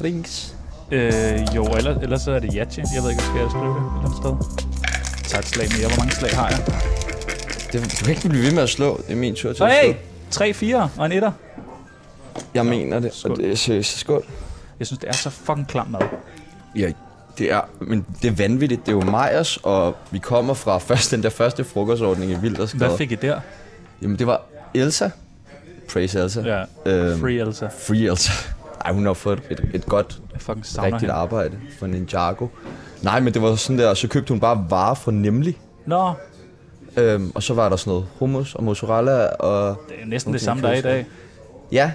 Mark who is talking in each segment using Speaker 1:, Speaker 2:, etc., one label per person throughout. Speaker 1: drinks?
Speaker 2: Øh, jo, ellers, ellers så er det jachi. Jeg ved ikke, skal jeg skrive det et eller andet sted? Tag et slag mere. Hvor mange slag har jeg?
Speaker 1: Det, du kan ikke blive ved med at slå. Det er min tur til at
Speaker 2: Hey!
Speaker 1: slå.
Speaker 2: 3, 4 og en etter.
Speaker 1: Jeg mener det,
Speaker 2: Skål.
Speaker 1: og det er seriøst. Skål.
Speaker 2: Jeg synes, det er så fucking klam mad.
Speaker 1: Ja, det er, men det er vanvittigt. Det er jo Majers, og vi kommer fra først, den der første frokostordning i Vildersgade.
Speaker 2: Hvad fik I der?
Speaker 1: Jamen, det var Elsa. Praise Elsa.
Speaker 2: Ja,
Speaker 1: Øhm,
Speaker 2: free Elsa.
Speaker 1: Free Elsa. Ej, hun har fået et, et godt,
Speaker 2: Jeg fucking savner
Speaker 1: rigtigt
Speaker 2: Rigtigt hende.
Speaker 1: arbejde for Ninjago. Nej, men det var sådan der, så købte hun bare varer fra Nemlig.
Speaker 2: Nå,
Speaker 1: Øhm, og så var der sådan noget hummus og mozzarella og...
Speaker 2: det er jo næsten
Speaker 1: Nogle
Speaker 2: det samme, der
Speaker 1: ting
Speaker 2: er
Speaker 1: kan
Speaker 2: i dag.
Speaker 1: Ja,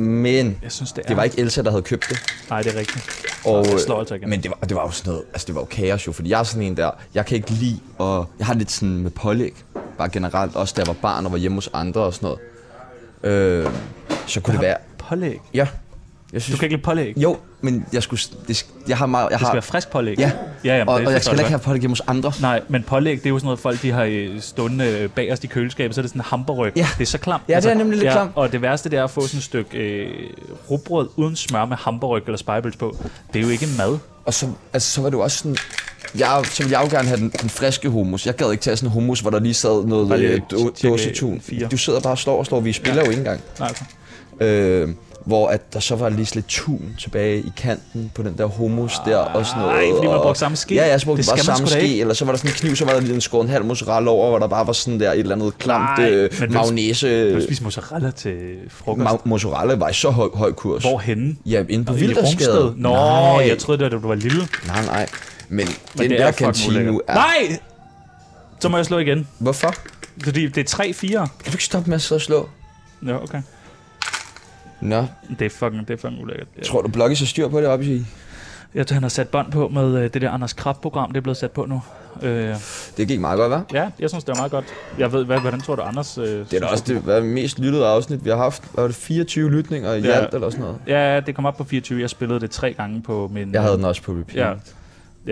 Speaker 1: men
Speaker 2: Jeg synes, det er...
Speaker 1: det var ikke Elsa, der havde købt det.
Speaker 2: Nej, det er rigtigt.
Speaker 1: Og, øh,
Speaker 2: jeg slår altså igen.
Speaker 1: Men det var, det var jo sådan noget, altså det var jo kaos jo, fordi jeg er sådan en der, jeg kan ikke lide, og jeg har lidt sådan med pålæg, bare generelt, også da jeg var barn og var hjemme hos andre og sådan noget. Øh, så kunne det være,
Speaker 2: Pålæg.
Speaker 1: ja, jeg
Speaker 2: Du
Speaker 1: synes,
Speaker 2: kan ikke lide pålæg.
Speaker 1: jo, men jeg skulle, det, sk- jeg har meget, jeg
Speaker 2: Det
Speaker 1: har,
Speaker 2: skal være frisk pålæg.
Speaker 1: ja,
Speaker 2: ja jamen,
Speaker 1: og,
Speaker 2: det
Speaker 1: og jeg
Speaker 2: forstår
Speaker 1: skal heller
Speaker 2: godt.
Speaker 1: ikke have pålæg hjemme hos andre.
Speaker 2: Nej, men pålæg, det er jo sådan noget, folk de har øh, stående øh, bagerst i køleskabet, så er det sådan en hamperryg.
Speaker 1: Ja.
Speaker 2: Det er så klamt. Altså,
Speaker 1: Ja, det er nemlig lidt
Speaker 2: ja,
Speaker 1: klamt.
Speaker 2: Og det værste, det er at få sådan et stykke øh, rugbrød uden smør med hamperryg eller spejbøls på. Det er jo ikke mad.
Speaker 1: Og så, altså, så var det jo også sådan, jeg, så ville jeg jo gerne have den, den friske hummus. Jeg gad ikke tage sådan en hummus, hvor der lige sad
Speaker 2: Bare
Speaker 1: noget
Speaker 2: lige
Speaker 1: øh,
Speaker 2: tjekke
Speaker 1: då- dåsetun.
Speaker 2: fire.
Speaker 1: Du sidder bare og slår og slår, vi spiller ja. jo ikke engang.
Speaker 2: Nej, okay.
Speaker 1: Øh, hvor at der så var lige sådan lidt tun tilbage i kanten på den der hummus der og sådan noget.
Speaker 2: Ej, Ah, fordi man
Speaker 1: og-
Speaker 2: brugte samme ske.
Speaker 1: Ja, ja, så brugte
Speaker 2: Det
Speaker 1: man bare
Speaker 2: skal man
Speaker 1: samme
Speaker 2: sgu da
Speaker 1: ske.
Speaker 2: ikke.
Speaker 1: Eller så var der sådan en kniv, så var der lige en skåret en halv mozzarella over, hvor der bare var sådan der et eller andet klamt
Speaker 2: Nej,
Speaker 1: øh,
Speaker 2: men
Speaker 1: magnese.
Speaker 2: Du spiser mozzarella til frokost.
Speaker 1: Ma- mozzarella var i så høj, høj kurs.
Speaker 2: Hvorhenne?
Speaker 1: Ja, inde på
Speaker 2: I
Speaker 1: Vildersgade.
Speaker 2: Rungsted? Nå,
Speaker 1: nej,
Speaker 2: jeg troede, det var, da du var lille.
Speaker 1: nej, nej. Men, den
Speaker 2: det
Speaker 1: der
Speaker 2: er fucking
Speaker 1: kantine
Speaker 2: ulækkert.
Speaker 1: nu er...
Speaker 2: Nej! Så må jeg slå igen.
Speaker 1: Hvorfor?
Speaker 2: Fordi det er
Speaker 1: Kan du ikke stoppe med at sidde og slå?
Speaker 2: 3-4. Ja, okay.
Speaker 1: Nå,
Speaker 2: Det er fucking, det er fucking ulækkert. Jeg,
Speaker 1: tror du Blokkes har styr på det oppe i?
Speaker 2: jeg tror, han har sat bånd på med øh, det der Anders Krabb-program, det er blevet sat på nu. Øh,
Speaker 1: Det gik meget godt, hva'?
Speaker 2: Ja, jeg synes, det var meget godt. Jeg ved, hvad, hvordan tror du, Anders... Øh,
Speaker 1: Det er da også det hvad, mest lyttede afsnit, vi har haft. Var det 24 lytninger i
Speaker 2: Ja.
Speaker 1: alt eller sådan noget?
Speaker 2: Ja, det kom op på 24. Jeg spillede det tre gange på min...
Speaker 1: Jeg havde den også på repeat.
Speaker 2: Ja,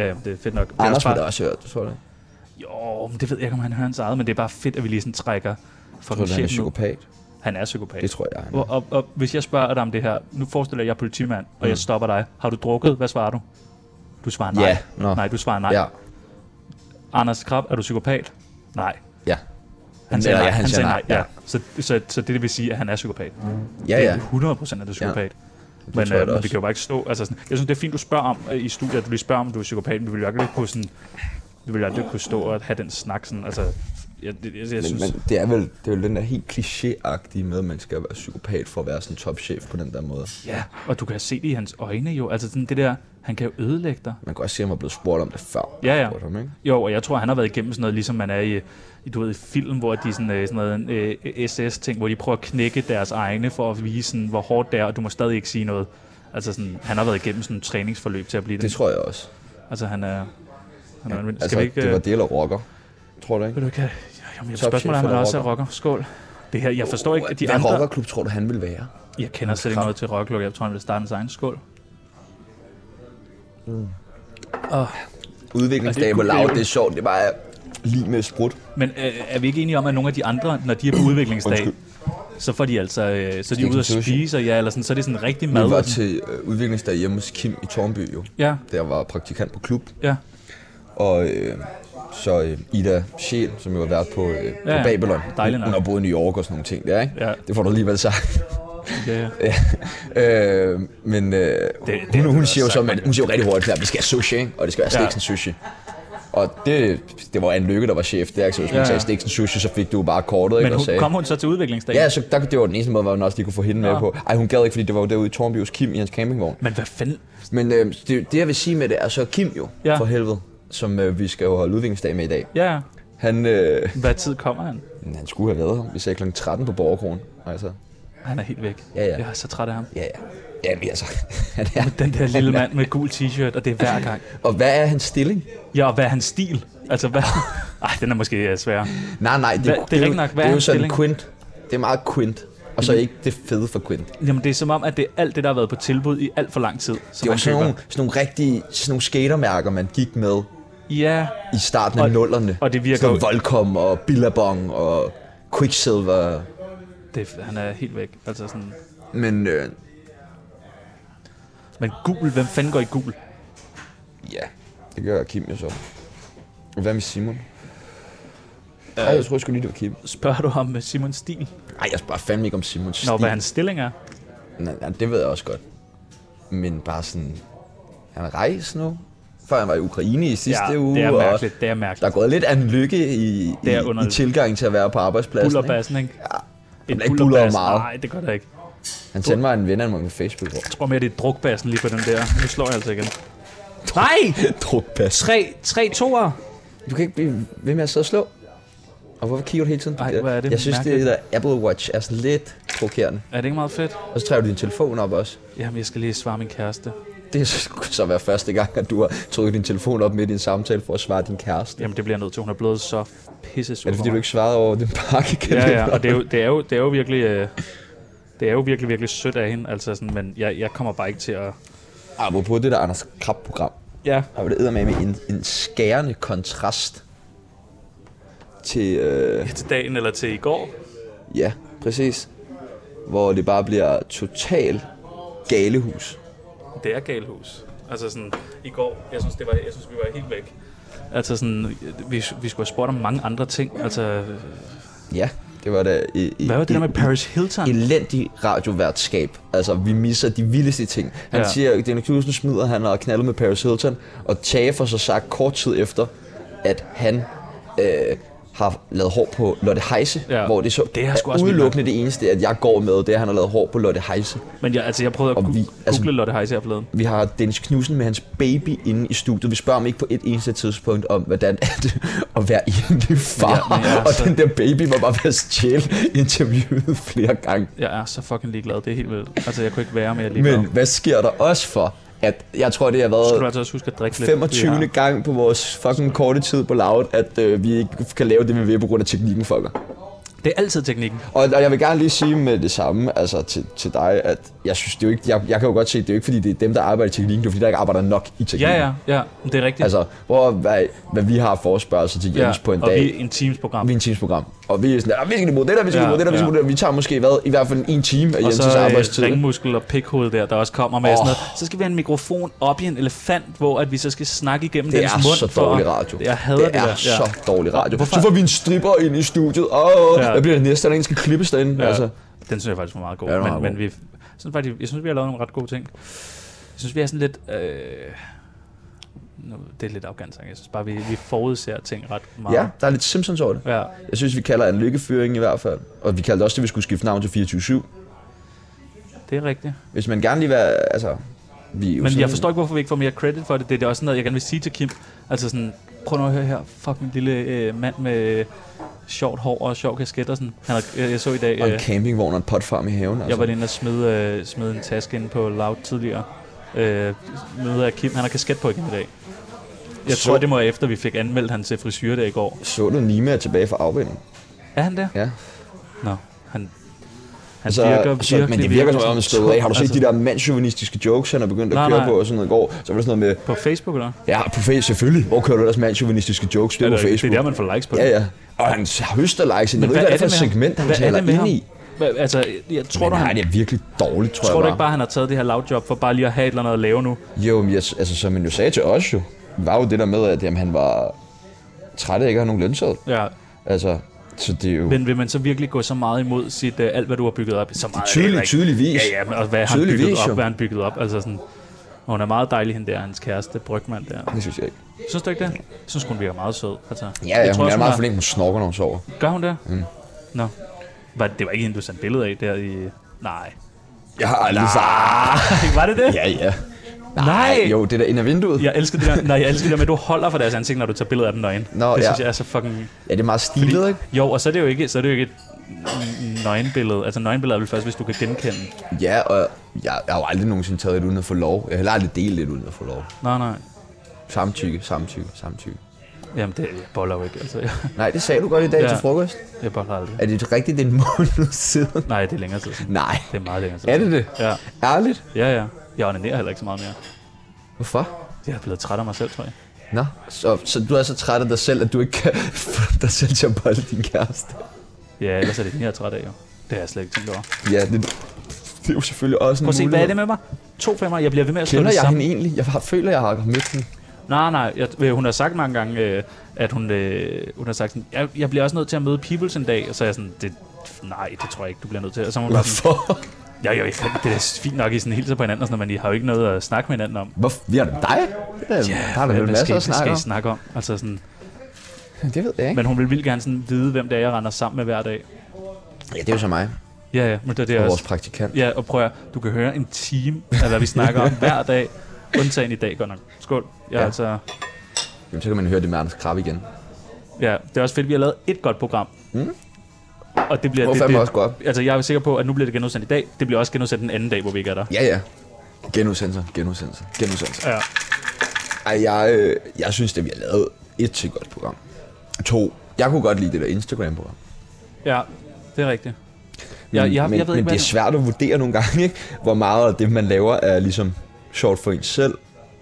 Speaker 2: ja, ja det er fedt nok. Det er
Speaker 1: Anders
Speaker 2: også
Speaker 1: har
Speaker 2: bare,
Speaker 1: det også hørt, tror jeg.
Speaker 2: Jo, men det ved jeg ikke, om han hører hans eget, men det er bare fedt, at vi lige sådan trækker fra
Speaker 1: Tror du, han er
Speaker 2: chefen ud.
Speaker 1: psykopat?
Speaker 2: Han er psykopat.
Speaker 1: Det tror jeg, han er.
Speaker 2: og, og, og, hvis jeg spørger dig om det her, nu forestiller jeg, jeg er politimand, og
Speaker 1: Mm.
Speaker 2: jeg stopper dig. Har du drukket? Hvad svarer du? Du svarer nej.
Speaker 1: Ja, nå.
Speaker 2: Nej, du svarer nej.
Speaker 1: Ja.
Speaker 2: Anders Krab, er du psykopat? Nej.
Speaker 1: Ja.
Speaker 2: Han sagde
Speaker 1: Eller
Speaker 2: nej.
Speaker 1: ja, han
Speaker 2: han
Speaker 1: siger
Speaker 2: sagde nej.
Speaker 1: nej,
Speaker 2: Ja.
Speaker 1: ja.
Speaker 2: Så, så, så det, det vil sige, at han er psykopat.
Speaker 1: Ja,
Speaker 2: Det
Speaker 1: ja.
Speaker 2: er 100% at du er psykopat. Ja, men,
Speaker 1: tror jeg
Speaker 2: øh,
Speaker 1: da
Speaker 2: men
Speaker 1: også.
Speaker 2: vi kan jo bare ikke stå... Altså, sådan, jeg synes, det er fint, du spørger om øh, i studiet, at du lige spørger, om du er psykopat, men vi vil jo aldrig kunne, sådan, vi vil aldrig kunne stå og have den snak. Sådan, altså, jeg, jeg, jeg, jeg
Speaker 1: Men,
Speaker 2: synes,
Speaker 1: men det, er vel, det er jo den der helt klichéagtige med, at man skal være psykopat for at være sådan topchef på den der måde.
Speaker 2: ja, og du kan se det i hans øjne jo. Altså sådan det der, han kan jo ødelægge dig.
Speaker 1: Man kan også se, at han var blevet spurgt om det før.
Speaker 2: Ja, ja.
Speaker 1: Spurgte Ham, ikke?
Speaker 2: Jo, og jeg tror, han har været igennem sådan noget, ligesom man er i, i du ved, i film, hvor de sådan, øh, sådan noget øh, SS-ting, hvor de prøver at knække deres egne for at vise, sådan, hvor hårdt det er, og du må stadig ikke sige noget. Altså sådan, han har været igennem sådan et træningsforløb til at blive
Speaker 1: Det
Speaker 2: det.
Speaker 1: tror jeg også.
Speaker 2: Altså han er... Han er skal
Speaker 1: Altså,
Speaker 2: vi ikke,
Speaker 1: det var
Speaker 2: øh,
Speaker 1: del af rocker. Tror du ikke?
Speaker 2: Vil du ikke have... Ja, Jamen, jeg
Speaker 1: Top
Speaker 2: spørgsmålet er, om
Speaker 1: chef
Speaker 2: der
Speaker 1: eller
Speaker 2: også er rocker. Skål. Det her, jeg forstår ikke, at de
Speaker 1: Hvad
Speaker 2: andre...
Speaker 1: rockerklub tror du, han vil være?
Speaker 2: Jeg kender slet ikke noget til rockerklub. Jeg tror, han vil starte en egen skål.
Speaker 1: Udviklingsdag
Speaker 2: Og
Speaker 1: på
Speaker 2: det er
Speaker 1: lav,
Speaker 2: kuglen.
Speaker 1: det er sjovt. Det er bare lige med sprut.
Speaker 2: Men øh, er vi ikke enige om, at nogle af de andre, når de er på udviklingsdag,
Speaker 1: Undskyld.
Speaker 2: så får de altså... Øh, så er de
Speaker 1: Steak
Speaker 2: ude at
Speaker 1: and sushi.
Speaker 2: spise, og ja, eller sådan, så er det sådan rigtig
Speaker 1: Vi
Speaker 2: mad.
Speaker 1: var
Speaker 2: og sådan-
Speaker 1: til øh, udviklingsdag hjemme hos Kim i Tornby jo,
Speaker 2: Ja,
Speaker 1: da jeg var praktikant på klub.
Speaker 2: ja.
Speaker 1: Og øh, så øh, Ida Sjæl, som jo har været på, øh,
Speaker 2: ja.
Speaker 1: på Babylon.
Speaker 2: Dejlig
Speaker 1: Hun-
Speaker 2: nok.
Speaker 1: Hun har boet i New York og sådan nogle ting der, ikke?
Speaker 2: Ja.
Speaker 1: Det får du alligevel sagt.
Speaker 2: ja, ja.
Speaker 1: Ja. øh, men øh, det,
Speaker 2: det
Speaker 1: det,
Speaker 2: har
Speaker 1: hun,
Speaker 2: du
Speaker 1: hun, siger jo
Speaker 2: også
Speaker 1: så,
Speaker 2: sagt
Speaker 1: men, hun siger jo rigtig hurtigt, at vi skal have sushi, ikke? og det skal være
Speaker 2: Ja.
Speaker 1: stiksen sushi. Og det, det var en lykke, der var chef. Det er ikke så, hvis man
Speaker 2: Ja, ja.
Speaker 1: ja. sagde stiksen sushi, så fik du bare kortet,
Speaker 2: Men
Speaker 1: ikke? og
Speaker 2: hun,
Speaker 1: sagde,
Speaker 2: kom hun så til udviklingsdag?
Speaker 1: Ja, så der, det var den eneste måde, hvor man også lige kunne få hende med på. Ej, hun gad ikke, fordi det var jo derude i Tornby hos Kim i hans campingvogn.
Speaker 2: Men hvad fanden?
Speaker 1: Men øh, det, det, jeg vil sige med det, er så Kim jo,
Speaker 2: Ja.
Speaker 1: ja. for helvede, som øh, vi skal jo holde udviklingsdag med i dag.
Speaker 2: Ja,
Speaker 1: Han, øh,
Speaker 2: hvad tid kommer han?
Speaker 1: han skulle have været her. Vi sagde kl. 13 på Borgerkronen. Altså,
Speaker 2: Han er helt væk.
Speaker 1: Ja, ja.
Speaker 2: Jeg er så træt af ham.
Speaker 1: ja, ja. Ja, men altså, han er.
Speaker 2: Den der lille mand med gul t-shirt, og det er hver gang.
Speaker 1: Og hvad er hans stilling?
Speaker 2: Ja, og hvad er hans stil? Altså, hvad... Ej, den er måske øh, svær.
Speaker 1: Nej, nej, det,
Speaker 2: Hvad- det er
Speaker 1: jo-
Speaker 2: rigtig nok. Hvad
Speaker 1: det
Speaker 2: er
Speaker 1: er jo
Speaker 2: hans
Speaker 1: sådan
Speaker 2: stilling? Mhm.
Speaker 1: quint. Det er meget quint. Og så ikke det fede for quint.
Speaker 2: Jamen, det er som om, at det er alt det, der har været på tilbud i alt for lang tid. Som
Speaker 1: Det var
Speaker 2: man
Speaker 1: sådan
Speaker 2: køber.
Speaker 1: nogle, sådan nogle rigtige sådan nogle skatermærker, man gik med
Speaker 2: Ja,
Speaker 1: i starten af
Speaker 2: Og-
Speaker 1: nullerne.
Speaker 2: og det virker
Speaker 1: sådan noget
Speaker 2: jo-
Speaker 1: Volcom og Billabong og Quicksilver. øh,
Speaker 2: det, han er helt væk. Altså sådan...
Speaker 1: Men øh,
Speaker 2: Men gul, hvem fanden går i gul?
Speaker 1: Ja, det gør Kim jo så. Og hvad med Simon?
Speaker 2: Øh.
Speaker 1: Ja. Ej, jeg tror sgu lige, det var Kim.
Speaker 2: Spørger du ham med Simons stil?
Speaker 1: Nej, jeg spørger fandme ikke om Simons
Speaker 2: Nå,
Speaker 1: stil.
Speaker 2: hvad hans stilling er?
Speaker 1: Nej, nej, det ved jeg også godt. Men bare sådan, han rejser nu. Før han var i Ukraine i sidste
Speaker 2: ja,
Speaker 1: uge.
Speaker 2: det er
Speaker 1: og
Speaker 2: mærkeligt, det er
Speaker 1: Der er
Speaker 2: mærkeligt.
Speaker 1: gået lidt af en lykke i,
Speaker 2: Det er
Speaker 1: i, i
Speaker 2: underligt.
Speaker 1: tilgangen til at være på arbejdspladsen. ikke?
Speaker 2: Bullerbassen, ikke? Ja.
Speaker 1: bliver ikke bullerbass meget.
Speaker 2: Nej, det gør der ikke. Jeg
Speaker 1: Han sendte mig en venanmod på Facebook. hvor-
Speaker 2: tror mere, det er drukbassen lige på den der. Nu slår jeg altså igen. Nej!
Speaker 1: Drukpas.
Speaker 2: 3, 3 toer.
Speaker 1: Du kan ikke blive ved med at sidde og slå. Og hvorfor kigger du hele tiden? på
Speaker 2: Ej,
Speaker 1: det?
Speaker 2: hvor er det
Speaker 1: jeg synes, det
Speaker 2: mærkeligt.
Speaker 1: der Apple Watch er sådan lidt provokerende.
Speaker 2: Er det ikke meget fedt?
Speaker 1: Og så træver du din telefon op også.
Speaker 2: Jamen, jeg skal lige svare min kæreste.
Speaker 1: Det skulle så være første gang, at du har trykket din telefon op midt i en samtale for at svare din kæreste.
Speaker 2: Jamen, det bliver jeg nødt til. Hun er blevet så pisse sur
Speaker 1: Er det fordi,
Speaker 2: på
Speaker 1: du
Speaker 2: mig.
Speaker 1: ikke svarede over din pakkekalender?
Speaker 2: Ja, ja, og det er jo, det er jo, det er jo virkelig... Øh, det er jo virkelig, virkelig sødt af hende, altså sådan, men jeg, jeg kommer bare ikke til at...
Speaker 1: Apropos det der Anders Krab-program,
Speaker 2: Ja,
Speaker 1: der var det med en, en skærende kontrast til... Øh,
Speaker 2: til dagen eller til i går.
Speaker 1: ja, præcis. Hvor det bare bliver totalt galehus.
Speaker 2: Det er galhus. Altså sådan, i går, jeg synes, det var, jeg synes vi var helt væk. Altså sådan, vi, vi skulle have spurgt om mange andre ting. Altså,
Speaker 1: Ja, det var da... I, i,
Speaker 2: hvad var det der med
Speaker 1: i-
Speaker 2: Paris Hilton?
Speaker 1: elendig radioværtskab. Altså, vi misser de vildeste ting. Han ja.
Speaker 2: Ja.
Speaker 1: siger, at Daniel Knudsen smider, han har knaldet med Paris Hilton, og Tage får så sagt kort tid efter, at han øh, har lavet hår på Lotte Heise, ja.
Speaker 2: Ja.
Speaker 1: hvor det så
Speaker 2: Det er
Speaker 1: er
Speaker 2: sgu også
Speaker 1: udelukkende det eneste, at jeg går med, det er, at han har lavet hår på Lotte Heise.
Speaker 2: Men jeg, altså, jeg prøvede at
Speaker 1: Og
Speaker 2: gu-
Speaker 1: vi-
Speaker 2: google
Speaker 1: altså-
Speaker 2: Lotte Heise her forleden.
Speaker 1: Vi har Dennis Knudsen med hans baby inde i studiet. Vi spørger ham ikke på et eneste tidspunkt om, hvordan er det at være egentlig far.
Speaker 2: Ja, men
Speaker 1: Ja,
Speaker 2: jeg er
Speaker 1: og
Speaker 2: så-
Speaker 1: den der baby var bare ved at stjæle interviewet flere gange.
Speaker 2: Jeg er så fucking ligeglad, det er helt vildt. Altså, jeg kunne ikke være mere ligeglad.
Speaker 1: Men
Speaker 2: Men,
Speaker 1: hvad sker der også for, at jeg tror, det har
Speaker 2: Skal du
Speaker 1: været
Speaker 2: altså også huske at drikke lidt?
Speaker 1: 25.
Speaker 2: Vi har-
Speaker 1: gang på vores fucking korte tid på lavet, at øh, vi ikke kan lave det, vi vil på grund af teknikken, fucker.
Speaker 2: Det er altid teknikken.
Speaker 1: Og, og jeg vil gerne lige sige med det samme altså til, til dig, at jeg synes, det er jo ikke, jeg, jeg kan jo godt se, det er jo ikke, fordi det er dem, der arbejder i teknikken, det er fordi, der ikke arbejder nok i teknikken.
Speaker 2: Ja, ja, ja. men Det er rigtigt.
Speaker 1: Altså, hvor, hvad, hvad vi har forspørgelser til
Speaker 2: ja,
Speaker 1: Jens ja, på en
Speaker 2: og
Speaker 1: dag.
Speaker 2: vi er en Teams-program.
Speaker 1: Vi er en teamsprogram, og vi er sådan, "Ah, vi skal lige bruge det der, vi skal lige
Speaker 2: Ja,
Speaker 1: bruge det der, vi skal
Speaker 2: ja.
Speaker 1: bruge det der. Vi tager måske, hvad, i hvert fald en time af
Speaker 2: Og
Speaker 1: Jens'
Speaker 2: så øh,
Speaker 1: arbejdstid. ikke?
Speaker 2: ringmuskel og pikhoved der, der også kommer med
Speaker 1: Åh.
Speaker 2: oh. sådan noget. Så skal vi have en mikrofon op i en elefant, hvor at vi så skal snakke igennem
Speaker 1: Det
Speaker 2: dens
Speaker 1: er
Speaker 2: mund.
Speaker 1: så dårlig
Speaker 2: for,
Speaker 1: radio.
Speaker 2: Jeg hader det,
Speaker 1: det er
Speaker 2: der.
Speaker 1: så dårlig radio.
Speaker 2: Hvorfor-
Speaker 1: Så får vi en stripper ind i studiet. Åh, oh,
Speaker 2: Ja.
Speaker 1: hvad bliver det næste, der en skal klippes derinde?
Speaker 2: Ja.
Speaker 1: Altså,
Speaker 2: Altså. Den synes jeg faktisk var meget god.
Speaker 1: Ja, den
Speaker 2: Ja,
Speaker 1: var
Speaker 2: men,
Speaker 1: meget
Speaker 2: men vi, jeg synes faktisk, jeg synes, vi har lavet nogle ret gode ting. Jeg synes, vi er sådan lidt... Øh, nu, det er lidt arrogant sagt. Jeg synes bare, vi, vi forudser ting ret meget.
Speaker 1: ja, der er lidt Simpsons over det.
Speaker 2: ja.
Speaker 1: Jeg synes, vi kalder det en lykkeføring i hvert fald. Og vi kaldte også det, at vi skulle skifte navn til 24-7.
Speaker 2: det er rigtigt.
Speaker 1: Hvis man gerne lige vil... Altså, vi er jo
Speaker 2: Men
Speaker 1: sådan,
Speaker 2: jeg forstår ikke, hvorfor vi ikke får mere credit for det. Det er også sådan noget, jeg gerne vil sige til Kim. Altså sådan, prøv nu at høre her, fucking lille øh, mand med sjovt hår og sjov kasket og sådan. Han havde, jeg, jeg så i dag,
Speaker 1: Og
Speaker 2: øh,
Speaker 1: en campingvogn og en potfarm i haven. Altså.
Speaker 2: jeg var lige inde og smide, øh, smide en taske ind på Loud tidligere. Øh, møde af Kim, han har kasket på igen i dag. Jeg
Speaker 1: Så-
Speaker 2: tror, det må være efter, vi fik anmeldt han til frisyredag i går.
Speaker 1: Så du Nima er tilbage fra afvinding?
Speaker 2: Er han der?
Speaker 1: Ja.
Speaker 2: Nå, han, han
Speaker 1: Så,
Speaker 2: virker altså-
Speaker 1: så, altså, men det virker som om, han stod af. Har du set de der mandschauvinistiske jokes, han er begyndt at
Speaker 2: Nej,
Speaker 1: køre
Speaker 2: nej.
Speaker 1: på og sådan noget i går? Så var det sådan noget med,
Speaker 2: På Facebook, eller?
Speaker 1: ja, på Facebook selvfølgelig. Hvor kører du ellers mandschauvinistiske jokes? Det er på
Speaker 2: Eller, det
Speaker 1: Facebook.
Speaker 2: er der, man får likes på det.
Speaker 1: Ja, ja. Og han høster likes. Jeg ved
Speaker 2: Men
Speaker 1: ikke,
Speaker 2: hvad
Speaker 1: hvad det
Speaker 2: er
Speaker 1: er for et
Speaker 2: det med ham?
Speaker 1: segment, han
Speaker 2: Hvad er
Speaker 1: taler
Speaker 2: det med
Speaker 1: ind
Speaker 2: ham?
Speaker 1: i.
Speaker 2: Hva, altså, jeg tror,
Speaker 1: Men
Speaker 2: du,
Speaker 1: nej,
Speaker 2: han,
Speaker 1: det er virkelig dårligt, tror,
Speaker 2: tror du
Speaker 1: jeg
Speaker 2: ikke bare, han har taget det her lavjob for bare lige at have et eller andet at lave nu?
Speaker 1: Jo, men jeg, altså, som man jo sagde til os jo, var jo det der med, at jamen, han var træt af ikke at have nogen lønseddel.
Speaker 2: Ja.
Speaker 1: Altså, så det er jo...
Speaker 2: Men vil man så virkelig gå så meget imod sit, uh, alt, hvad du har bygget op? Så meget er det
Speaker 1: tydeligt-
Speaker 2: heller ikke.
Speaker 1: tydeligvis.
Speaker 2: Ja, ja, men og hvad har han
Speaker 1: Tydeligvis,
Speaker 2: bygget op?
Speaker 1: jo.
Speaker 2: Hvad har han bygget op? Altså sådan, og hun er meget dejlig, hende der, hans kæreste, Brygman der.
Speaker 1: det synes jeg ikke.
Speaker 2: Synes du ikke det? Jeg synes, hun virker meget sød. Altså,
Speaker 1: Ja, ja,
Speaker 2: jeg
Speaker 1: hun
Speaker 2: også,
Speaker 1: er meget flink, hun snorker, når hun sover.
Speaker 2: Gør hun det? Mm. Nå. Var, det var ikke hende, du sendte billede af der i... Nej.
Speaker 1: Jeg har aldrig sagt...
Speaker 2: var det det?
Speaker 1: Ja, ja.
Speaker 2: Nej.
Speaker 1: Jo, det der ind ad vinduet. Ja,
Speaker 2: Jeg elsker det der, nej, jeg elsker det der med, at du holder for deres ansigt, når du tager billeder af dem nøgen.
Speaker 1: Nå,
Speaker 2: det
Speaker 1: ja.
Speaker 2: synes jeg er så fucking...
Speaker 1: det er meget stilet, ikke?
Speaker 2: Jo, og så er det jo ikke, så er det jo ikke et n- nøgenbillede. Altså nøgenbillede er vel først, hvis du kan genkende.
Speaker 1: Ja, og jeg, jeg har jo aldrig nogensinde taget et uden at få lov. Jeg har heller aldrig delt et uden at få lov.
Speaker 2: Nej, nej.
Speaker 1: Samtykke, samtykke, samtykke.
Speaker 2: Jamen, det jeg boller jo ikke. Altså, jeg,
Speaker 1: Nej, det sagde du godt i dag ja.
Speaker 2: Ja.
Speaker 1: til frokost.
Speaker 2: jeg boller aldrig.
Speaker 1: Er det rigtigt, det er en måned siden?
Speaker 2: Nej, det er længere tid siden.
Speaker 1: Nej.
Speaker 2: Det er meget længere tid
Speaker 1: Er det det?
Speaker 2: Ja,
Speaker 1: Ærligt?
Speaker 2: ja, ja. Jeg onanerer heller ikke så meget mere.
Speaker 1: Hvorfor?
Speaker 2: Jeg er blevet træt af mig selv, tror jeg.
Speaker 1: Nå, så, så du er så træt af dig selv, at du ikke kan få dig selv til at bolde din kæreste.
Speaker 2: Ja, ellers er det den, jeg er træt af, jo. Det har jeg slet ikke tænkt over.
Speaker 1: Ja, det, det er jo selvfølgelig også en
Speaker 2: Prøv at se,
Speaker 1: mulighed.
Speaker 2: hvad er det med mig? To femmer, jeg bliver ved med at slå
Speaker 1: Kender
Speaker 2: det
Speaker 1: jeg
Speaker 2: sammen.
Speaker 1: hende egentlig? Jeg har, føler, jeg har mødt hende.
Speaker 2: Nej, nej, jeg, øh, hun har sagt mange gange, øh, at hun, øh, hun har sagt sådan, jeg, jeg bliver også nødt til at møde Peoples en dag, og så er jeg sådan, det, nej, det tror jeg ikke, du bliver nødt til. Og så er hun bare sådan,
Speaker 1: Hvorfor?
Speaker 2: ja, jeg, det er fint nok, I sådan hilser på hinanden, og sådan, noget, men I har jo ikke noget at snakke med hinanden om.
Speaker 1: Hvorfor? Vi har dig? Det er, der har
Speaker 2: hvad,
Speaker 1: vi
Speaker 2: hvad
Speaker 1: masser
Speaker 2: skal, I-
Speaker 1: at
Speaker 2: skal
Speaker 1: snakke
Speaker 2: I
Speaker 1: om.
Speaker 2: snakke om? Altså sådan,
Speaker 1: Det ved jeg ikke.
Speaker 2: men hun vil vildt gerne sådan vide, hvem det er, jeg render sammen med hver dag.
Speaker 1: Ja, det er jo så mig
Speaker 2: Ja, ja, men det, er det er
Speaker 1: og vores
Speaker 2: også.
Speaker 1: praktikant.
Speaker 2: Ja, og prøv at, høre, du kan høre en time af, hvad vi snakker om hver dag, undtagen i dag, godt nok. Skål. Ja, ja.
Speaker 1: Ja.
Speaker 2: altså...
Speaker 1: Jamen, så kan man høre det med Anders Krabbe igen.
Speaker 2: Ja, det er også fedt, vi har lavet et godt program. Mm. Og det bliver...
Speaker 1: Hvor
Speaker 2: det,
Speaker 1: fandme
Speaker 2: det,
Speaker 1: også godt.
Speaker 2: Altså, jeg er sikker på, at nu bliver det genudsendt i dag. Det bliver også genudsendt den anden dag, hvor vi ikke er der.
Speaker 1: Ja, ja. Genudsendelser, genudsendelser, genudsendelser.
Speaker 2: Ja.
Speaker 1: Ej, jeg, øh, jeg synes, det vi har lavet et til godt program. To. Jeg kunne godt lide det der Instagram-program.
Speaker 2: Ja, det er rigtigt. Ja, jeg, jeg,
Speaker 1: men,
Speaker 2: jeg ved
Speaker 1: men
Speaker 2: ikke,
Speaker 1: det er
Speaker 2: hvad...
Speaker 1: svært at vurdere nogle gange, ikke? hvor meget af det, man laver, er ligesom sjovt for en selv,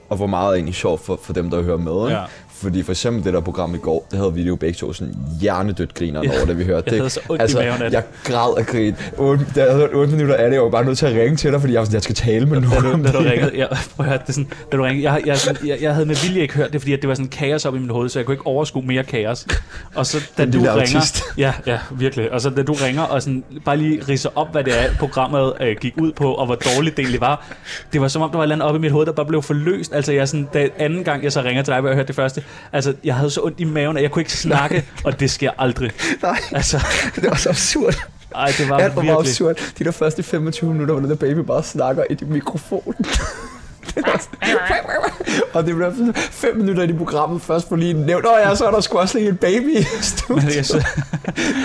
Speaker 1: og hvor meget er egentlig sjovt for, for dem, der hører med. Ikke?
Speaker 2: Ja.
Speaker 1: Fordi for eksempel det der program i går, der havde vi jo begge to sådan hjernedødt griner
Speaker 2: Ja.
Speaker 1: ja. over, da vi hørte
Speaker 2: Jeg
Speaker 1: det.
Speaker 2: havde så ondt i
Speaker 1: altså,
Speaker 2: maven af det.
Speaker 1: jeg græd af grin. Otte- Da jeg havde 8 minutter af det, jeg var bare nødt til at ringe til dig, fordi jeg var sådan, jeg skal tale med
Speaker 2: Da
Speaker 1: nogen.
Speaker 2: du,
Speaker 1: om
Speaker 2: da du
Speaker 1: det her."
Speaker 2: ringede, ja, prøv at høre, det er sådan, da du ringede, jeg, jeg, jeg, jeg havde med vilje ikke hørt det, fordi at det var sådan kaos op i mit hoved, så jeg kunne ikke overskue mere kaos. Og så da
Speaker 1: Den
Speaker 2: du
Speaker 1: lille
Speaker 2: ringer,
Speaker 1: autist.
Speaker 2: ja, ja, virkelig. Og så da du ringer og sådan, bare lige ridser op, hvad det er, programmet øh, gik ud på, og hvor dårligt det egentlig var. Det var som om, der var et eller andet oppe i mit hoved, der bare blev forløst. Altså jeg sådan, da anden gang jeg så ringer til dig, hvor jeg hørte det første, altså jeg havde så ondt i maven, at jeg kunne ikke snakke, og det sker aldrig.
Speaker 1: Nej,
Speaker 2: Altså,
Speaker 1: det var så absurd.
Speaker 2: ej, det var
Speaker 1: Alt var
Speaker 2: virkelig...
Speaker 1: bare absurd. De der første 25 minutter, hvor den der baby bare snakker i din mikrofon. Det var sådan- og det blev 5 minutter i programmet først for lige nævnt, og ja, så er der sgu også lige en baby i
Speaker 2: Men jeg
Speaker 1: studiet.
Speaker 2: synes-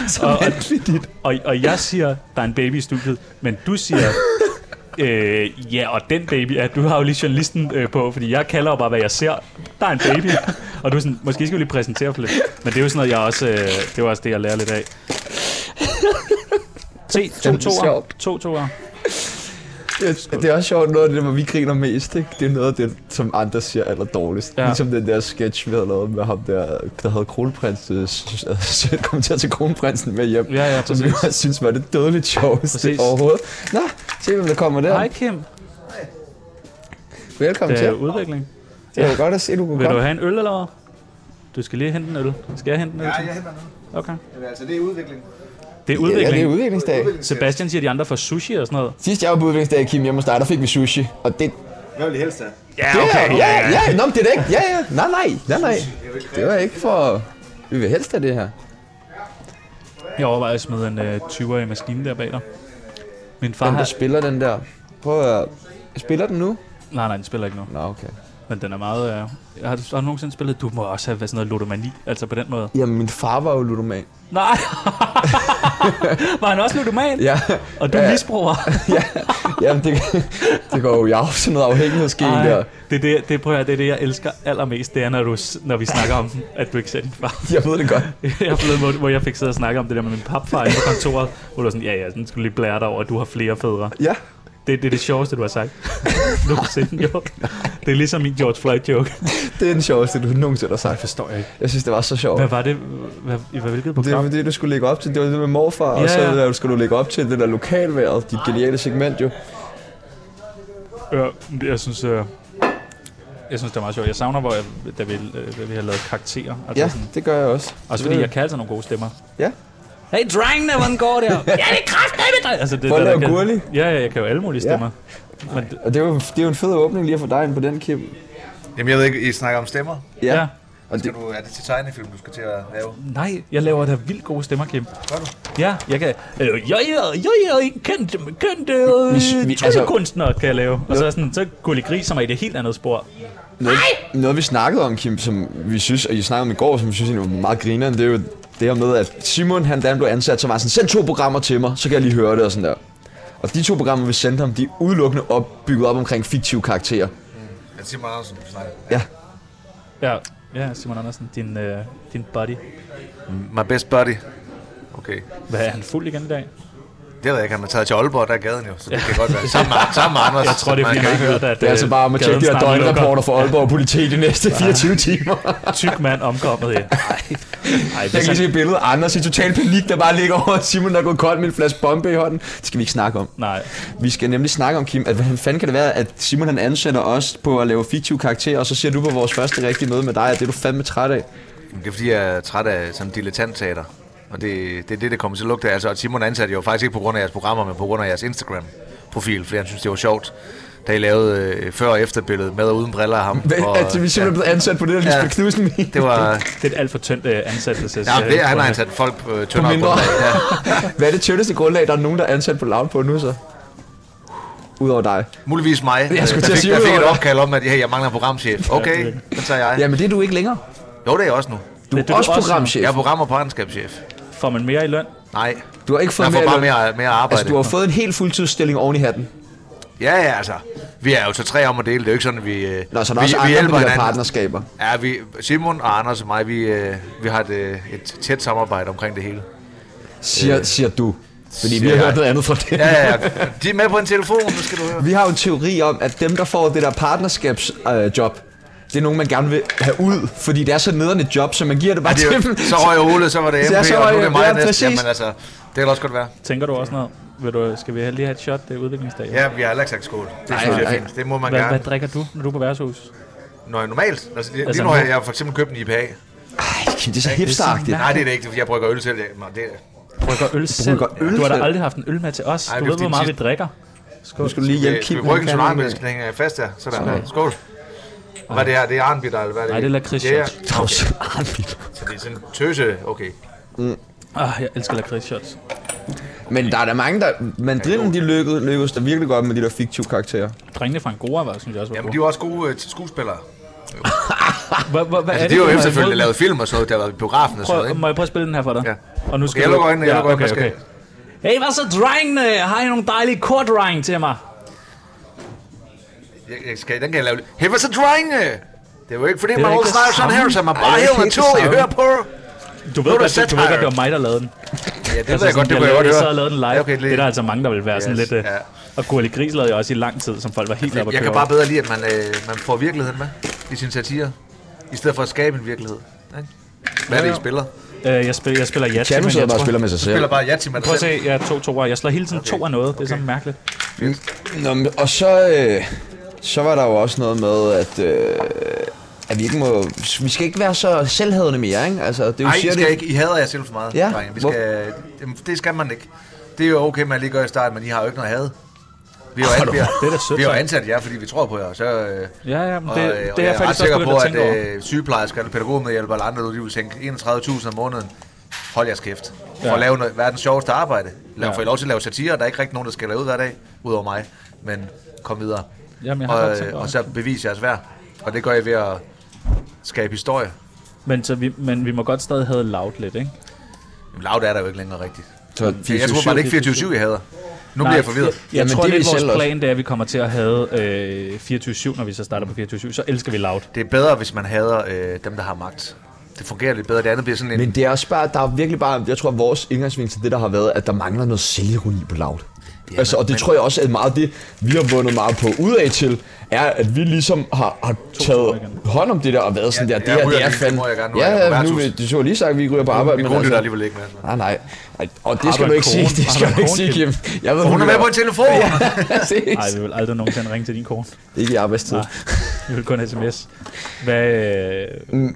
Speaker 1: Så
Speaker 2: og-
Speaker 1: vanvittigt.
Speaker 2: Og, og jeg siger, der er en baby i studiet, men du siger, øh, ja, og den baby, ja, du har jo lige journalisten øh, på, fordi jeg kalder jo bare, hvad jeg ser. Der er en baby, og du er sådan, måske skal vi lige præsentere for lidt. Men det er jo sådan noget, jeg også, øh, det var også det, jeg lærer lidt af. Se, to
Speaker 1: Fandme
Speaker 2: toer.
Speaker 1: sjovt.
Speaker 2: To toer.
Speaker 1: Det, det er også sjovt, noget af det, hvor vi griner mest, ikke? det er noget af det, som andre siger aller dårligst.
Speaker 2: Ja.
Speaker 1: Ja. Ligesom den der sketch, vi havde lavet med ham der, der havde kronprins, øh, s- s- kom til at tage kronprinsen med hjem.
Speaker 2: Ja, ja,
Speaker 1: som vi
Speaker 2: præcis.
Speaker 1: også synes var det dødeligt sjoveste
Speaker 2: Præcis.
Speaker 1: overhovedet. Nå, se hvem der kommer der.
Speaker 2: Hej Kim,
Speaker 1: Velkommen
Speaker 2: det
Speaker 1: til.
Speaker 2: er udvikling.
Speaker 1: Det var godt at se, du kunne
Speaker 2: Vil du
Speaker 1: komme.
Speaker 2: have en øl eller hvad? Du skal lige hente en øl. Skal jeg hente en øl?
Speaker 3: Ja,
Speaker 2: til dig?
Speaker 3: jeg henter noget.
Speaker 2: Okay.
Speaker 3: Jamen, altså, det er udvikling.
Speaker 2: Det er
Speaker 1: Ja, det er
Speaker 2: udvikling.
Speaker 1: udviklingsdag.
Speaker 2: Sebastian siger, at de andre får sushi og sådan noget.
Speaker 1: Sidst jeg var på udviklingsdag i Kim hjemme hos dig, der fik vi sushi. Og det,
Speaker 3: Hvad vil I helst have?
Speaker 2: Ja,
Speaker 1: ja, ja, ja, nå, men det er da ikke, ja, ja, nej, nej, nej, nej. Det var ikke for, vi vil helst have det her.
Speaker 2: Jeg overvejer at smide en øh, 20'er i maskinen der bag dig. Min far
Speaker 1: Den, der
Speaker 2: har...
Speaker 1: spiller den der. Prøv at, spiller den nu?
Speaker 2: Nej, nej, den spiller ikke nu.
Speaker 1: Nå, okay.
Speaker 2: Men den er meget... Øh... Har, du, har du nogensinde spillet... Du må også have været sådan noget ludomani, altså på den måde.
Speaker 1: Jamen, min far var jo ludoman.
Speaker 2: Nej! Var han også ludoman?
Speaker 1: Ja,
Speaker 2: Og du
Speaker 1: Ja.
Speaker 2: misbruger?
Speaker 1: ja, jamen, det, det går jo i arv, sådan noget afhængighedsgen
Speaker 2: Ej,
Speaker 1: der.
Speaker 2: det, er det, det, prøver jeg, det er det, jeg elsker allermest. Det er, når, du, s- når vi snakker om, at du ikke ser din far.
Speaker 1: Jeg ved det godt.
Speaker 2: jeg blev, hvor, hvor jeg fik siddet og snakke om det der med min papfar inde på kontoret, hvor du var sådan, ja, ja, den skulle lige blære dig over, at du har flere fædre.
Speaker 1: Ja,
Speaker 2: Det, det er det sjoveste, du har sagt. Nogensinde gjort. Det er ligesom min George Floyd joke.
Speaker 1: det er den sjoveste, du nogensinde har sagt.
Speaker 2: forstår jeg ikke.
Speaker 1: Jeg synes, det var så sjovt.
Speaker 2: Hvad var det? Hvad, i hvad, hvilket
Speaker 1: Det
Speaker 2: program?
Speaker 1: var det, du skulle lægge op til. Det var det med morfar,
Speaker 2: Ja,
Speaker 1: og så
Speaker 2: ja.
Speaker 1: det der, skulle du lægge op til det der lokalværet, dit geniale segment jo.
Speaker 2: Det, jeg synes... Øh, jeg synes, det er meget sjovt. Jeg savner, hvor jeg, da, vi, øh, da vi har lavet karakterer. Altså
Speaker 1: Ja,
Speaker 2: sådan,
Speaker 1: det gør jeg også.
Speaker 2: også fordi jeg kan altså nogle gode stemmer.
Speaker 1: Ja.
Speaker 2: Hey, drengene, hvordan går det? ja, det er kraftedeme, dreng! Altså, det,
Speaker 1: Prøv at
Speaker 2: der, der
Speaker 1: lave
Speaker 2: kan-
Speaker 1: Gurli.
Speaker 2: Ja, ja, jeg kan jo alle mulige
Speaker 1: Ja.
Speaker 2: stemmer. Men, d-
Speaker 1: Og det er, jo, det er jo en fed åbning lige at få dig ind på den, Kim.
Speaker 3: Jamen, jeg ved ikke, I snakker om stemmer.
Speaker 2: ja. ja.
Speaker 1: Og det,
Speaker 3: Skal du, er det til tegnefilm, du skal til at lave?
Speaker 2: Nej, jeg laver da vildt gode stemmer, Kim.
Speaker 3: Gør du?
Speaker 2: Ja, jeg kan... Øh, jeg er jeg, jeg, kendt, kendt øh,
Speaker 1: vi-
Speaker 2: vi,
Speaker 1: altså-
Speaker 2: kunstner, kan jeg lave. Og så er sådan, så Gulli Gris, som er i det helt andet spor.
Speaker 1: noget, noget, vi snakkede om, Kim, som vi synes, og I snakkede om i går, som vi synes egentlig var meget grineren, det er jo det her med, at Simon, han da han blev ansat, så var han sådan, send to programmer til mig, så kan jeg lige høre det og sådan der. Og de to programmer, vi sendte ham, de er udelukkende opbygget op omkring fiktive karakterer.
Speaker 3: Ja, Simon Andersen, du snakker.
Speaker 1: Ja,
Speaker 2: Ja, ja Simon Andersen, din, øh, din buddy.
Speaker 3: My best buddy. Okay.
Speaker 2: Hvad er han fuld igen i dag?
Speaker 3: Det ved jeg ikke, han har taget til Aalborg, der er gaden jo, så det kan godt være. Sammen med, sammen med Anders.
Speaker 2: Jeg tror, det er,
Speaker 3: Man
Speaker 2: fordi
Speaker 3: kan
Speaker 2: man
Speaker 3: ikke
Speaker 2: har hørt,
Speaker 3: vide.
Speaker 2: at
Speaker 1: Det er altså
Speaker 2: øh,
Speaker 1: bare om at tjekke
Speaker 2: gaden
Speaker 1: de her
Speaker 2: snart lukker.
Speaker 1: døgnrapporter for Aalborg politi de næste 24 timer.
Speaker 2: Tyk mand omkommet her. Ej,
Speaker 1: Jeg
Speaker 2: hvis
Speaker 1: kan lige
Speaker 2: han,
Speaker 1: se et billede af Anders i total panik, der bare ligger over, at Simon der er gået kold med en flaske bombe i hånden. Det skal vi ikke snakke om.
Speaker 2: nej,
Speaker 1: Vi skal nemlig snakke om, Kim, at hvordan fanden kan det være, at Simon han ansætter os på at lave fiktive karakterer, og så siger du på vores første rigtige møde med dig, at det er du fandme træt af.
Speaker 3: Men Det er fordi, jeg er træt af sådan dilettantteater. Og det, det er det, det kommer til at lugte af. Altså, og Simon ansatte jo faktisk ikke på grund af jeres programmer, men på grund af jeres Instagram-profil, fordi han synes, det var sjovt, da I lavede øh, før- og efterbilledet med og uden briller af ham.
Speaker 1: Hvad,
Speaker 3: Og,
Speaker 1: at vi simpelthen er blevet ansat på det, der Lisbeth
Speaker 3: Ja.
Speaker 1: Knudsen mente.
Speaker 3: det var...
Speaker 2: det er et alt for tyndt øh, ansættelse.
Speaker 3: Ja, det, er- han har ansat folk på øh, tyndere
Speaker 1: mindre.
Speaker 3: grundlag. Ja.
Speaker 1: Hvad er det tyndeste grundlag, der er nogen, der er ansat på Loud på nu så? Udover dig.
Speaker 3: Muligvis mig.
Speaker 1: Jeg skulle
Speaker 3: Øh,
Speaker 1: til at
Speaker 3: der fik,
Speaker 1: sige
Speaker 3: der fik et
Speaker 1: udover dig.
Speaker 3: opkald om, at hey, jeg mangler en programchef. Okay, den tager jeg.
Speaker 1: Jamen, det er du ikke længere.
Speaker 3: Jo, det er jeg også nu.
Speaker 1: Du er,
Speaker 2: Det er du
Speaker 1: også
Speaker 2: også nu.
Speaker 1: programchef.
Speaker 3: Jeg er program- og partnerskabschef.
Speaker 2: Får man mere i løn?
Speaker 3: Nej,
Speaker 1: Du har ikke fået
Speaker 3: jeg får
Speaker 1: mere,
Speaker 3: bare
Speaker 1: løn.
Speaker 3: mere, mere arbejde.
Speaker 1: Altså, du har fået en helt fuldtidsstilling oven i hatten.
Speaker 3: Ja, ja, altså. Vi er jo så tre om at dele. Det er jo ikke sådan, at vi... øh,
Speaker 1: Nå, så er der
Speaker 3: vi,
Speaker 1: også
Speaker 3: vi
Speaker 1: andre
Speaker 3: hjælper
Speaker 1: med de her
Speaker 3: hinanden.
Speaker 1: partnerskaber.
Speaker 3: Ja, vi, Simon og Anders og mig, vi, øh, vi har et, øh, et tæt samarbejde omkring det hele.
Speaker 1: Siger, Øh, siger du. Fordi vi
Speaker 3: siger
Speaker 1: har hørt
Speaker 3: jeg.
Speaker 1: noget andet fra det.
Speaker 3: Ja, ja, ja. De er med på en telefon, nu skal du høre.
Speaker 1: Vi har jo en teori om, at dem, der får det der partnerskabsjob, øh, job, det er nogen, man gerne vil have ud, fordi det er så nederne et job, så man giver det bare
Speaker 3: Ja, det er
Speaker 1: til
Speaker 3: jo,
Speaker 1: dem.
Speaker 3: så røg Ole, så var det MP,
Speaker 1: Så jeg så
Speaker 3: og nu er
Speaker 1: røg-
Speaker 3: det mig
Speaker 1: ja,
Speaker 3: næste.
Speaker 1: præcis.
Speaker 3: Jamen altså, det kan også godt være.
Speaker 2: Tænker du også noget? Vil du, skal vi lige have et shot? Det er udviklingsdag.
Speaker 3: Ja, vi har heller ikke sagt skål. Det
Speaker 1: Nej,
Speaker 3: synes jeg
Speaker 1: nej.
Speaker 3: er fint. Det må man
Speaker 2: Hvad, hvad
Speaker 3: gerne.
Speaker 2: drikker du, når du er på værtshus?
Speaker 3: Når jeg normalt, altså, lige,
Speaker 2: Altså,
Speaker 3: lige nu har
Speaker 2: nu-
Speaker 3: jeg, jeg har for eksempel købt en IPA.
Speaker 1: Ej, Kim, det er så hipsteragtigt.
Speaker 3: Nej, det er det ikke, fordi jeg brygger øl selv. Det, nå, det,
Speaker 2: Brygger øl selv.
Speaker 1: øl
Speaker 2: du har da
Speaker 1: selv.
Speaker 2: aldrig haft en øl med til os.
Speaker 3: Ej,
Speaker 2: du
Speaker 3: det er
Speaker 2: ved, hvor
Speaker 3: fordi
Speaker 2: meget vi
Speaker 3: sidst-
Speaker 2: drikker. Skål.
Speaker 1: Nu skal du lige hjælpe
Speaker 3: det,
Speaker 1: Kim.
Speaker 3: vi
Speaker 1: med
Speaker 3: brygger
Speaker 1: kanden.
Speaker 3: en tsunami, men jeg skal hænge fast der. Sådan der. Skål. Hvad er det her? Det er Arnbitter, eller hvad er det?
Speaker 2: Nej, det er lakrids,
Speaker 3: Ja, ja.
Speaker 2: shot.
Speaker 1: Nå, så Arnbild.
Speaker 3: Så det er sådan en tøse, okay.
Speaker 2: Ah, jeg elsker lakridsshots.
Speaker 1: Men der er der mange, der... Mandrinden, de lykkes, lykkes der virkelig godt med de der fiktive karakterer.
Speaker 2: Drengene fra Angora var, synes jeg også var
Speaker 3: Jamen,
Speaker 2: gode.
Speaker 3: de er jo også gode øh, til skuespillere.
Speaker 2: Hva- hva- hvad
Speaker 3: Altså,
Speaker 2: er
Speaker 3: det er jo
Speaker 2: du har
Speaker 3: efterfølgende
Speaker 2: imod?
Speaker 3: lavet film og sådan noget, der har været i biografen og sådan noget,
Speaker 2: Prøv,
Speaker 3: ikke?
Speaker 2: må jeg prøve at spille den her for dig?
Speaker 3: Ja.
Speaker 2: Og nu
Speaker 3: jeg
Speaker 2: du-
Speaker 3: lukker øjnene, jeg
Speaker 2: Ja,
Speaker 3: lukker øjnene,
Speaker 2: okay,
Speaker 3: jeg
Speaker 2: okay. Hey, hvad så drengene? Har I nogle dejlige kordreng til mig?
Speaker 3: Jeg, jeg skal, den kan jeg lave. lidt. Hey, hvad så drenge? Det er jo ikke fordi,
Speaker 2: er
Speaker 3: man
Speaker 2: da
Speaker 3: holder
Speaker 2: ikke
Speaker 3: snakker
Speaker 2: det
Speaker 3: sådan her,
Speaker 2: samme.
Speaker 3: så man
Speaker 1: Ej,
Speaker 3: bare
Speaker 1: det er
Speaker 3: hæver
Speaker 1: ikke
Speaker 3: natur,
Speaker 1: det
Speaker 3: jeg
Speaker 1: samme.
Speaker 3: hører på.
Speaker 2: Du ved,
Speaker 3: Nu er der
Speaker 2: godt, du, du ved
Speaker 3: satire.
Speaker 2: godt, det var mig, der lavede den. Altså,
Speaker 3: Ja, det ved jeg godt, det
Speaker 2: sådan,
Speaker 3: kunne jeg
Speaker 2: lavede-
Speaker 3: godt høre.
Speaker 2: sad og lavede den live.
Speaker 3: Ja, okay,
Speaker 2: det er der altså mange, der vil være sådan
Speaker 3: Yes,
Speaker 2: lidt... øh,
Speaker 3: ja.
Speaker 2: Og Gurli Gris lavede jeg også i lang tid, som folk var helt oppe at
Speaker 3: Jeg kan
Speaker 2: køre
Speaker 3: bare bedre lide, at man, øh, man får virkeligheden med i sin satire, i stedet for at skabe en virkelighed. ikke? Hvad er det, I spiller? Jeg
Speaker 2: over. Øh, jeg, spiller, jeg spiller Yatzy,
Speaker 1: Kan
Speaker 2: men
Speaker 1: du sidde
Speaker 2: jeg
Speaker 1: bare og
Speaker 2: tror...
Speaker 1: spiller med sig selv?
Speaker 3: spiller bare Yatzy med dig
Speaker 2: Prøv at
Speaker 3: selv.
Speaker 2: se, jeg er to toer. Jeg slår hele tiden to af noget. Det er sådan mærkeligt.
Speaker 1: Nå, men- og så, øh, så var der jo også noget med, at, øh, at vi ikke må... Vi skal ikke være så selvhævende mere, ikke? Altså, det er jo
Speaker 3: Nej, I
Speaker 1: siger
Speaker 3: skal
Speaker 1: det,
Speaker 3: ikke. I hader jer selv for meget,
Speaker 1: Ja,
Speaker 3: drenge. Vi
Speaker 1: hvor-
Speaker 3: skal, jamen, det skal man ikke. Det er jo okay, man lige gør i starten, men I har jo ikke noget had. Vi har jo, an, vi
Speaker 2: Det er da
Speaker 3: har,
Speaker 2: sødt,
Speaker 3: vi har jo
Speaker 2: tak.
Speaker 3: ansat jer, fordi vi tror på jer. Så, øh,
Speaker 2: Ja, ja, men
Speaker 3: og,
Speaker 2: det,
Speaker 3: øh,
Speaker 2: det
Speaker 3: og
Speaker 2: er jeg
Speaker 3: ret
Speaker 2: faktisk også
Speaker 3: sikker
Speaker 2: begyndt
Speaker 3: på,
Speaker 2: at
Speaker 3: at,
Speaker 2: tænke over.
Speaker 3: øh, sygeplejersker eller pædagogmedhjælpere eller andre, de vil tænke 31.000 om måneden. Hold jeres kæft. For
Speaker 2: Ja.
Speaker 3: at lave noget, verdens sjoveste arbejde. Lad,
Speaker 2: Ja.
Speaker 3: ja. For I lov til at lave satire, der er ikke rigtig nogen, der skal lave ud hver dag, udover mig. Men kom videre.
Speaker 2: Jamen, jeg har godt
Speaker 3: og,
Speaker 2: tænkt over
Speaker 3: øh, og
Speaker 2: det.
Speaker 3: så bevis jeres værd. Og det gør I ved at skabe historie. øh-
Speaker 2: Men, så vi, men vi må godt stadig have loud lidt, ikke?
Speaker 3: Jamen, Loud er der jo ikke længere rigtigt.
Speaker 1: Så
Speaker 3: Ja, jeg tror bare, det er ikke 24-7, jeg hader. Nu bliver jeg forvirret.
Speaker 2: Jeg, jeg
Speaker 1: Jamen,
Speaker 2: tror,
Speaker 1: det
Speaker 2: det,
Speaker 1: er vi
Speaker 2: er vores
Speaker 1: selv også.
Speaker 2: plan, det er, at vi kommer til at have øh, 24-7, når vi så starter på 24-7. Så elsker vi loud.
Speaker 3: Det er bedre, hvis man hader øh, dem, der har magt. Det fungerer lidt bedre. Det andet bliver sådan en...
Speaker 1: Men det er også bare, der er virkelig bare, jeg tror, vores indgangsvinkel til det, der har været, at der mangler noget selvironi på Loud.
Speaker 3: Ja,
Speaker 1: altså, og det
Speaker 3: men-
Speaker 1: tror jeg også, at meget af det, vi har vundet meget på udad til, er, at vi ligesom har, har
Speaker 2: to
Speaker 1: taget
Speaker 2: igen.
Speaker 1: hånd om det der, og været sådan
Speaker 3: Ja,
Speaker 1: der, det
Speaker 3: jeg
Speaker 1: her,
Speaker 3: ryger
Speaker 1: det er
Speaker 3: lige, det
Speaker 1: fandme...
Speaker 3: må jeg gerne nu,
Speaker 1: Ja,
Speaker 3: jeg er på
Speaker 1: ja, nu,
Speaker 3: værtshus.
Speaker 1: du så lige sagt, at vi ryger på arbejde,
Speaker 3: Min
Speaker 1: men
Speaker 3: kone
Speaker 1: altså...
Speaker 3: lytter alligevel ikke med. altså.
Speaker 1: Nej, nej. Ej, Og det
Speaker 2: Har
Speaker 1: skal
Speaker 2: du
Speaker 1: du
Speaker 2: en
Speaker 1: ikke sige,
Speaker 2: kone?
Speaker 1: det
Speaker 2: Har
Speaker 1: skal
Speaker 2: du
Speaker 1: du
Speaker 2: en
Speaker 1: ikke sige, Kim. Jeg ved,
Speaker 3: Hun er
Speaker 1: du
Speaker 3: med
Speaker 1: gør.
Speaker 3: på en telefon!
Speaker 1: Ses.
Speaker 2: Nej, vi vil aldrig nogensinde ringe til din kone.
Speaker 1: Ikke i arbejdstid.
Speaker 2: Nej, vi vil kun sms. Hvad, øh,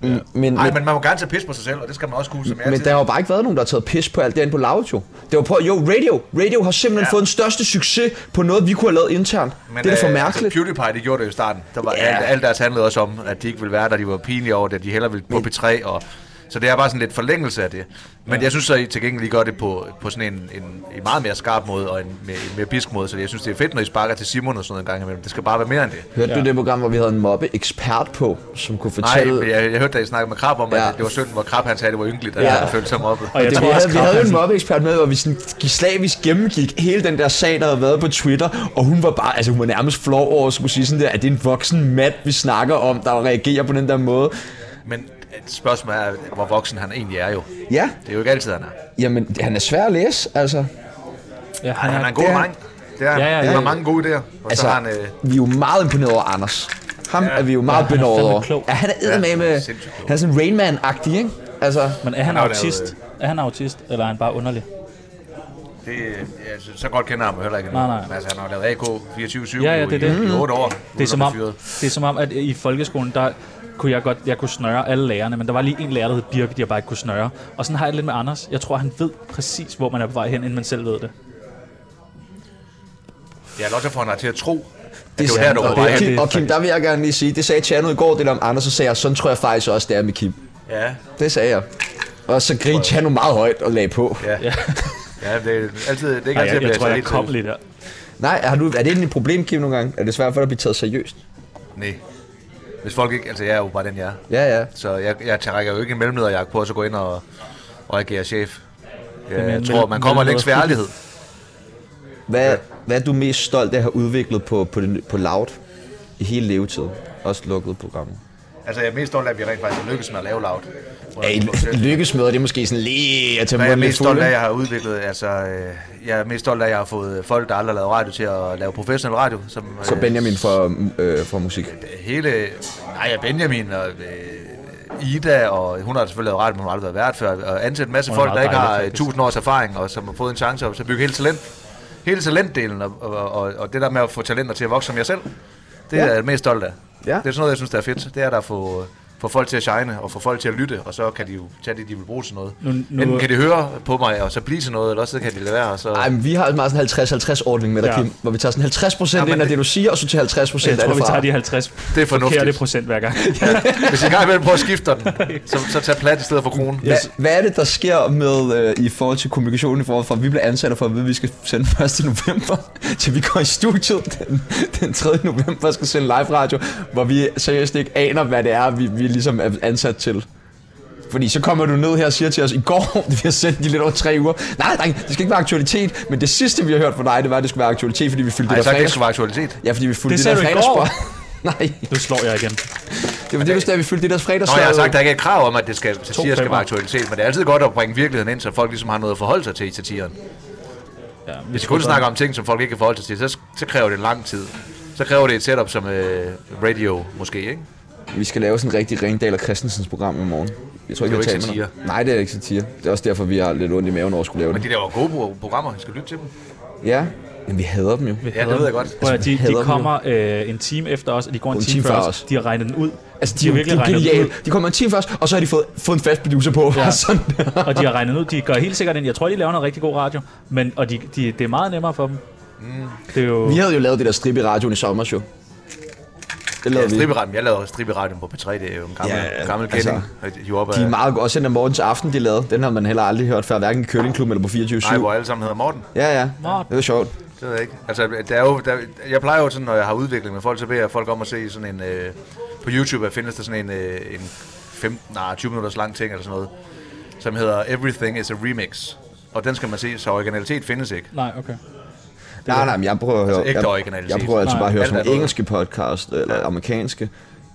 Speaker 1: Mm, Men,
Speaker 3: Nej,
Speaker 1: men,
Speaker 3: men man må gerne tage pis på sig selv, og det skal man også kunne, som jeg
Speaker 1: men
Speaker 3: er
Speaker 1: der
Speaker 3: til.
Speaker 1: har jo bare ikke været nogen, der har taget pis på alt det andet på Loud, jo. Det var på, jo, radio. Radio har simpelthen ja.
Speaker 3: Ja.
Speaker 1: fået den største succes på noget, vi kunne have lavet internt. Men,
Speaker 3: Men,
Speaker 1: det er da for
Speaker 3: øh,
Speaker 1: mærkeligt.
Speaker 3: Altså, PewDiePie, det gjorde det jo i starten. Der var,
Speaker 1: Ja.
Speaker 3: alt, alt deres handlede også om, at de ikke ville være der, de var pinlige over det, at de hellere ville på P3. Og, så det er bare sådan lidt forlængelse af det. Men jeg synes så, I til gengæld lige gør det på, på sådan en, en, en meget mere skarp måde og en, mere, en mere bisk måde. Så jeg synes, det er fedt, når I sparker til Simon og sådan noget en gang imellem. Det skal bare være mere end det.
Speaker 1: Hørte
Speaker 2: Ja.
Speaker 1: du det program, hvor vi havde en mobbe-ekspert på, som kunne
Speaker 3: Nej,
Speaker 1: fortælle...
Speaker 3: men jeg, jeg hørte, da I snakkede med Krab om, at
Speaker 1: Ja.
Speaker 3: ja. det var synd, hvor Krab han sagde, det var ynkeligt, at
Speaker 1: Ja.
Speaker 3: ja. han følte sig mobbet.
Speaker 2: Og jeg
Speaker 1: det,
Speaker 2: tror
Speaker 1: vi,
Speaker 2: også,
Speaker 1: havde, vi havde jo en
Speaker 2: Krabben-
Speaker 1: mobbeekspert med, hvor vi sådan gik slavisk gennemgik hele den der sag, der havde været på Twitter, og hun var bare, altså hun var nærmest flov over at skulle sige sådan der, at det er en voksen mand, vi snakker om, der reagerer på den der måde.
Speaker 3: Men et spørgsmål er, hvor voksen han egentlig er jo.
Speaker 1: Ja,
Speaker 3: Det er jo ikke altid, han er.
Speaker 1: jamen, han er svær at læse, altså.
Speaker 2: Ja,
Speaker 3: Ej, han er en god
Speaker 1: Det er-
Speaker 3: dreng. Det er,
Speaker 2: Ja,
Speaker 3: ja,
Speaker 2: ja,
Speaker 3: ja, ja.
Speaker 2: ja.
Speaker 3: Han har mange gode idéer. Og altså,
Speaker 1: Altså,
Speaker 3: så har han... Øh,
Speaker 1: vi er jo meget imponeret over Anders. Ham ja. er vi jo meget
Speaker 2: han er
Speaker 1: benådet
Speaker 2: fandme
Speaker 1: over.
Speaker 2: klog.
Speaker 1: Ja, han er med med...
Speaker 3: Ja, sindssygt klog.
Speaker 1: Han er sådan Rain Man-agtig, ikke? Altså,
Speaker 2: Men er han
Speaker 3: har øh, jo
Speaker 2: autist? Er han autist, eller er han bare underlig?
Speaker 3: det, ja, så, så godt kender jeg ham heller ikke.
Speaker 2: Nej, nej.
Speaker 3: Men Altså, han har jo lavet AK 24-7
Speaker 2: Ja, ja,
Speaker 3: jo
Speaker 2: det er
Speaker 3: i,
Speaker 2: det.
Speaker 3: i 8 år.
Speaker 2: Det er, som om, det er som om, at i folkeskolen, der kunne jeg godt, jeg kunne snøre alle lærerne, men der var lige en lærer, der hed Birke, de jeg bare ikke kunne snøre. Og sådan har jeg det lidt med Anders. Jeg tror, han ved præcis, hvor man er på vej hen, inden man selv ved det.
Speaker 3: Jeg er også for, at han har til at tro, at det,
Speaker 1: Det
Speaker 3: det var
Speaker 1: er
Speaker 3: der, du var
Speaker 1: sandt,
Speaker 3: på
Speaker 1: og,
Speaker 3: vej
Speaker 1: det,
Speaker 3: hen.
Speaker 1: Kim, og Kim, der vil jeg gerne lige sige, det sagde Tjerno i går, det der om Anders, og sagde jeg, sådan tror jeg faktisk også, det er med Kim.
Speaker 3: Ja,
Speaker 1: Det sagde jeg. Og så grinede Tjerno meget højt og lagde på.
Speaker 3: ja. ja. ja det, er altid, det er ikke
Speaker 2: Ej,
Speaker 3: altid,
Speaker 2: jeg, jeg, tror, jeg
Speaker 3: helt
Speaker 2: kom
Speaker 3: seriøs.
Speaker 2: lidt der.
Speaker 1: Nej, har du, er det egentlig et problem, Kim, nogle gange? Er det svært for dig at blive taget seriøst?
Speaker 3: Nej. Hvis folk ikke... Altså, jeg er jo bare den, jeg er.
Speaker 1: Ja, ja.
Speaker 3: Så jeg, jeg trækker jo ikke en mellemlederjagt på, og så gå ind og, og agere chef. Jeg,
Speaker 2: Jamen,
Speaker 3: jeg tror,
Speaker 2: mellem-
Speaker 3: man
Speaker 2: mellemleder.
Speaker 3: kommer længst ved ærlighed.
Speaker 1: Hvad, hvad er du mest stolt af at have udviklet på, på, den, på Loud i hele levetiden? Også lukkede programmer.
Speaker 3: Altså, jeg er mest stolt af, at vi rent faktisk har lykkes med at lave loud.
Speaker 1: Ja, i lykkesmøder, det er måske sådan lige at tage
Speaker 3: Hvad jeg er
Speaker 1: munden lidt
Speaker 3: mest stolt
Speaker 1: fuld,
Speaker 3: af, at
Speaker 1: ikke?
Speaker 3: jeg har udviklet, altså, øh, jeg er mest stolt af, at jeg har fået folk, der aldrig har lavet radio, til at lave professionel radio. Som, øh,
Speaker 1: Så Benjamin for, øh, for musik.
Speaker 3: Hele, nej, ja, Benjamin og øh, Ida, og hun har selvfølgelig lavet radio, men hun har aldrig været vært før, og ansat en masse
Speaker 2: Hun er
Speaker 3: folk, der
Speaker 2: meget
Speaker 3: ikke har
Speaker 2: dejlig,
Speaker 3: øh,
Speaker 2: faktisk.
Speaker 3: 1000 års erfaring, og som har fået en chance, og så bygge hele talent. Hele talentdelen, og, og, og, og det der med at få talenter til at vokse som jeg selv, det
Speaker 1: Ja.
Speaker 3: ja. er jeg mest stolt af.
Speaker 1: Ja.
Speaker 3: Det er sådan noget, jeg synes, der er fedt. Det er der at få, få folk til at shine, og få folk til at lytte, og så kan de jo tage det, de vil bruge til noget.
Speaker 2: Nu- nu-
Speaker 3: Enten kan de høre på mig, og så blive til noget, eller også så kan de lade være, og så...
Speaker 1: Ej, men vi har altså meget sådan en 50-50 ordning med dig,
Speaker 2: Ja.
Speaker 1: Kim, hvor vi tager sådan 50%
Speaker 3: Jamen,
Speaker 1: ind af
Speaker 3: det-
Speaker 1: det, du siger, og så til 50%
Speaker 2: Jeg
Speaker 1: af
Speaker 2: tror,
Speaker 1: det
Speaker 2: vi
Speaker 1: fra.
Speaker 2: tager de 50
Speaker 3: Det er fornuftigt.
Speaker 2: forkerte procent hver gang.
Speaker 3: Hvis jeg gerne vil prøve at skifte den, så, så tag plat i stedet for kronen.
Speaker 1: Hva, hvad er det, der sker med øh, i forhold til kommunikationen, i forhold til, at vi bliver ansat for at vide, at vi skal sende 1. november, til vi går i studiet den, den 3. november og skal sende live radio, hvor vi seriøst ikke aner, hvad det er, vi, vi ligesom er ansat til. Fordi så kommer du ned her og siger til os, i går, vi har sendt de lidt over tre uger. Nej, dreng, det skal ikke være aktualitet, men det sidste, vi har hørt fra dig, det var, at det skulle være aktualitet, fordi vi fyldte
Speaker 3: Nej,
Speaker 1: det
Speaker 3: så
Speaker 1: der
Speaker 3: er
Speaker 1: fredags...
Speaker 3: det skulle være aktualitet.
Speaker 1: Ja, fordi vi fyldte
Speaker 2: Det
Speaker 1: det,
Speaker 2: sagde
Speaker 1: der
Speaker 2: du i går.
Speaker 1: fredagsspot. Nej,
Speaker 2: Nu slår jeg igen.
Speaker 1: det var det, du sagde, at vi fyldte det der fredags.
Speaker 3: Nå, jeg har sagt, at der ikke er krav om, at det skal, satire skal
Speaker 2: femmer.
Speaker 3: være aktualitet, men det er altid godt at bringe virkeligheden ind, så folk ligesom har noget at forholde sig til i satiren.
Speaker 2: Ja,
Speaker 3: Hvis jeg kun snakker om ting, som folk ikke kan forholde sig til, så, så kræver det lang tid. Så kræver det et setup som øh, radio, måske, ikke?
Speaker 1: Vi skal lave sådan en rigtig Ringdal og Christensens program i morgen. Jeg tror ikke,
Speaker 3: Det er
Speaker 1: jeg
Speaker 3: jo ikke
Speaker 1: tager med dig. Nej, det er ikke satire. Det er også derfor, vi har lidt ondt i maven over at skulle lave
Speaker 3: Men
Speaker 1: det.
Speaker 3: de laver gode pro- programmer, jeg skal lytte til dem.
Speaker 1: Ja, men vi hader dem jo.
Speaker 3: Ja, det ved jeg godt.
Speaker 2: Prøv at, de,
Speaker 1: hader dem
Speaker 2: de
Speaker 1: jo.
Speaker 2: kommer øh, en time efter os, og de går en,
Speaker 1: En
Speaker 2: time,
Speaker 1: time
Speaker 2: før
Speaker 1: før
Speaker 2: os.
Speaker 1: os.
Speaker 2: De har regnet den ud.
Speaker 1: Altså, de, de, de er
Speaker 2: regnet den
Speaker 1: geniale. De kommer en time først, og så har de fået, fået en fast producer på. Ja.
Speaker 2: Ja.
Speaker 1: sådan der.
Speaker 2: ud, og de har regnet den ud. De gør helt sikkert ind. Jeg tror, de laver noget rigtig god radio, men og de, de, det er meget nemmere for dem.
Speaker 3: Mm.
Speaker 2: Det er jo...
Speaker 1: Vi havde jo lavet det der strip i radioen i sommer, jo. Det
Speaker 3: Ja,
Speaker 1: lavede vi.
Speaker 3: striberadion. Jeg laver striberadion på P3, det er jo en gammel,
Speaker 1: Ja, ja,
Speaker 3: ja, gammel
Speaker 1: altså,
Speaker 3: kending. Altså, de er oppe
Speaker 1: De er
Speaker 3: af...
Speaker 1: meget gode. Også den der Mortens Aften, de lavede. Den har man heller aldrig hørt før, hverken i Køllingklub eller på 24
Speaker 3: Nej, hvor
Speaker 1: 7
Speaker 3: alle sammen hedder Morten.
Speaker 1: Ja, ja.
Speaker 2: Morten.
Speaker 1: Det var sjovt.
Speaker 3: Det ved jeg ikke. Altså, der er jo, der, jeg plejer jo sådan, når jeg har udvikling med folk, så beder jeg folk om at se sådan en... Øh, på YouTube der findes der sådan en, øh, en 15, nej, 20 minutters lang ting eller sådan noget, som hedder Everything is a Remix. Og den skal man se, så originalitet findes ikke.
Speaker 2: Nej, okay.
Speaker 1: Nej, nej, men jeg prøver at høre...
Speaker 3: ægte
Speaker 1: jeg,
Speaker 3: originalitet.
Speaker 1: jeg prøver altså
Speaker 2: Nej.
Speaker 1: bare at høre
Speaker 3: Alt
Speaker 1: sådan
Speaker 3: er
Speaker 1: nogle
Speaker 3: noget.
Speaker 1: engelske podcast, eller amerikanske,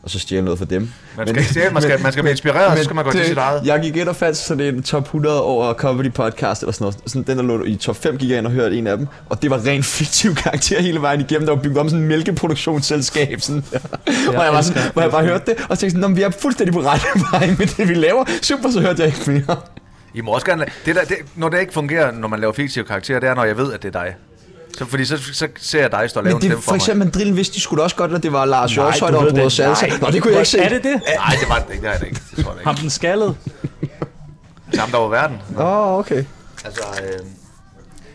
Speaker 1: og så stjæle noget fra dem.
Speaker 3: Man skal ikke stjæle, man skal, man skal blive inspireret, og så skal man gå til sit eget.
Speaker 1: Jeg gik ind og fandt sådan en top 100 over comedy podcast eller sådan noget. Sådan den, der lå i top 5, gik jeg ind og hørte en af dem. Og det var rent fiktiv karakter hele vejen igennem. Der var bygget om sådan en mælkeproduktionsselskab. Sådan der. hvor, jeg var sådan, hvor jeg bare hørte det, og tænkte sådan, "Nå, men vi er fuldstændig på rette vej med det, vi laver. Super, så hørte jeg ikke mere.
Speaker 3: I må også gerne... la- Det der, det, når det ikke fungerer, når man laver fiktive karakterer, det er, når jeg ved, at det er dig. Så, fordi så, så ser jeg dig stå og lave
Speaker 1: Men
Speaker 3: en stemme
Speaker 1: det,
Speaker 3: for,
Speaker 1: for eksempel, Mandrillen vidste de skulle da også godt, at det var Lars Hjortøj,
Speaker 2: du
Speaker 1: der var
Speaker 2: ved
Speaker 1: brudet
Speaker 2: det.
Speaker 1: salsa.
Speaker 2: Nej.
Speaker 1: Nå, det kunne jeg ikke se.
Speaker 2: Er det det?
Speaker 3: mig. Nej, det var det ikke. Det er det ikke. Det tror jeg da
Speaker 2: Ham
Speaker 3: ikke.
Speaker 2: den skaldede?
Speaker 3: Samt over verden.
Speaker 1: Åh, oh, okay.
Speaker 3: Altså, øh,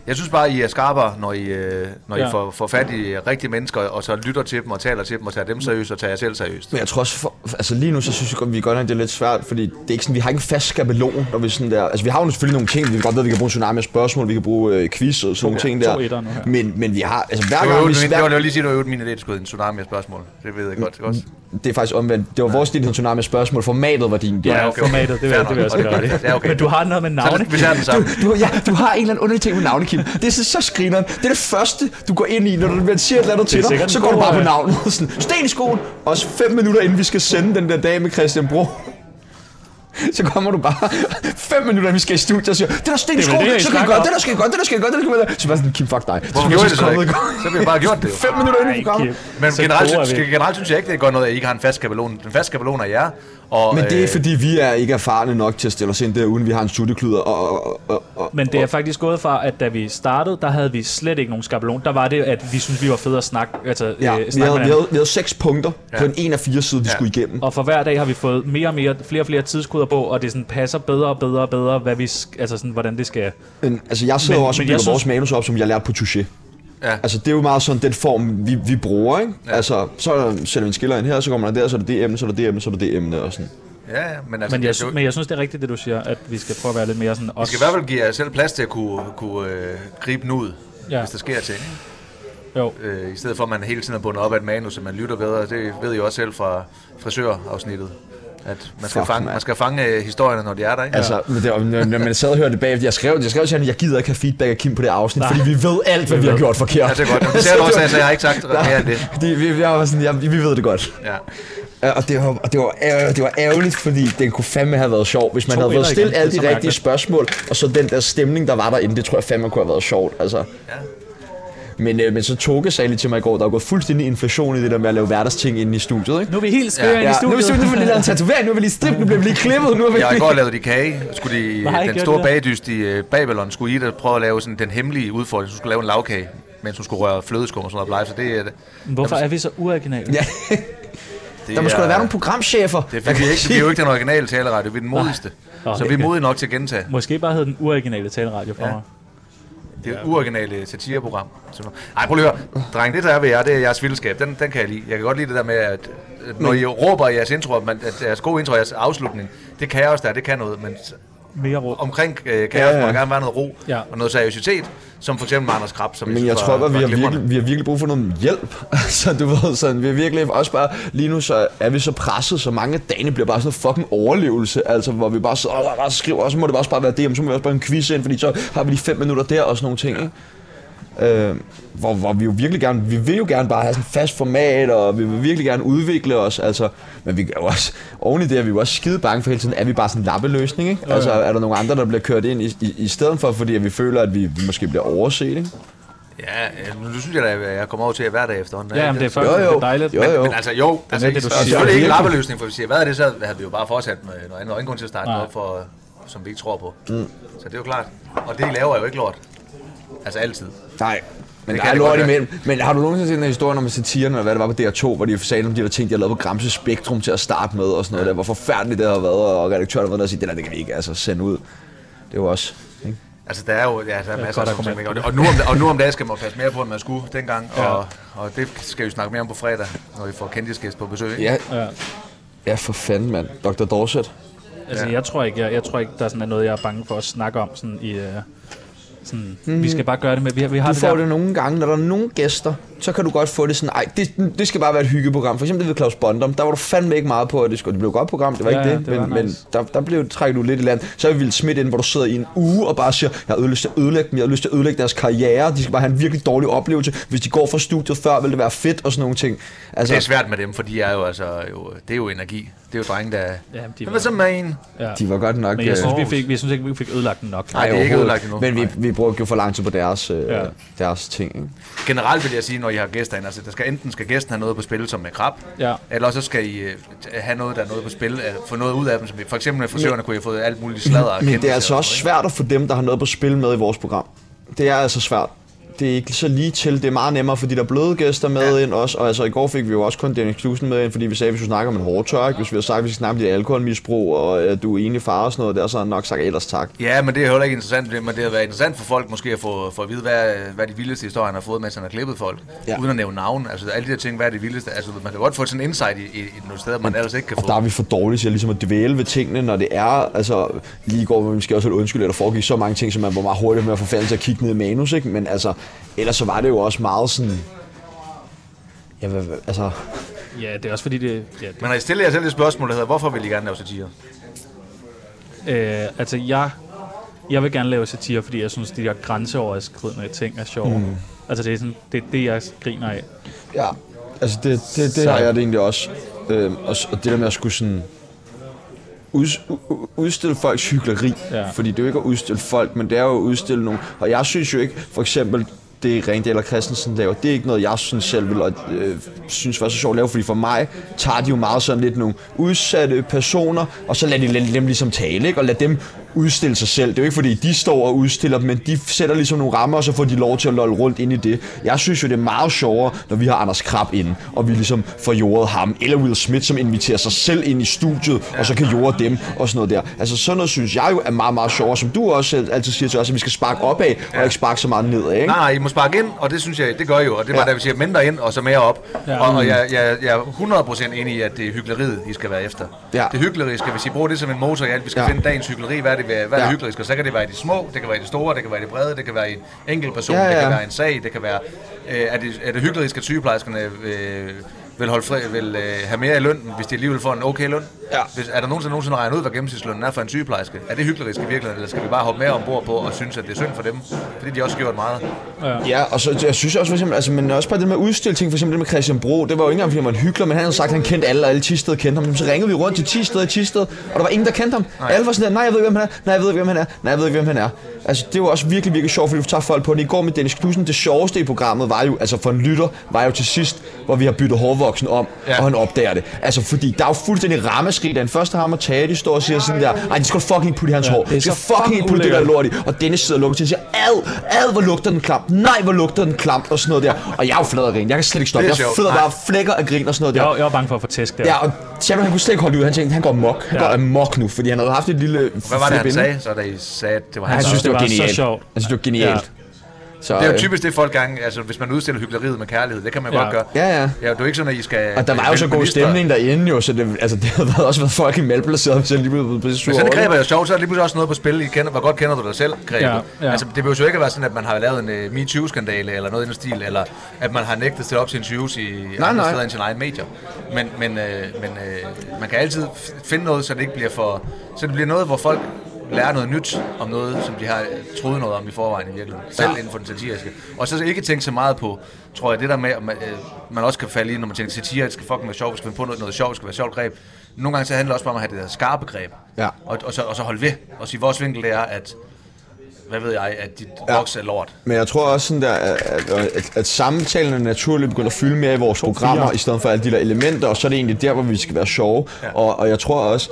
Speaker 3: jeg synes bare, I er skarpere, når I, øh, når ja.
Speaker 2: Ja.
Speaker 3: I får, får fat i rigtige mennesker, og så lytter til dem og taler til dem, og tager dem seriøst og tager jer selv seriøst.
Speaker 1: Men jeg tror også, for, altså lige nu, så synes jeg godt, vi godt nok, det er lidt svært, fordi det er ikke sådan, vi har ikke en fast skabelon, når vi sådan der, altså vi har jo selvfølgelig nogle ting, vi godt ved, vi kan bruge tsunami af spørgsmål, vi kan bruge øh, quiz og sådan nogle ting
Speaker 2: to
Speaker 1: der,
Speaker 2: etter nu her.
Speaker 1: men, men vi har, altså hver
Speaker 3: Det var,
Speaker 1: gang,
Speaker 3: jo,
Speaker 1: vi,
Speaker 3: det var, det var
Speaker 1: hver,
Speaker 3: lige sige, at du var min idé, du skød en tsunami af spørgsmål. Det ved jeg godt. Også.
Speaker 1: det er faktisk omvendt, det var vores lille tsunami af spørgsmål, formatet var din,
Speaker 2: Ja,
Speaker 1: ja.
Speaker 3: okay.
Speaker 2: okay. formatet, det vil,
Speaker 3: Fair
Speaker 2: det vil jeg også
Speaker 3: nok.
Speaker 2: gøre det.
Speaker 3: Ja, okay.
Speaker 2: Men du har noget med navne.
Speaker 3: Så vi tager den sammen.
Speaker 1: Du, ja, du har en eller anden underlig ting med navnet, Kim. Det er så, så screeneren. Det er det første, du går ind i, når du man siger et eller andet til dig.
Speaker 2: sikkert
Speaker 1: Så
Speaker 2: en
Speaker 1: går du
Speaker 2: god,
Speaker 1: bare på
Speaker 2: øh,
Speaker 1: navnet. Sådan, Sten i skoen. Også fem minutter, inden vi skal sende den der dag med Christian Bro. Så kommer du bare 5 minutter, vi skal i studiet, og siger, det der sten i
Speaker 2: Det er vel
Speaker 1: skoen,
Speaker 2: det, jeg
Speaker 1: så kan jeg
Speaker 2: snakker
Speaker 1: godt,
Speaker 2: om.
Speaker 1: det der skal jeg godt, det der skal jeg godt, det der skal jeg godt. Så bare sådan, Kim, fuck dig.
Speaker 3: Hvorfor gjorde I det så ikke? Så ville jeg bare have gjort det jo.
Speaker 1: 5 minutter inden i
Speaker 2: Ej,
Speaker 1: programmet.
Speaker 2: Kim.
Speaker 3: Men
Speaker 2: Så
Speaker 3: generelt,
Speaker 2: gode er
Speaker 3: synes,
Speaker 2: vi.
Speaker 3: generelt synes jeg ikke, det er godt noget, at I ikke har en fast skabelon. Den faste skabelon er jer. Og,
Speaker 1: Men det er
Speaker 3: øh,
Speaker 1: fordi, vi er ikke erfarne nok til at stille os ind der, uden vi har en studiekluder. Og, og, og, og,
Speaker 2: Men det er faktisk gået fra, at da vi startede, der havde vi slet ikke nogen skabelon. Der var det, at vi synes vi var fede at snakke, altså,
Speaker 1: ja,
Speaker 2: øh,
Speaker 1: vi, havde,
Speaker 2: snakke med
Speaker 1: vi,
Speaker 2: hinanden.
Speaker 1: havde, vi havde seks punkter ja. på
Speaker 3: Ja.
Speaker 1: en en af fire side, vi ja.
Speaker 3: Ja.
Speaker 1: skulle igennem.
Speaker 2: Og for hver dag har vi fået mere og mere, flere og flere tidskoder på, og det sådan passer bedre og bedre og bedre, hvad vi, sk- altså sådan, hvordan det skal...
Speaker 1: Men altså, jeg sidder
Speaker 2: Men-
Speaker 1: men, også og
Speaker 2: men jeg
Speaker 1: bygger synes... vores
Speaker 2: synes-
Speaker 1: manus op, som jeg lærte på Touché.
Speaker 3: Ja.
Speaker 1: Altså, det er jo meget sådan den form, vi, vi bruger, ikke? Ja.
Speaker 3: Ja.
Speaker 1: Altså, så er der- sætter vi en skiller ind her, så kommer der der, så er det det emne, så er det det emne, så er det det emne, og sådan.
Speaker 3: Ja, ja, men altså,
Speaker 2: Men jeg,
Speaker 3: det er jo-
Speaker 2: sy- men jeg synes, det er rigtigt, det du siger, at vi skal prøve at være lidt mere sådan
Speaker 3: I
Speaker 2: os.
Speaker 3: skal i hvert fald give jer selv plads til at kunne, kunne øh, gribe den ud,
Speaker 2: Ja.
Speaker 3: ja. hvis der sker ting.
Speaker 2: Jo.
Speaker 3: Øh, I stedet for, at man hele tiden er bundet op af et manus, og man lytter bedre. Det ved I også selv fra frisørafsnittet. At man skal,
Speaker 1: Fuck,
Speaker 3: fange,
Speaker 1: mand.
Speaker 3: man skal fange øh, historierne, når de er der, ikke?
Speaker 1: Altså, men det, var- når, når man sad og hørte det bagefter, jeg skrev, jeg skrev til ham, jeg gider ikke have feedback af Kim på det afsnit,
Speaker 2: Nej.
Speaker 1: fordi vi ved alt, hvad
Speaker 2: Vi
Speaker 1: vi har
Speaker 2: ved.
Speaker 1: gjort forkert.
Speaker 3: Ja, det er godt. Jamen, det ser du også, altså, jeg har ikke sagt mere end det.
Speaker 1: Fordi vi, jeg var sådan, jeg, vi ved det godt.
Speaker 3: Ja.
Speaker 1: Ja, Og det var, og det, var, ær- det var ærgerligt, fordi den kunne fandme have været sjov, hvis man
Speaker 2: To
Speaker 1: havde været
Speaker 2: ender
Speaker 1: stillet
Speaker 2: igen,
Speaker 1: alle
Speaker 2: det er
Speaker 1: de
Speaker 2: så
Speaker 1: rigtige
Speaker 2: mærkeligt.
Speaker 1: spørgsmål, og så den der stemning, der var derinde, det tror jeg fandme kunne have været sjovt, altså.
Speaker 3: ja.
Speaker 1: Men, øh, men så Toge sagde lige til mig i går, der er gået fuldstændig inflation i det der med at lave hverdagsting inde i studiet, ikke?
Speaker 2: Nu er vi helt skøre
Speaker 3: Ja.
Speaker 2: ja, ind i
Speaker 1: nu er vi
Speaker 2: studiet.
Speaker 1: simpelthen lige lavet en tatovering, nu er vi lige strip, nu bliver vi lige klippet, nu er vi
Speaker 3: Jeg har i
Speaker 1: lige...
Speaker 3: går lavet de kage. Skulle de,
Speaker 2: Nej, gjorde
Speaker 3: den
Speaker 2: de
Speaker 3: store
Speaker 2: det?
Speaker 3: bagdyst i øh, Babylon, skulle I da prøve at lave sådan den hemmelige udfordring. Hun skulle lave en lavkage, mens hun skulle røre flødeskum og sådan noget. Så det, er- det,
Speaker 2: Hvorfor er vi så uoriginale?
Speaker 1: Ja, der må sgu da
Speaker 3: er-
Speaker 1: være nogle programchefer.
Speaker 3: Det er, fordi vi, er ikke, vi er jo ikke den originale taleradio, vi er den modigste.
Speaker 2: Nå,
Speaker 3: så
Speaker 2: det
Speaker 3: vi er
Speaker 2: kan-
Speaker 3: modige nok til at gentage.
Speaker 2: Måske bare hed den uoriginale taleradio for ja.
Speaker 3: Ja.
Speaker 2: mig.
Speaker 3: Det uoriginale øh, satireprogram. som- Ej, prøv lige at høre. Dreng, det der er ved jer, det er jeres vildskab. Den, den kan jeg lide. Jeg kan godt lide det der med, at, at når I råber i jeres intro, at, man, at jeres gode intro, jeres afslutning, det kan jeg også der, det kan noget. Men s-
Speaker 2: Mere råd.
Speaker 3: omkring øh, kan
Speaker 1: Ja,
Speaker 3: ja,
Speaker 1: ja.
Speaker 3: ja. gerne være noget ro
Speaker 2: Ja.
Speaker 3: ja. og noget seriøsitet, som for eksempel med Anders Krab, som
Speaker 1: Men jeg
Speaker 3: var-
Speaker 1: tror bare, vi
Speaker 3: var
Speaker 1: har,
Speaker 3: glimrende.
Speaker 1: virkelig, vi har virkelig brug for noget hjælp. Så du ved, sådan, vi er virkelig også bare, lige nu så er vi så presset, så mange af dagene bliver bare sådan en fucking overlevelse, altså hvor vi bare sidder og bare skriver, og så må det også bare være det, men så må vi også bare have en quiz ind, fordi så har vi lige fem minutter der og sådan nogle ting, ikke? Øh, hvor, hvor vi jo virkelig gerne, vi vil jo gerne bare have sådan et fast format, og vi vil virkelig gerne udvikle os, altså, men vi er jo også, oven i det er vi jo også skide bange for hele tiden, er vi bare sådan en lappeløsning, ikke? Altså, er der nogle andre, der bliver kørt ind i, i, i stedet for, fordi at vi føler, at vi, vi måske bliver overset, ikke?
Speaker 3: Ja, øh, nu synes jeg da, at jeg kommer over til jer hver dag efterhånden.
Speaker 2: Ja, jamen, det er
Speaker 1: Jo,
Speaker 2: først,
Speaker 1: jo.
Speaker 2: det er dejligt.
Speaker 1: Jo,
Speaker 2: Men-
Speaker 1: jo.
Speaker 3: Men altså jo, altså,
Speaker 2: det,
Speaker 3: det
Speaker 2: du
Speaker 3: er
Speaker 2: siger.
Speaker 3: selvfølgelig ikke en
Speaker 1: Virkelig.
Speaker 3: lappeløsning, for hvis jeg havde været det, så havde vi jo bare fortsat med noget andet. Der er ingen grund til at starte
Speaker 2: Nej.
Speaker 3: noget op for, som vi ikke tror på. Mm. Så det er jo klart. Og det I laver er jo ikke lort. Altså altid.
Speaker 1: Nej, men det
Speaker 3: Det kan
Speaker 1: der er
Speaker 3: det
Speaker 1: lort
Speaker 3: godt være.
Speaker 1: imellem. Men har du nogensinde set den her historie om satiren, eller hvad det var på DR2, hvor de sagde om de der ting, de har lavet på Gramse Spektrum til at starte med, og sådan noget der, hvor forfærdeligt det har været, og redaktøren har været der og sige, det der, det kan vi ikke altså sende ud. Det var også... Ikke?
Speaker 3: Altså der er jo ja, der er masser
Speaker 2: godt
Speaker 3: af sådan
Speaker 2: argument.
Speaker 3: ting. man kan- Og nu, om, og nu om dagen skal man passe mere på, end man skulle dengang. Ja. Og, og det skal vi snakke mere om på fredag, når vi får kendtidsgæst på besøg. ikke?
Speaker 1: Ja,
Speaker 2: Ja.
Speaker 1: ja, for fanden, mand. Dr. Dorset.
Speaker 2: Altså, jeg tror ikke, jeg, jeg tror ikke, der er sådan er noget, jeg er bange for at snakke om sådan i... Uh, sådan, mm. Vi skal bare gøre det med... Vi har, vi
Speaker 1: Mm-hmm. Du
Speaker 2: har det Altså, der,
Speaker 1: får det nogle gange, når der er nogle gæster, så kan du godt få det sådan, ej, det, det skal bare være et hyggeprogram. For eksempel det ved Claus Bondum, der var du fandme ikke meget på, at det, skulle, det blev et godt program, det var
Speaker 2: Ja,
Speaker 1: ikke
Speaker 2: ja,
Speaker 1: det,
Speaker 2: det var
Speaker 1: men,
Speaker 2: nice.
Speaker 1: men der, der blev trækket du lidt i land. Så er vi vildt smidt ind, hvor du sidder i en uge og bare siger, jeg har lyst til at ødelægge dem, jeg har lyst til at ødelægge deres karriere, de skal bare have en virkelig dårlig oplevelse. Hvis de går fra studiet før, vil det være fedt og sådan nogle ting. Altså,
Speaker 3: Det er svært med dem, for de er jo altså, jo, det er jo energi. Det er jo drenge, der...
Speaker 2: de er
Speaker 3: Hvad så med en?
Speaker 2: ja.
Speaker 1: de var godt nok...
Speaker 2: Men jeg
Speaker 1: øh,
Speaker 2: synes, vi
Speaker 3: Aarhus.
Speaker 2: fik, vi synes ikke, vi fik ødelagt den nok.
Speaker 3: Nej, det er ikke
Speaker 1: overhovedet.
Speaker 3: ødelagt endnu.
Speaker 1: Men vi,
Speaker 3: Nej.
Speaker 1: vi brugte jo for lang tid på deres, øh,
Speaker 2: Ja.
Speaker 1: deres ting. Ikke?
Speaker 3: Generelt vil jeg sige, når I har gæster ind, altså der skal, enten skal gæsten have noget på spil, som med krab,
Speaker 2: Ja.
Speaker 3: eller så skal I øh, t- have noget, der er noget på spil, øh, få noget ud af dem. Som I, for eksempel med frisørerne kunne I have fået alt muligt sladder. og
Speaker 1: Men det
Speaker 3: kendelse
Speaker 1: er altså
Speaker 3: og
Speaker 1: også
Speaker 3: sådan
Speaker 1: svært at få dem, der har noget på spil med i vores program. Det er altså svært. Det er ikke så lige til. Det er meget nemmere, fordi der er bløde gæster med ja.
Speaker 3: Ja.
Speaker 1: ind også. Og altså, i går fik vi jo også kun Dennis Knudsen med ind, fordi vi sagde, at vi skulle snakke om en hårdtørk. Hvis vi har sagt, at vi skal snakke om dit alkoholmisbrug, og øh, du er egentlig far og sådan noget der, så har han nok sagt ellers tak.
Speaker 3: noget, ikke? Ja, men det er heller ikke interessant, det- men det har været interessant for folk måske at få, få at vide, hvad, hvad de vildeste historier han har fået, mens han har klippet folk,
Speaker 1: Ja.
Speaker 3: ja. uden at nævne navn. Altså alle de der ting, hvad er det vildeste? Altså man kan godt få sådan en insight i, i, i nogle steder, man ellers ikke kan
Speaker 1: Og
Speaker 3: få.
Speaker 1: der er vi for dårlige til ligesom at dvæle ved tingene, når det er, altså lige i går var vi måske også lidt undskyld, at der foregik så mange ting, som man var meget hurtigt med at få fanden til at kigge ned i manus, ikke? Men altså, ellers så var det jo også meget sådan, ja, hvad, hvad- altså,
Speaker 2: Ja, det er også fordi, det... Ja, det
Speaker 3: Men har I stillet jer selv et spørgsmål, der hedder, hvorfor vil I gerne lave satire?
Speaker 2: øh, altså, jeg, jeg vil gerne lave satire, fordi jeg synes, de der grænseoverskridende ting er sjove. Mm. Altså, det er, sådan, det, er det, jeg griner af.
Speaker 1: Ja, altså det, det, det har jeg det egentlig også. Øhm, og, s- og det der med at skulle sådan uds- u- u- udstille folks hyggeleri.
Speaker 2: Ja.
Speaker 1: Ja. Fordi det er jo ikke at udstille folk, men det er jo at udstille nogen. Og jeg synes jo ikke, for eksempel det Rendal og Christensen laver, det er ikke noget, jeg synes selv vil, og, øh, synes var så sjovt at lave, fordi for mig tager de jo meget sådan lidt nogle udsatte personer, og så lader de dem, dem ligesom tale, ikke? og lader dem udstille sig selv. Det er jo ikke fordi, de står og udstiller dem, men de sætter ligesom nogle rammer, og så får de lov til at lolle rundt ind i det. Jeg synes jo, det er meget sjovere, når vi har Anders Krab inde, og vi ligesom får jordet ham, eller Will Smith, som inviterer sig selv ind i studiet, og så kan jorde dem, og sådan noget der. Altså sådan noget synes jeg jo er meget, meget sjovere, som du også selv altid siger til os, at vi skal sparke opad, og ikke sparke så meget nedad, ikke?
Speaker 3: Nej, nej, I må sparke ind, og det synes jeg, det gør I jo. Og det var ja.
Speaker 1: Ja.
Speaker 3: der, vi siger, mindre ind, og så mere op.
Speaker 2: Ja.
Speaker 3: Ja. Og, og jeg, jeg, jeg er 100% enig i, at det er hyggeleriet, I skal være efter.
Speaker 1: Ja.
Speaker 3: Det hyggeleri skal vi sige, bruge det som en motor i alt. Vi skal ja.
Speaker 1: Ja.
Speaker 3: finde dagens hyggeleri, hvad er det, hvad er det
Speaker 1: Ja.
Speaker 3: hykleriske? Og så kan det være i de små, det kan være i de store, det kan være i de brede, det kan være i en enkelt person, ja,
Speaker 1: Ja,
Speaker 3: ja. det kan
Speaker 1: ja.
Speaker 3: være en sag, det kan være... Øh, er, det, er det hyklerisk, at sygeplejerskerne øh, vil, holde fri, vil øh, have mere i lønnen, hvis de alligevel får en okay løn?
Speaker 1: Ja.
Speaker 3: Hvis, er der nogensinde, nogensinde regnet ud, hvad gennemsnitslønnen er for en sygeplejerske? Er det hyklerisk i virkeligheden, eller skal vi bare hoppe med ombord på og synes, at det er synd for dem? Fordi de også har gjort meget.
Speaker 1: Ja, og så jeg synes også for eksempel, altså, men også bare det med at udstille ting, for eksempel det med Christian Bro, det var jo ikke engang, fordi han var en hyggelig, men han havde sagt, at han kendte alle, og alle Tisted kendte ham. Så ringede vi rundt til Tisted og Tisted, og der var ingen, der kendte ham. Nej. Alle var sådan der, nej, jeg ved ikke, hvem han er, nej, jeg ved ikke, hvem han er, nej, jeg ved ikke, hvem han er. Altså, det var også virkelig, virkelig sjovt, fordi du tager folk på det. I går med Dennis Knudsen, det sjoveste i programmet var jo, altså for en lytter, var jo til sidst, hvor vi har byttet hårvoksen om,
Speaker 3: Ja.
Speaker 1: ja. og han opdager det. Altså, fordi der er jo fuldstændig rammeskrig, da den første ham og Tage, de står og siger sådan der, nej, de skal fucking putte i hans ja, hår.
Speaker 2: det er
Speaker 1: De skal
Speaker 2: så
Speaker 1: fucking
Speaker 2: fucking
Speaker 1: ikke putte det der
Speaker 2: ulækkert."
Speaker 1: lort lort i. Og Dennis sidder og lukker til og siger, ad, ad, hvor lugter den klamt. Nej, hvor lugter den klamt og sådan noget der. Og jeg er jo flad af grin. Jeg kan slet ikke stoppe.
Speaker 3: Det er
Speaker 1: Jeg
Speaker 3: sjovt.
Speaker 1: flider
Speaker 3: Nej.
Speaker 1: bare flækker af grin og sådan noget der.
Speaker 2: Jeg, var- jeg var bange for at få tæsk der.
Speaker 1: Ja, og Samuel, han kunne slet ikke holde det ud. Han tænkte, han går mok. Han
Speaker 2: Ja.
Speaker 1: ja. går amok nu, fordi han havde haft et lille
Speaker 3: Hvad var det, han
Speaker 1: flip inden.
Speaker 3: sagde, så da I sagde, at det var
Speaker 1: Han
Speaker 3: hans
Speaker 1: synes, det var,
Speaker 2: Det var så
Speaker 1: genialt.
Speaker 2: sjovt.
Speaker 1: Han synes, det var genialt. Så,
Speaker 3: Det er jo
Speaker 1: øh,
Speaker 3: typisk det, folk gange, altså hvis man udstiller hyggeleriet med kærlighed, det kan man
Speaker 2: Ja.
Speaker 3: ja. godt gøre.
Speaker 1: Ja, ja.
Speaker 3: ja. det er jo ikke sådan, at I skal...
Speaker 1: Og der var jo så
Speaker 3: vælge
Speaker 1: god
Speaker 3: minister.
Speaker 1: stemning derinde jo, så det, altså, det havde været- også været fucking malplaceret, hvis jeg lige blev blevet sur
Speaker 3: Men sådan et
Speaker 1: over
Speaker 3: greb er jo sjovt, så er det lige pludselig også noget på spil, I kender, hvor godt kender du dig selv, grebet.
Speaker 2: Ja,
Speaker 3: Ja,
Speaker 2: ja.
Speaker 3: ja. Altså, det behøver jo ikke at være sådan, at man har lavet en uh, MeToo-skandale eller noget i den stil, eller at man har nægtet at stille op til interviews i nej, andre
Speaker 1: nej.
Speaker 3: steder end sin egen medier. Men, men, uh, men uh, man kan altid f- finde noget, så det ikke bliver for... Så det bliver noget, hvor folk lærer noget nyt om noget, som de har øh, troet noget om i forvejen i virkeligheden. Selv
Speaker 1: Ja.
Speaker 3: inden for den satiriske. Og så ikke tænke så meget på, tror jeg, det der med, at man, øh, man også kan falde i, når man tænker, satire det skal fucking være sjovt, vi skal finde på noget, noget sjovt, det skal være et sjovt greb. Nogle gange så handler det også bare om at have det der skarpe greb.
Speaker 1: Ja.
Speaker 3: Og, og, så, og så holde ved. Og sige, vores vinkel det er, at, hvad ved jeg, at dit ja.
Speaker 1: Ja.
Speaker 3: voks er lort.
Speaker 1: Men jeg tror også sådan der, at, at, at, at samtalen er naturligt begyndt at fylde mere i vores programmer, i stedet for alle de der elementer, og så er det egentlig der, hvor vi skal være sjove. Ja. Og, og jeg tror også,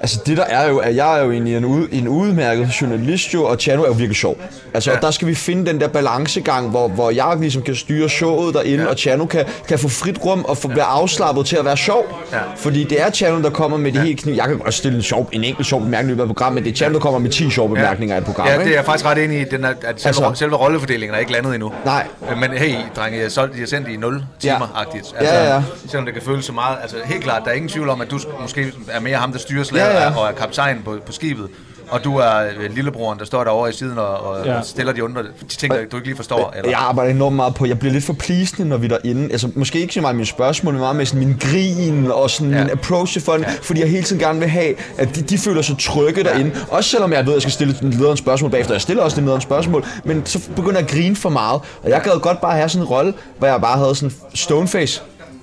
Speaker 1: altså det der er jo, at jeg er jo egentlig en, ude, en udmærket journalist jo, og Tjano er jo virkelig sjov. Altså, ja. og der skal vi finde den der balancegang, hvor, hvor jeg ligesom kan styre showet derinde, ja. og Tjano kan, kan få frit rum og få, være afslappet til at være sjov.
Speaker 3: Ja.
Speaker 1: Fordi det er Tjano, der kommer med det ja. helt kniv. Jeg kan godt stille en, sjov, en enkelt sjov bemærkning i løbet af programmet, men det er Tjano, der kommer med 10 sjove bemærkninger i et program.
Speaker 3: Ja,
Speaker 1: ikke?
Speaker 3: det er jeg faktisk ret enig i, den er, at selve, altså,
Speaker 1: Altså-
Speaker 3: selve rollefordelingen er ikke landet endnu.
Speaker 1: Nej.
Speaker 3: Øh, Men hey, drenge, jeg, solgte, jeg sendte i 0
Speaker 1: Ja.
Speaker 3: timer-agtigt. Altså,
Speaker 1: Ja, ja.
Speaker 3: Selvom det kan føles så meget. Altså, helt klart, der er ingen tvivl om, at du sk- måske er mere ham, der styrer slaget
Speaker 1: Ja,
Speaker 3: ja,
Speaker 1: ja.
Speaker 3: ja. og er kaptajn på, på skibet. Og du er øh, lillebroren, der står derovre i siden og, og
Speaker 2: Ja.
Speaker 3: ja. stiller de, under, de ting, der du ikke lige forstår. Eller?
Speaker 1: Jeg arbejder enormt meget på, jeg bliver lidt for pleasende, når vi er derinde. Altså, måske ikke så meget mine spørgsmål, men meget med sådan min grin og sådan
Speaker 3: Ja.
Speaker 1: ja. min approach til folk, ja. fordi jeg hele tiden gerne vil have, at de, de føler sig trygge derinde. Også selvom jeg ved, at jeg skal stille den lederen spørgsmål bagefter. Jeg stiller også den lederen spørgsmål, men så begynder jeg at grine for meget. Og jeg gad godt bare have sådan en rolle, hvor jeg bare havde sådan stoneface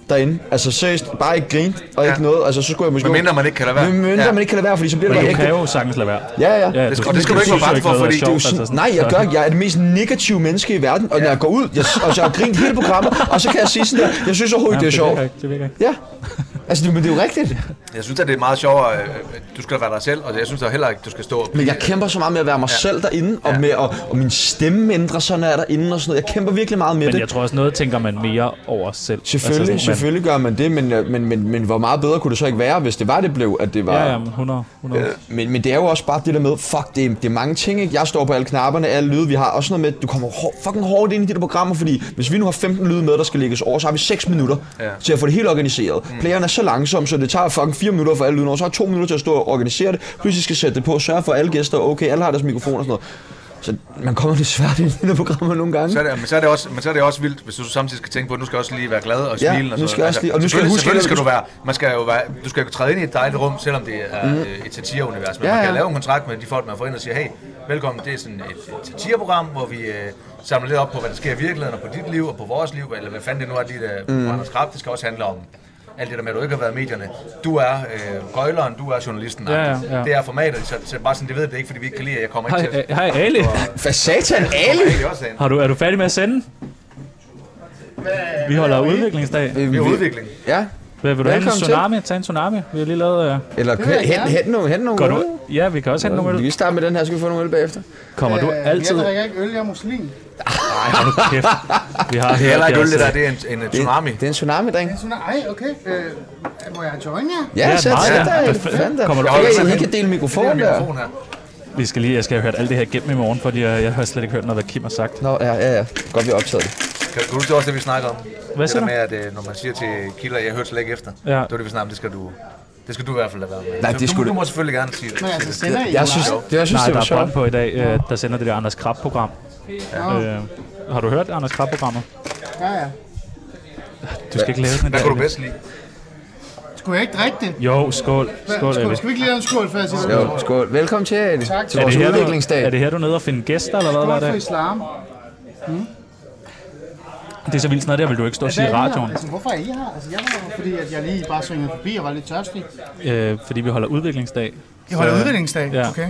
Speaker 1: derinde. Altså seriøst, bare ikke grine og ikke
Speaker 3: Ja.
Speaker 1: noget. Altså, så skulle jeg måske...
Speaker 3: Men mindre man ikke kan lade være.
Speaker 1: Men mindre
Speaker 3: Ja.
Speaker 1: man ikke kan lade være, fordi så bliver det
Speaker 2: Men
Speaker 1: bare
Speaker 2: du
Speaker 1: ægte.
Speaker 2: kan jo sagtens lade være.
Speaker 1: Ja, ja.
Speaker 2: ja
Speaker 3: skal- det skal du ikke
Speaker 2: synes
Speaker 3: være
Speaker 2: jo
Speaker 3: bange for,
Speaker 2: noget er
Speaker 3: fordi det er
Speaker 1: Det er jo
Speaker 2: sjovt,
Speaker 1: sådan,
Speaker 2: altså sådan-
Speaker 1: nej, jeg
Speaker 2: så-
Speaker 1: gør ikke. Jeg er det mest negative menneske i verden, og når jeg går ud, jeg, og så har jeg grint hele programmet, og så kan jeg sige sådan der, jeg synes overhovedet, det er sjovt.
Speaker 2: virker ikke, Det virker ikke.
Speaker 1: Ja. Altså, det, men det er jo rigtigt.
Speaker 3: Jeg synes, at det er meget sjovere. øh, Du skal være dig selv, og jeg synes da heller ikke, du skal stå og
Speaker 1: Men jeg kæmper så meget med at være mig ja. selv derinde, og, med, og, og min stemme ændrer sådan er derinde og sådan noget. Jeg kæmper virkelig meget med
Speaker 2: Men
Speaker 1: det.
Speaker 2: jeg tror også, noget tænker man mere over selv.
Speaker 1: Selvfølgelig, altså,
Speaker 2: man-
Speaker 1: selvfølgelig gør man det, men, øh, men, men, men hvor meget bedre kunne det så ikke være, hvis det var det blev, at det var...
Speaker 2: Ja, ja, men 100. 100.
Speaker 1: Øh, Men, men det er jo også bare det der med, fuck, det er, det er mange ting, ikke? Jeg står på alle knapperne, alle lyde, vi har også noget med, at du kommer hår, fucking hårdt ind i de der programmer, fordi hvis vi nu har 15 lyde med, der skal lægges over, så har vi 6 minutter
Speaker 3: Ja.
Speaker 1: ja. til at få det helt organiseret. Mm. Playeren er så langsom, så det tager fucking 4 minutter for alle lyden over, så har 2 minutter til at stå og organisere det, pludselig skal sætte det på, sørge for at alle gæster, er okay, alle har deres mikrofon og sådan noget. Så man kommer lidt svært ind i de der programmer nogle gange.
Speaker 3: Så er det, men, så er det også, men så er det også vildt, hvis du samtidig skal tænke på, at nu skal jeg også lige være glad og
Speaker 1: Ja,
Speaker 3: smile. og
Speaker 1: nu
Speaker 3: så-
Speaker 1: skal jeg også lige- og nu skal jeg
Speaker 3: selvfølgelig-
Speaker 1: huske-
Speaker 3: Selvfølgelig skal du være, man skal jo være, du skal jo træde ind i et dejligt rum, selvom det er mm. et satireunivers. Men ja,
Speaker 1: Ja,
Speaker 3: man kan
Speaker 1: ja.
Speaker 3: lave en kontrakt med de folk, man får ind og siger, hey, velkommen, det er sådan et, et satireprogram, hvor vi øh, samler lidt op på, hvad der sker i virkeligheden, og på dit liv, og på vores liv, eller hvad fanden det nu er, dit øh, mm. Anders Krab, det skal også handle om alt det der med, at du ikke har været i medierne. Du er øh, gøjleren, du er journalisten.
Speaker 2: Ja, ja,
Speaker 3: agtigt.
Speaker 2: ja.
Speaker 3: Det er formatet, så, så bare sådan, det ved det ikke, fordi vi ikke kan lide, at jeg kommer
Speaker 2: Hej,
Speaker 3: ikke til at...
Speaker 2: øh, hej Ali.
Speaker 1: Hvad satan,
Speaker 3: Kommer
Speaker 1: Ali?
Speaker 3: Ali også ind.
Speaker 2: Har du, er du færdig med at sende? Vi holder udviklingsdag.
Speaker 3: Det er udvikling.
Speaker 1: Øh, Ja.
Speaker 2: Hvad vil du have? En
Speaker 1: Velkommen til.
Speaker 2: tsunami? Tag en tsunami. Vi har lige lavet... Øh...
Speaker 1: Eller
Speaker 4: vil
Speaker 1: kø-
Speaker 4: jeg
Speaker 1: hent,
Speaker 4: gerne.
Speaker 1: hent nogle, hent nogle
Speaker 2: Går
Speaker 1: øl.
Speaker 2: du? Ja, vi kan også hente nogle
Speaker 1: Vi
Speaker 2: øl.
Speaker 1: kan starte med den her, så skal vi få nogle øl bagefter.
Speaker 2: Kommer du altid?
Speaker 4: Øh, Jeg drikker ikke øl, jeg er muslim.
Speaker 2: Nej, hold nu kæft. Vi har
Speaker 3: Det er heller ikke øl, det der.
Speaker 2: Det,
Speaker 3: Det er en, en øh, tsunami.
Speaker 1: Det er en tsunami, dreng.
Speaker 4: Jeg synes, nej, okay. Øh, må jeg join jer?
Speaker 1: Ja,
Speaker 2: Ja,
Speaker 1: sæt
Speaker 2: meget
Speaker 1: dig
Speaker 2: gerne.
Speaker 1: der.
Speaker 2: Hvad fanden?
Speaker 1: Fanden der.
Speaker 2: Kommer du
Speaker 1: Hey,
Speaker 3: også med
Speaker 1: I
Speaker 3: hen?
Speaker 1: kan dele
Speaker 3: Det er
Speaker 1: mikrofonen der.
Speaker 3: mikrofon her.
Speaker 2: vi skal lige, jeg skal have hørt alt det her igennem i morgen, fordi jeg, jeg har slet ikke hørt noget, hvad Kim har sagt.
Speaker 1: Nå, ja, ja, ja. Godt, vi har optaget det.
Speaker 3: Kan, kan du huske det var også det, vi snakkede om?
Speaker 2: Hvad
Speaker 3: det
Speaker 2: siger
Speaker 3: der
Speaker 2: du?
Speaker 3: med, at øh, når man siger til kilder, jeg hørte slet ikke efter.
Speaker 2: Ja.
Speaker 3: Det var det, vi snakkede om. Det skal du, det skal du i hvert fald lade være med.
Speaker 1: Nej,
Speaker 3: Så
Speaker 1: det
Speaker 3: du,
Speaker 1: skulle
Speaker 3: du
Speaker 1: det-
Speaker 3: må selvfølgelig gerne sige det.
Speaker 4: Men
Speaker 3: Sige
Speaker 4: altså,
Speaker 3: det.
Speaker 4: sender I
Speaker 1: Jeg synes,
Speaker 4: live?
Speaker 1: det, jeg synes,
Speaker 2: Nej,
Speaker 1: det
Speaker 2: der
Speaker 1: var
Speaker 2: er
Speaker 1: sjovt.
Speaker 2: bånd på i dag, øh, der sender det der Anders Krab-program.
Speaker 4: Nå,
Speaker 2: Øh, har du hørt Anders Krab-programmet?
Speaker 4: ja, ja.
Speaker 2: Du skal ikke lave den
Speaker 3: Hvad
Speaker 2: der.
Speaker 3: kunne du bedst lide?
Speaker 4: Skulle jeg ikke drikke det?
Speaker 2: Jo, skål. Skål,
Speaker 4: Skål,
Speaker 2: Ali.
Speaker 4: skal vi ikke lige lave en skål før jeg siger,
Speaker 1: Jo,
Speaker 4: skål
Speaker 1: skål. Velkommen til, Ali,
Speaker 4: Tak.
Speaker 1: til
Speaker 2: Er
Speaker 1: vores
Speaker 2: det, her, du,
Speaker 1: udviklingsdag.
Speaker 2: er det her, du er nede og finde gæster, eller hvad var
Speaker 4: for
Speaker 2: det?
Speaker 4: islam?
Speaker 2: Det er så vildt sådan noget der, vil du ikke stå og sige i
Speaker 4: Hvad er I her?
Speaker 2: radioen.
Speaker 4: Altså, hvorfor er I her? Altså, jeg var her, fordi at jeg lige bare svingede forbi og var lidt tørstig.
Speaker 2: Øh, fordi vi holder udviklingsdag.
Speaker 4: I holder
Speaker 2: Så-
Speaker 4: udviklingsdag,
Speaker 2: Ja.
Speaker 4: okay.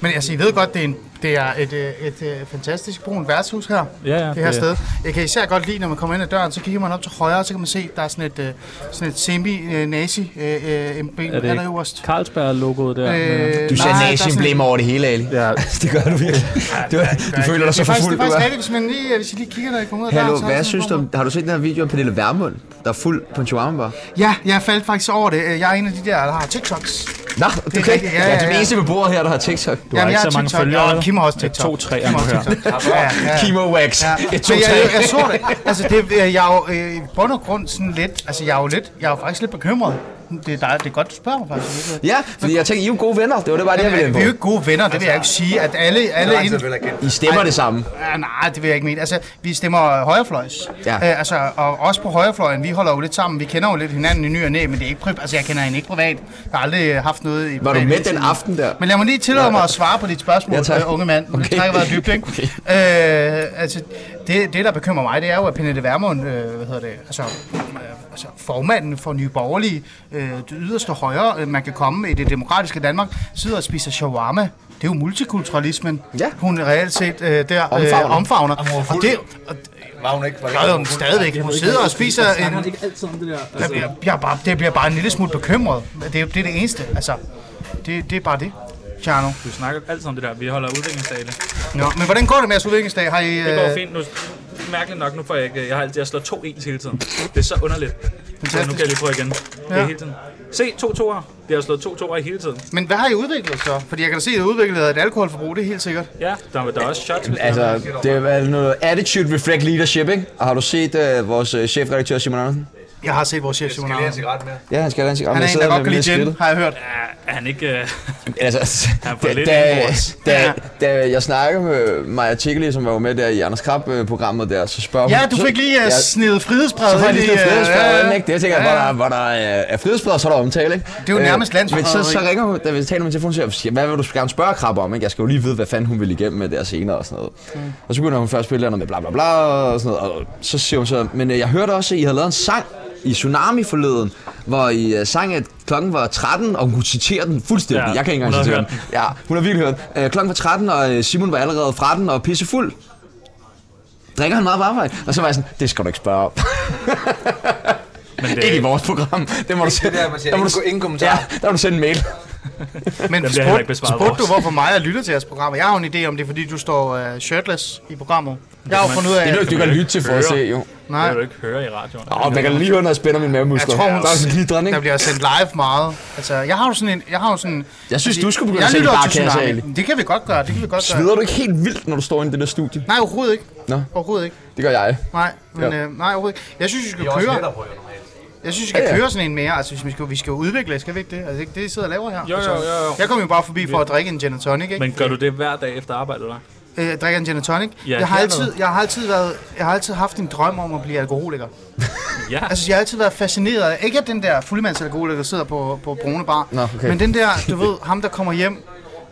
Speaker 4: Men altså, I ved godt, det er, en, det er et, øh, et, et fantastisk brun værtshus her.
Speaker 2: Ja, ja,
Speaker 4: det her
Speaker 2: det-
Speaker 4: sted. Jeg kan især godt lide, når man kommer ind ad døren, så kigger man op til højre, og så kan man se, der er sådan et, øh, sådan et semi-nazi øh, øh, emblem
Speaker 2: Er det
Speaker 4: allerøverst.
Speaker 2: Carlsberg-logoet der? Øh,
Speaker 1: Du ser
Speaker 4: nej, der er sådan-
Speaker 1: nazi-emblemer over det hele, Ali.
Speaker 2: ja,
Speaker 1: Det gør du virkelig. Du, du føler dig så
Speaker 4: Det er faktisk,
Speaker 1: forfulgt,
Speaker 4: det
Speaker 1: du
Speaker 4: er
Speaker 1: er.
Speaker 4: faktisk rigtigt, hvis, man lige, øh, hvis I lige kigger, når I kommer ud af
Speaker 1: Hallo,
Speaker 4: døren. så er
Speaker 1: hvad
Speaker 4: der sådan
Speaker 1: synes du om,
Speaker 4: nogle
Speaker 1: har du set den her video af Pernille Vermund, der er fuld på en chihuahua bar?
Speaker 4: bomber. Ja, jeg faldt faktisk over det. Øh, Jeg er en af de der, der har TikToks.
Speaker 1: Nå,
Speaker 4: Det er rigtigt,
Speaker 1: Ja,
Speaker 4: ja, ja,
Speaker 1: du er
Speaker 4: ja.
Speaker 1: den eneste ved bordet her, der har TikTok.
Speaker 2: du har
Speaker 4: Jamen,
Speaker 2: ikke
Speaker 4: jeg
Speaker 2: så mange
Speaker 4: TikTok.
Speaker 2: følgere.
Speaker 4: Ja,
Speaker 2: vel?
Speaker 4: Kim har også
Speaker 2: Det er
Speaker 4: TikTok.
Speaker 2: To, tre
Speaker 4: Kim
Speaker 2: er
Speaker 4: har
Speaker 2: nu
Speaker 4: også
Speaker 2: her.
Speaker 4: TikTok. Ja, ja, ja.
Speaker 1: Chemo wax.
Speaker 4: Ja,
Speaker 1: Et, to,
Speaker 4: men
Speaker 1: tre.
Speaker 4: jeg, jeg, jeg så det. Altså, det, jeg er jo øh, i bund og grund sådan lidt, altså jeg er jo lidt, jeg er jo faktisk lidt bekymret. Det er, dig, det er godt, du spørger mig faktisk.
Speaker 1: Ja, fordi jeg tænker, I er jo gode venner. Det var det bare, det jeg ville ind
Speaker 4: Jamen, vi er jo ikke
Speaker 1: på. Altså,
Speaker 4: gode venner, det vil jeg jo ikke sige, at alle, alle
Speaker 3: Lang tid
Speaker 4: ind...
Speaker 3: vil jeg kende.
Speaker 1: I stemmer det samme.
Speaker 4: Ja, nej, det vil jeg ikke mene. Altså, vi stemmer højrefløjs.
Speaker 1: Ja.
Speaker 4: Øh, altså, og også på højrefløjen, vi holder jo lidt sammen. Vi kender jo lidt hinanden i ny og næ, men det er ikke privat. Altså, jeg kender hende ikke privat. Jeg har aldrig øh, haft noget i
Speaker 1: Var du
Speaker 4: privat
Speaker 1: med
Speaker 4: indtil
Speaker 1: den
Speaker 4: nu.
Speaker 1: aften der?
Speaker 4: Men lad mig lige tillade mig at svare på dit spørgsmål,
Speaker 1: Ja,
Speaker 4: ja,
Speaker 1: tak.
Speaker 4: øh, unge mand. Okay.
Speaker 1: Okay.
Speaker 4: Det trækker meget dybt, ikke?
Speaker 1: Okay.
Speaker 4: Øh, altså, det, det, der bekymrer mig, det er jo, at Pernille Vermund, øh, hvad hedder det, altså, øh, altså formanden for Nye Borgerlige, øh, det yderste højre, øh, man kan komme i det demokratiske Danmark, sidder og spiser shawarma. Det er jo multikulturalismen,
Speaker 1: Ja.
Speaker 4: hun reelt set øh, der
Speaker 1: Omfavner.
Speaker 4: øh, omfavner.
Speaker 3: Og hun var
Speaker 4: Og
Speaker 3: fuld.
Speaker 4: det, og,
Speaker 3: Var hun ikke? Var
Speaker 4: jo, men stadigvæk. Hun sidder og spiser en... Altså,
Speaker 5: ikke altid om det der.
Speaker 4: Jeg bliver, jeg er bare, det bliver bare en lille smule bekymret. Det er, det, er det eneste. Altså, det, det er bare det. Tjerno.
Speaker 2: Du snakker altid om det der. Vi holder udviklingsdag. i Det
Speaker 4: Nå, men hvordan går det med jeres udviklingsdag? Har I,
Speaker 2: Det går
Speaker 4: øh,
Speaker 2: fint. Nu, mærkeligt nok, nu får jeg ikke... Jeg, har, altid- jeg slår to ens hele tiden. Det er så underligt. Så nu kan jeg lige prøve igen. Det er
Speaker 4: Ja.
Speaker 2: hele tiden. Se, to toer. Det har slået to toer i hele tiden.
Speaker 4: Men hvad har I udviklet så? Fordi jeg kan da se, at I har udviklet et alkoholforbrug, det er helt sikkert.
Speaker 2: Ja, der, der er også shots. hvis der
Speaker 1: Altså,
Speaker 2: er-
Speaker 1: det er vel noget attitude reflect leadership, ikke? Og har du set øh, vores øh, chefredaktør Simon Andersen?
Speaker 4: Jeg har set vores chef, Simon
Speaker 3: Skal jeg lige have en
Speaker 4: Arne.
Speaker 3: cigaret med?
Speaker 1: Ja, han skal have en cigaret. men
Speaker 4: Han er
Speaker 1: jeg
Speaker 4: en,
Speaker 1: sidder med
Speaker 4: der godt kan
Speaker 1: lidt
Speaker 4: lide gin,
Speaker 1: splittet.
Speaker 4: har jeg hørt.
Speaker 2: Er han ikke... øh,
Speaker 1: Altså,
Speaker 2: Han får
Speaker 1: da,
Speaker 2: lidt
Speaker 1: da,
Speaker 2: indenbords.
Speaker 1: da,
Speaker 4: Ja.
Speaker 1: da, jeg snakkede med Maja Tiggeli, som var jo med der i Anders Krab-programmet der, så spørger hun...
Speaker 4: Ja, du
Speaker 1: så-
Speaker 4: fik lige uh,
Speaker 1: Ja,
Speaker 4: snedet frihedsbrevet
Speaker 1: Så får jeg lige
Speaker 4: ind i, øh,
Speaker 1: frihedsbrevet,
Speaker 4: ja,
Speaker 1: ikke? Det jeg tænker jeg, hvor der, hvor der er, er frihedsbrevet, så er der omtale, ikke?
Speaker 4: er jo
Speaker 1: Øh,
Speaker 4: nærmest
Speaker 1: Men
Speaker 4: landsforræderi.
Speaker 1: så, så ringer hun, da vi taler med telefonen, og siger, hvad vil du gerne spørge Krab om, ikke? Jeg skal jo lige vide, hvad fanden hun vil igennem med der senere og sådan noget.
Speaker 4: Mm.
Speaker 1: Og så begynder hun først på et eller andet med bla bla bla og sådan noget. Og så siger hun så, men øh, jeg hørte også, at I havde lavet en sang i Tsunami forleden, hvor I øh, sang, at klokken var 13, og hun kunne citere den fuldstændig.
Speaker 2: Ja,
Speaker 1: jeg kan ikke
Speaker 2: hun
Speaker 1: engang citere
Speaker 2: har hørt
Speaker 1: den. Ja, hun har virkelig hørt. den. Øh, klokken var 13, og øh, Simon var allerede fra den og pissefuld. Drikker han meget på arbejde? Og så var jeg sådan, det skal du ikke spørge om.
Speaker 2: Men det,
Speaker 1: Ikke i vores program. Det må du
Speaker 3: Det
Speaker 1: sende.
Speaker 3: der, man siger,
Speaker 1: der må du,
Speaker 3: ingen, ingen kommentar.
Speaker 1: ja, der må du sende en mail.
Speaker 2: Den bliver
Speaker 4: Men
Speaker 2: heller ikke
Speaker 4: spurgte
Speaker 2: besvaret
Speaker 4: spurgte
Speaker 2: vores.
Speaker 4: du, hvorfor mig jeg lytter til jeres programmer? Jeg har jo en idé om det, er, fordi du står øh, shirtless i programmet. Jeg har jo
Speaker 2: man-
Speaker 4: fundet ud af...
Speaker 1: Det er noget, du kan lytte til for at se, jo.
Speaker 2: det vil
Speaker 4: Nej,
Speaker 2: du ikke høre i radioen.
Speaker 1: Åh, man kan lige høre, når jeg spænder mine mavemuskler.
Speaker 4: Jeg tror, hun-
Speaker 1: Der er sådan glitteren,
Speaker 4: der
Speaker 1: ikke?
Speaker 4: bliver sendt live meget. Altså, jeg har jo sådan en... Jeg, har jo sådan,
Speaker 1: Jeg synes,
Speaker 4: altså,
Speaker 1: du skulle begynde
Speaker 4: jeg
Speaker 1: at sælge
Speaker 4: lytter jo
Speaker 1: bare
Speaker 4: til
Speaker 1: kasser,
Speaker 4: Tsunami.
Speaker 1: Ali.
Speaker 4: Det kan vi godt gøre, det kan vi godt gøre.
Speaker 1: Sveder du ikke helt vildt, når du står inde i det der studie?
Speaker 4: Nej, overhovedet ikke.
Speaker 1: Nå.
Speaker 4: Overhovedet ikke.
Speaker 1: Det gør jeg.
Speaker 4: Nej, men
Speaker 1: Ja.
Speaker 4: øh, nej, overhovedet ikke. Jeg synes, vi skal
Speaker 3: Det er også
Speaker 4: køre.
Speaker 3: lettere på, jo, normalt.
Speaker 4: Jeg synes, vi skal
Speaker 1: Ja, ja.
Speaker 4: køre sådan en mere. Altså, hvis vi skal, vi skal jo udvikle, skal vi ikke det? Altså, ikke det, I sidder og laver her. Altså,
Speaker 2: Jo, jo, jo, jo.
Speaker 4: Jeg kom jo bare forbi for at drikke en gin and tonic, ikke?
Speaker 2: Men gør du det hver dag efter arbejde, eller? hvad?
Speaker 4: Øh, jeg drikker en gin and tonic.
Speaker 2: Ja,
Speaker 4: jeg, har
Speaker 2: hernede.
Speaker 4: altid, jeg, har altid været, jeg har altid haft en drøm om at blive alkoholiker.
Speaker 2: Ja.
Speaker 4: Altså, jeg har altid været fascineret af, ikke af den der fuldmandsalkoholiker, der sidder på, på Brune Bar,
Speaker 1: Nå, okay.
Speaker 4: men den der, du ved, ham der kommer hjem